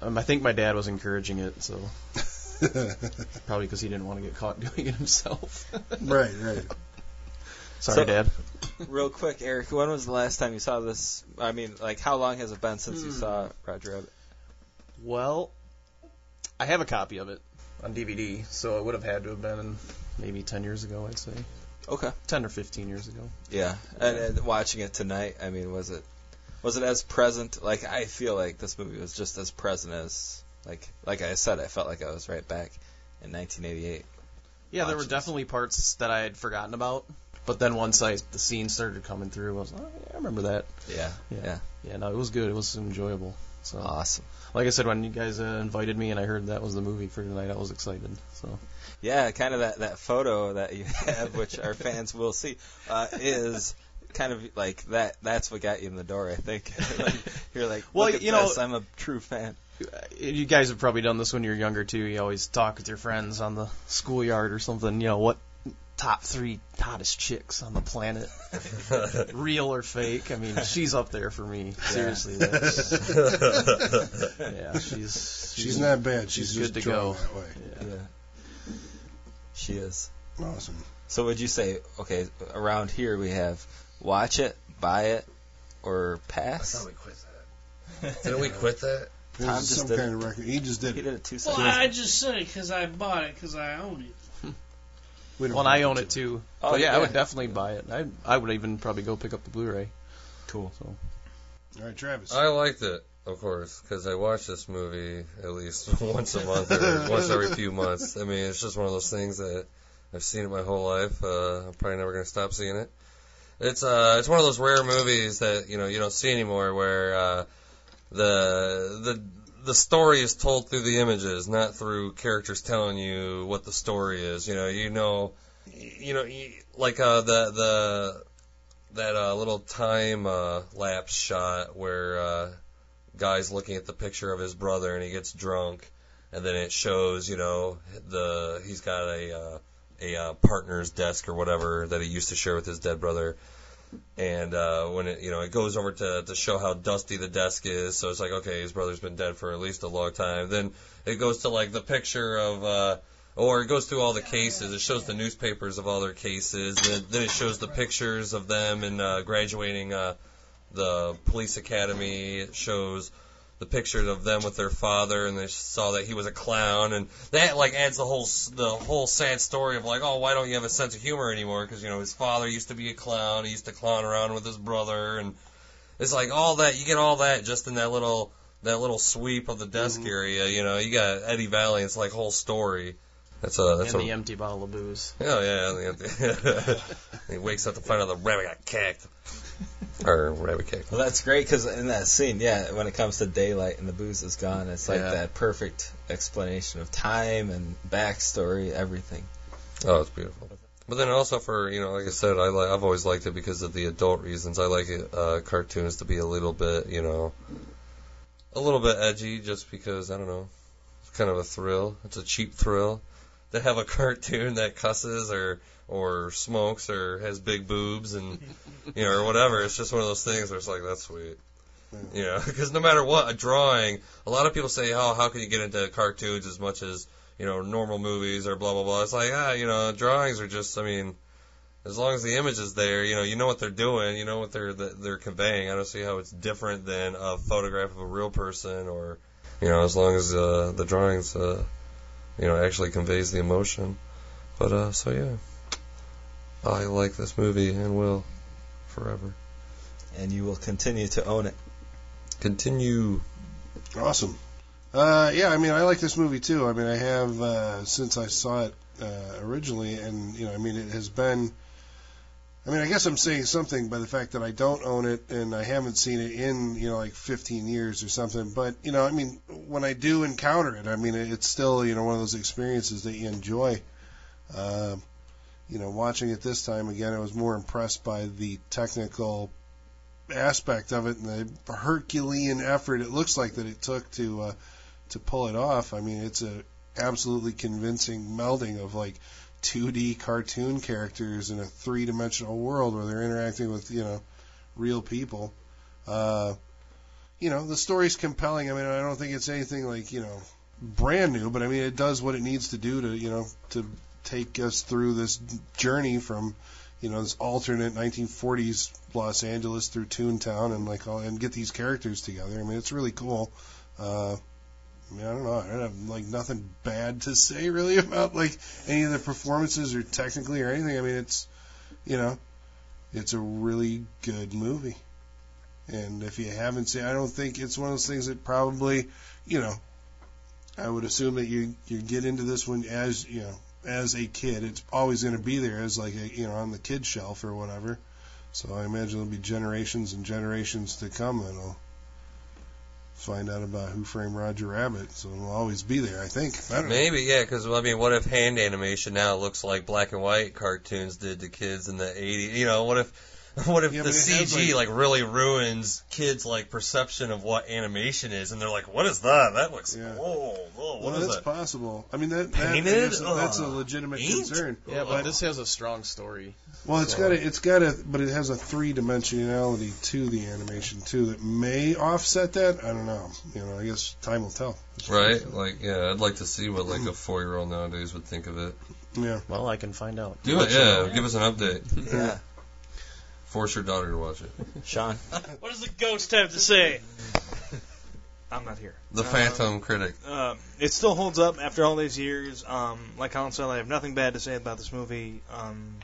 Speaker 4: Um, I think my dad was encouraging it, so probably because he didn't want to get caught doing it himself.
Speaker 1: right, right.
Speaker 4: Sorry,
Speaker 3: So-
Speaker 4: Dad.
Speaker 3: Real quick, Eric, when was the last time you saw this? I mean, like, how long has it been since you
Speaker 4: Hmm.
Speaker 3: saw Roger Rabbit?
Speaker 4: Well, I have a copy of it on DVD, so it would have had to have been maybe 10 years ago, I'd say.
Speaker 3: Okay.
Speaker 4: 10 or 15 years ago.
Speaker 3: Yeah, and, and watching it tonight, I mean, was it was it as present? Like, I feel like this movie was just as present as like like I said, I felt like I was right back in 1988.
Speaker 4: Yeah, there were
Speaker 3: Watches.
Speaker 4: definitely parts that I had forgotten about, but then once I the scene started coming through, I was like, oh, yeah, I remember that.
Speaker 3: Yeah,
Speaker 4: Yeah.
Speaker 3: Yeah.
Speaker 4: Yeah, no, it was good. It was enjoyable. So,
Speaker 3: awesome.
Speaker 4: like I said, when you guys uh, invited me and I heard that was the movie for tonight, I was excited. So,
Speaker 3: Yeah, kind of that that photo that you have, which our fans will see, uh, is. Kind of like that. That's what got you in the door, I think. like, you're like,
Speaker 4: Well,
Speaker 3: look at
Speaker 4: you know-
Speaker 3: this, I'm a true fan.
Speaker 4: Uh, you guys have probably done this when you're younger too. You always talk with your friends on the schoolyard or something. You know what? Top three hottest chicks on the planet, real or fake. I mean, she's up there for me. Seriously, that's, yeah, she's
Speaker 1: She's not bad. She's,
Speaker 4: she's
Speaker 1: just
Speaker 4: good to
Speaker 1: drawn
Speaker 4: go.
Speaker 1: that way.
Speaker 3: Yeah, she is.
Speaker 1: Awesome.
Speaker 3: So would you say, okay, around here we have watch it, buy it, or pass?
Speaker 5: quit that. Didn't we quit that?
Speaker 1: This
Speaker 3: Tom
Speaker 1: is
Speaker 3: just
Speaker 1: some
Speaker 3: did
Speaker 1: kind of record. He just did
Speaker 3: He
Speaker 1: it.
Speaker 3: did it two
Speaker 2: Well,
Speaker 3: seconds.
Speaker 2: I just said it because I bought it because I own it.
Speaker 1: We don't
Speaker 4: Well, and
Speaker 1: have
Speaker 4: I
Speaker 1: to
Speaker 4: own
Speaker 1: do
Speaker 4: it too.
Speaker 3: Oh,
Speaker 4: but yeah, I
Speaker 3: yeah.
Speaker 4: would definitely buy it. I I would even probably go pick up the Blu-ray.
Speaker 3: Cool.
Speaker 4: So
Speaker 1: All right, Travis.
Speaker 5: I liked it, of course, because I watch this movie at least once a month or once every few months. I mean, it's just one of those things that I've seen it my whole life. Uh, I'm probably never going to stop seeing it. It's uh, it's one of those rare movies that you know you don't see anymore, where uh, the the the story is told through the images, not through characters telling you what the story is. You know, you know, you know, you, like uh, the the that uh, little time uh, lapse shot where uh, guy's looking at the picture of his brother and he gets drunk, and then it shows you know the he's got a uh, a uh, partner's desk or whatever that he used to share with his dead brother. And uh, when it you know it goes over to to show how dusty the desk is, so it's like okay, his brother's been dead for at least a long time. Then it goes to like the picture of uh, or it goes through all the cases. It shows the newspapers of all their cases. Then, then it shows the pictures of them and uh, graduating uh, the police academy. It shows the pictures of them with their father, and they saw that he was a clown, and that like adds the whole s- the whole sad story of like, oh, why don't you have a sense of humor anymore? Because you know his father used to be a clown. He used to clown around with his brother, and it's like all that you get all that just in that little. That little sweep of the desk
Speaker 4: Mm-hmm.
Speaker 5: area, you know, you got Eddie Valiant's like whole story. That's a that's
Speaker 4: and
Speaker 5: a
Speaker 4: the empty bottle of booze.
Speaker 5: Oh yeah, and he- he wakes up to find out the rabbit got cacked. Or rabbit cacked.
Speaker 3: Well, that's great because in that scene, yeah, when it comes to daylight and the booze is gone, it's like
Speaker 4: Yeah.
Speaker 3: that perfect explanation of time and backstory, everything.
Speaker 5: Oh, it's beautiful. But then also for you know, like I said, I li- I've always liked it because of the adult reasons. I like it, uh, cartoons to be a little bit, you know, a little bit edgy, just because I don't know, it's kind of a thrill. It's a cheap thrill to have a cartoon that cusses or or smokes or has big boobs and you know or whatever. It's just one of those things where it's like that's sweet. You know, because no matter what, a drawing. A lot of people say, "Oh, how can you get into cartoons as much as you know, normal movies or blah blah blah. It's like ah, you know, drawings are just. I mean, as long as the image is there, you know, you know what they're doing, you know what they're that they're conveying. I don't see how it's different than a photograph of a real person, or you know, as long as uh, the drawings, uh, you know, actually conveys the emotion. But uh, so yeah, I like this movie and will forever
Speaker 3: and you will continue to own it.
Speaker 5: continue.
Speaker 1: Awesome. Uh, yeah, I mean, I like this movie too. I mean, I have uh, since I saw it uh, originally, and you know, I mean, it has been. I mean, I guess I'm saying something by the fact that I don't own it and I haven't seen it in you know like 15 years or something. But you know, I mean, when I do encounter it, I mean, it's still you know one of those experiences that you enjoy. Uh, you know, watching it this time again, I was more impressed by the technical aspect of it and the Herculean effort it looks like that it took to uh, to pull it off. I mean, it's a absolutely convincing melding of like 2D cartoon characters in a three-dimensional world where they're interacting with you know real people. Uh, you know, the story's compelling. I mean, I don't think it's anything like you know brand new, but I mean, it does what it needs to do to you know to take us through this journey from you know this alternate 1940s Los Angeles through Toontown and like all and get these characters together. I mean, it's really cool. Uh, I mean, I don't know. I don't have like nothing bad to say really about like any of the performances or technically or anything. I mean, it's you know, it's a really good movie. And if you haven't seen, I don't think it's one of those things that probably, you know, I would assume that you you get into this one as you know as a kid. It's always going to be there as like a, you know on the kid shelf or whatever. So I imagine there'll be generations and generations to come that'll find out about Who Framed Roger Rabbit. So it'll always be there, I think. I don't know.
Speaker 5: Maybe yeah, because I mean, what if hand animation now looks like black and white cartoons did to kids in the '80s? You know, what if what if
Speaker 1: Yeah,
Speaker 5: the
Speaker 1: but it has,
Speaker 5: CG like, really ruins kids like perception of what animation is, and they're like, what is that? That looks
Speaker 1: Yeah.
Speaker 5: whoa, whoa, what
Speaker 1: well,
Speaker 5: is
Speaker 1: that's
Speaker 5: that?
Speaker 1: possible. I mean, that, that I
Speaker 5: Painted?
Speaker 1: guess that's a
Speaker 5: Ugh.
Speaker 1: legitimate
Speaker 5: Inked?
Speaker 1: concern.
Speaker 4: Yeah, but this has a strong story.
Speaker 1: Well, it's
Speaker 4: So-
Speaker 1: got a, it's got a, but it has a three dimensionality to the animation too that may offset that. I don't know. You know, I guess time will tell.
Speaker 5: Right? Like yeah, I'd like to see what like a four year old nowadays would think of it.
Speaker 1: Yeah.
Speaker 4: Well, I can find out.
Speaker 5: Do it, yeah. Give us an update.
Speaker 1: Yeah.
Speaker 5: Force your daughter to watch it.
Speaker 3: Sean,
Speaker 2: What does the ghost have to say?
Speaker 6: I'm not here.
Speaker 5: The
Speaker 6: Uh,
Speaker 5: Phantom Critic.
Speaker 6: Uh, it still holds up after all these years. Um, like Colin said, I have nothing bad to say about this movie. Um,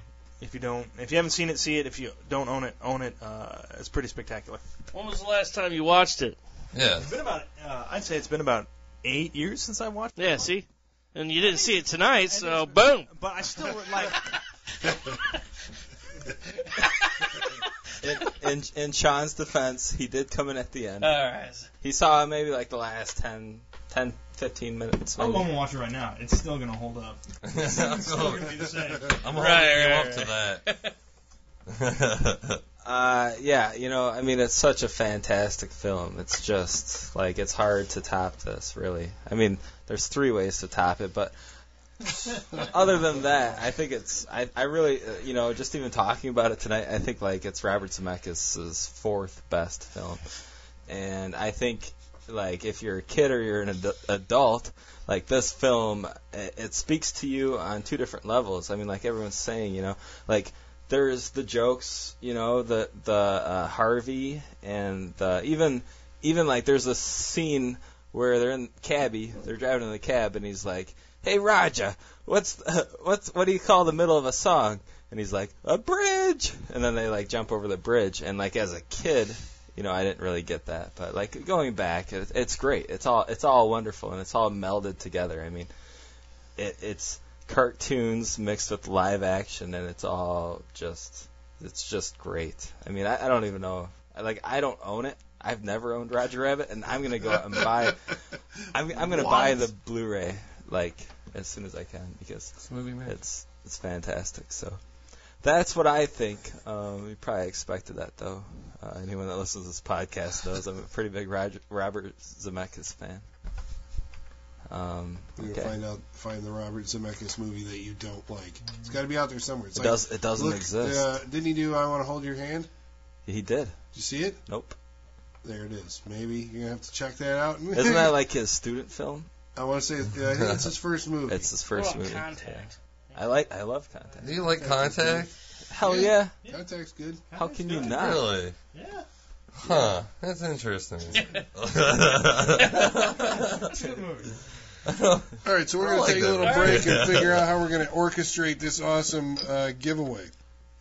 Speaker 6: if you don't, if you haven't seen it, see it. If you don't own it, own it. Uh, it's pretty spectacular.
Speaker 2: When was the last time you watched it?
Speaker 5: Yeah.
Speaker 6: It's been about, uh, I'd say it's been about eight years since I watched. it.
Speaker 2: Yeah, see? And you didn't see it tonight, so
Speaker 6: it's-
Speaker 2: boom.
Speaker 6: But I still would like.
Speaker 3: in, in in Sean's defense, he did come in at the end.
Speaker 2: All right.
Speaker 3: He saw maybe like the last 10, 10 15 minutes.
Speaker 7: I'll
Speaker 3: Maybe.
Speaker 7: go and watch it right now. It's still gonna hold up. still gonna be the same.
Speaker 5: I'm holding
Speaker 2: Right,
Speaker 5: you
Speaker 2: right,
Speaker 5: up to that.
Speaker 3: Uh, yeah, you know, I mean, it's such a fantastic film. It's just like it's hard to top this, really. I mean, there's three ways to top it, but other than that, I think it's I I really uh, you know just even talking about it tonight, I think like it's Robert Zemeckis' fourth best film, and I think like if you're a kid or you're an ad- adult, like this film, it, it speaks to you on two different levels. I mean, like everyone's saying, you know, like there's the jokes, you know, the the uh, Harvey and the even even like there's this scene where they're in cabbie, they're driving in the cab, and he's like, "Hey Raja, what's what's what do you call the middle of a song?" And he's like, "A bridge," and then they like jump over the bridge, and like as a kid. You know, I didn't really get that, but like going back, it, it's great. It's all it's all wonderful, and it's all melded together. I mean, it, it's cartoons mixed with live action, and it's all just it's just great. I mean, I, I don't even know. Like, I don't own it. I've never owned Roger Rabbit, and I'm gonna go out and buy. I'm I'm gonna buy the Blu-ray like as soon as I can because
Speaker 4: movie
Speaker 3: it's it's fantastic. So that's what I think. Um, you probably expected that though. Uh, anyone that listens to this podcast knows I'm a pretty big Roger, Robert Zemeckis fan. Um,
Speaker 1: You're
Speaker 3: okay.
Speaker 1: gonna find out find the Robert Zemeckis movie that you don't like. It's got to be out there somewhere. It's
Speaker 3: It
Speaker 1: like,
Speaker 3: does. It doesn't
Speaker 1: look,
Speaker 3: exist.
Speaker 1: Uh, didn't he do I Want to Hold Your Hand? Did
Speaker 3: He did.
Speaker 1: you see it?
Speaker 3: Nope.
Speaker 1: There it is. Maybe you're gonna have to check that out.
Speaker 3: Isn't that like his student film?
Speaker 1: I want to say yeah, I think it's his first movie.
Speaker 3: It's his first
Speaker 2: what about
Speaker 3: movie.
Speaker 2: Contact?
Speaker 3: I like I love Contact.
Speaker 5: Do you like
Speaker 1: That's
Speaker 5: Contact?
Speaker 3: Hell
Speaker 1: Yeah.
Speaker 3: yeah.
Speaker 1: good. Contact's good.
Speaker 3: How can you not?
Speaker 5: Really?
Speaker 7: Yeah.
Speaker 5: Huh. That's interesting.
Speaker 7: That's a good movie.
Speaker 1: All right, so we're
Speaker 5: I
Speaker 1: going
Speaker 5: like
Speaker 1: to take a
Speaker 5: that
Speaker 1: little
Speaker 5: movie.
Speaker 1: break and figure out how we're going to orchestrate this awesome uh, giveaway.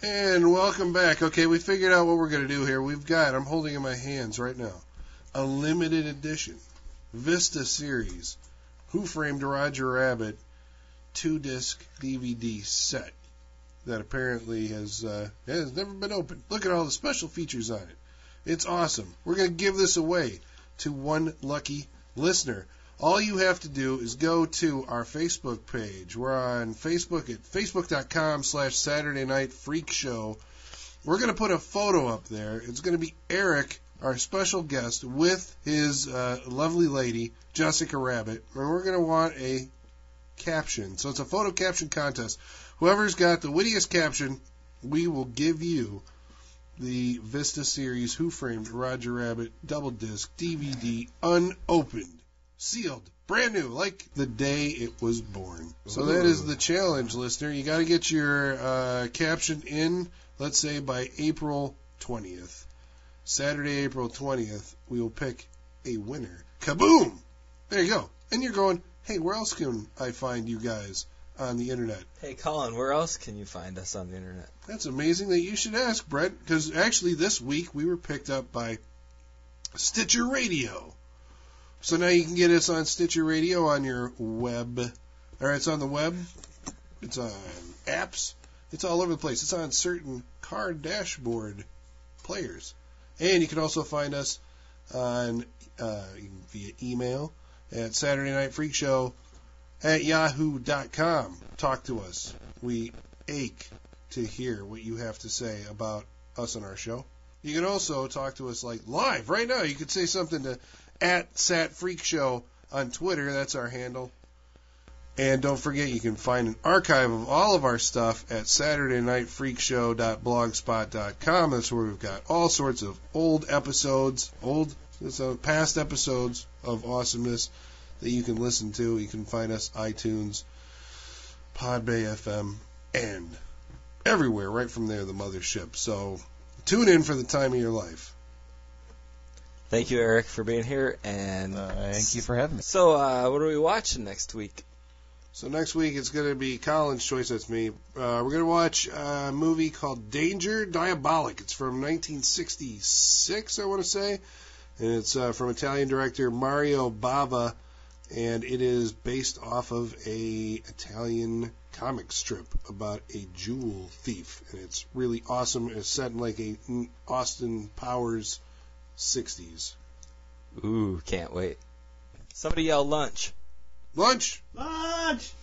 Speaker 1: And welcome back. Okay, we figured out what we're going to do here. We've got, I'm holding in my hands right now, a limited edition Vista series Who Framed Roger Rabbit two disc DVD set that apparently has uh, has never been opened. Look at all the special features on it. It's awesome. We're going to give this away to one lucky listener. All you have to do is go to our Facebook page. We're on Facebook at facebook.com slash Saturday Night Freak Show. We're going to put a photo up there. It's going to be Eric, our special guest, with his uh, lovely lady, Jessica Rabbit. And we're going to want a caption. So it's a photo caption contest. Whoever's got the wittiest caption, we will give you the Vista series Who Framed Roger Rabbit double disc DVD unopened sealed, brand new, like the day it was born. So that is the challenge, listener. You got to get your uh, caption in, let's say by April 20th. Saturday, April 20th, we will pick a winner. Kaboom! There you go. And you're going, hey, where else can I find you guys on the internet?
Speaker 3: Hey Colin, where else can you find us on the internet?
Speaker 1: That's amazing that you should ask, Brett, because actually this week we were picked up by Stitcher Radio. So now you can get us on Stitcher Radio on your web. Or it's on the web, it's on apps, it's all over the place. It's on certain car dashboard players. And you can also find us on uh, via email at Saturday Night Freak Show at yahoo.com. Talk to us. We ache to hear what you have to say about us on our show. You can also talk to us like live right now. You could say something to at Sat Freak Show on Twitter. That's our handle. And don't forget, you can find an archive of all of our stuff at SaturdayNightFreakShow.blogspot.com. That's where we've got all sorts of old episodes, old so past episodes of awesomeness that you can listen to. You can find us iTunes, Podbay FM, and everywhere right from there the mothership so tune in for the time of your life
Speaker 3: Thank you, Eric, for being here and
Speaker 1: Uh,
Speaker 4: thank you for having me.
Speaker 3: So uh, what are we watching next week?
Speaker 1: so next week it's going to be colin's choice that's me uh, we're going to watch a movie called danger diabolic it's from 1966 i want to say and it's uh, from italian director mario bava and it is based off of a italian comic strip about a jewel thief and it's really awesome it's set in like a austin powers 60s
Speaker 3: Ooh, can't wait. Somebody yell lunch.
Speaker 1: lunch
Speaker 7: Lunch.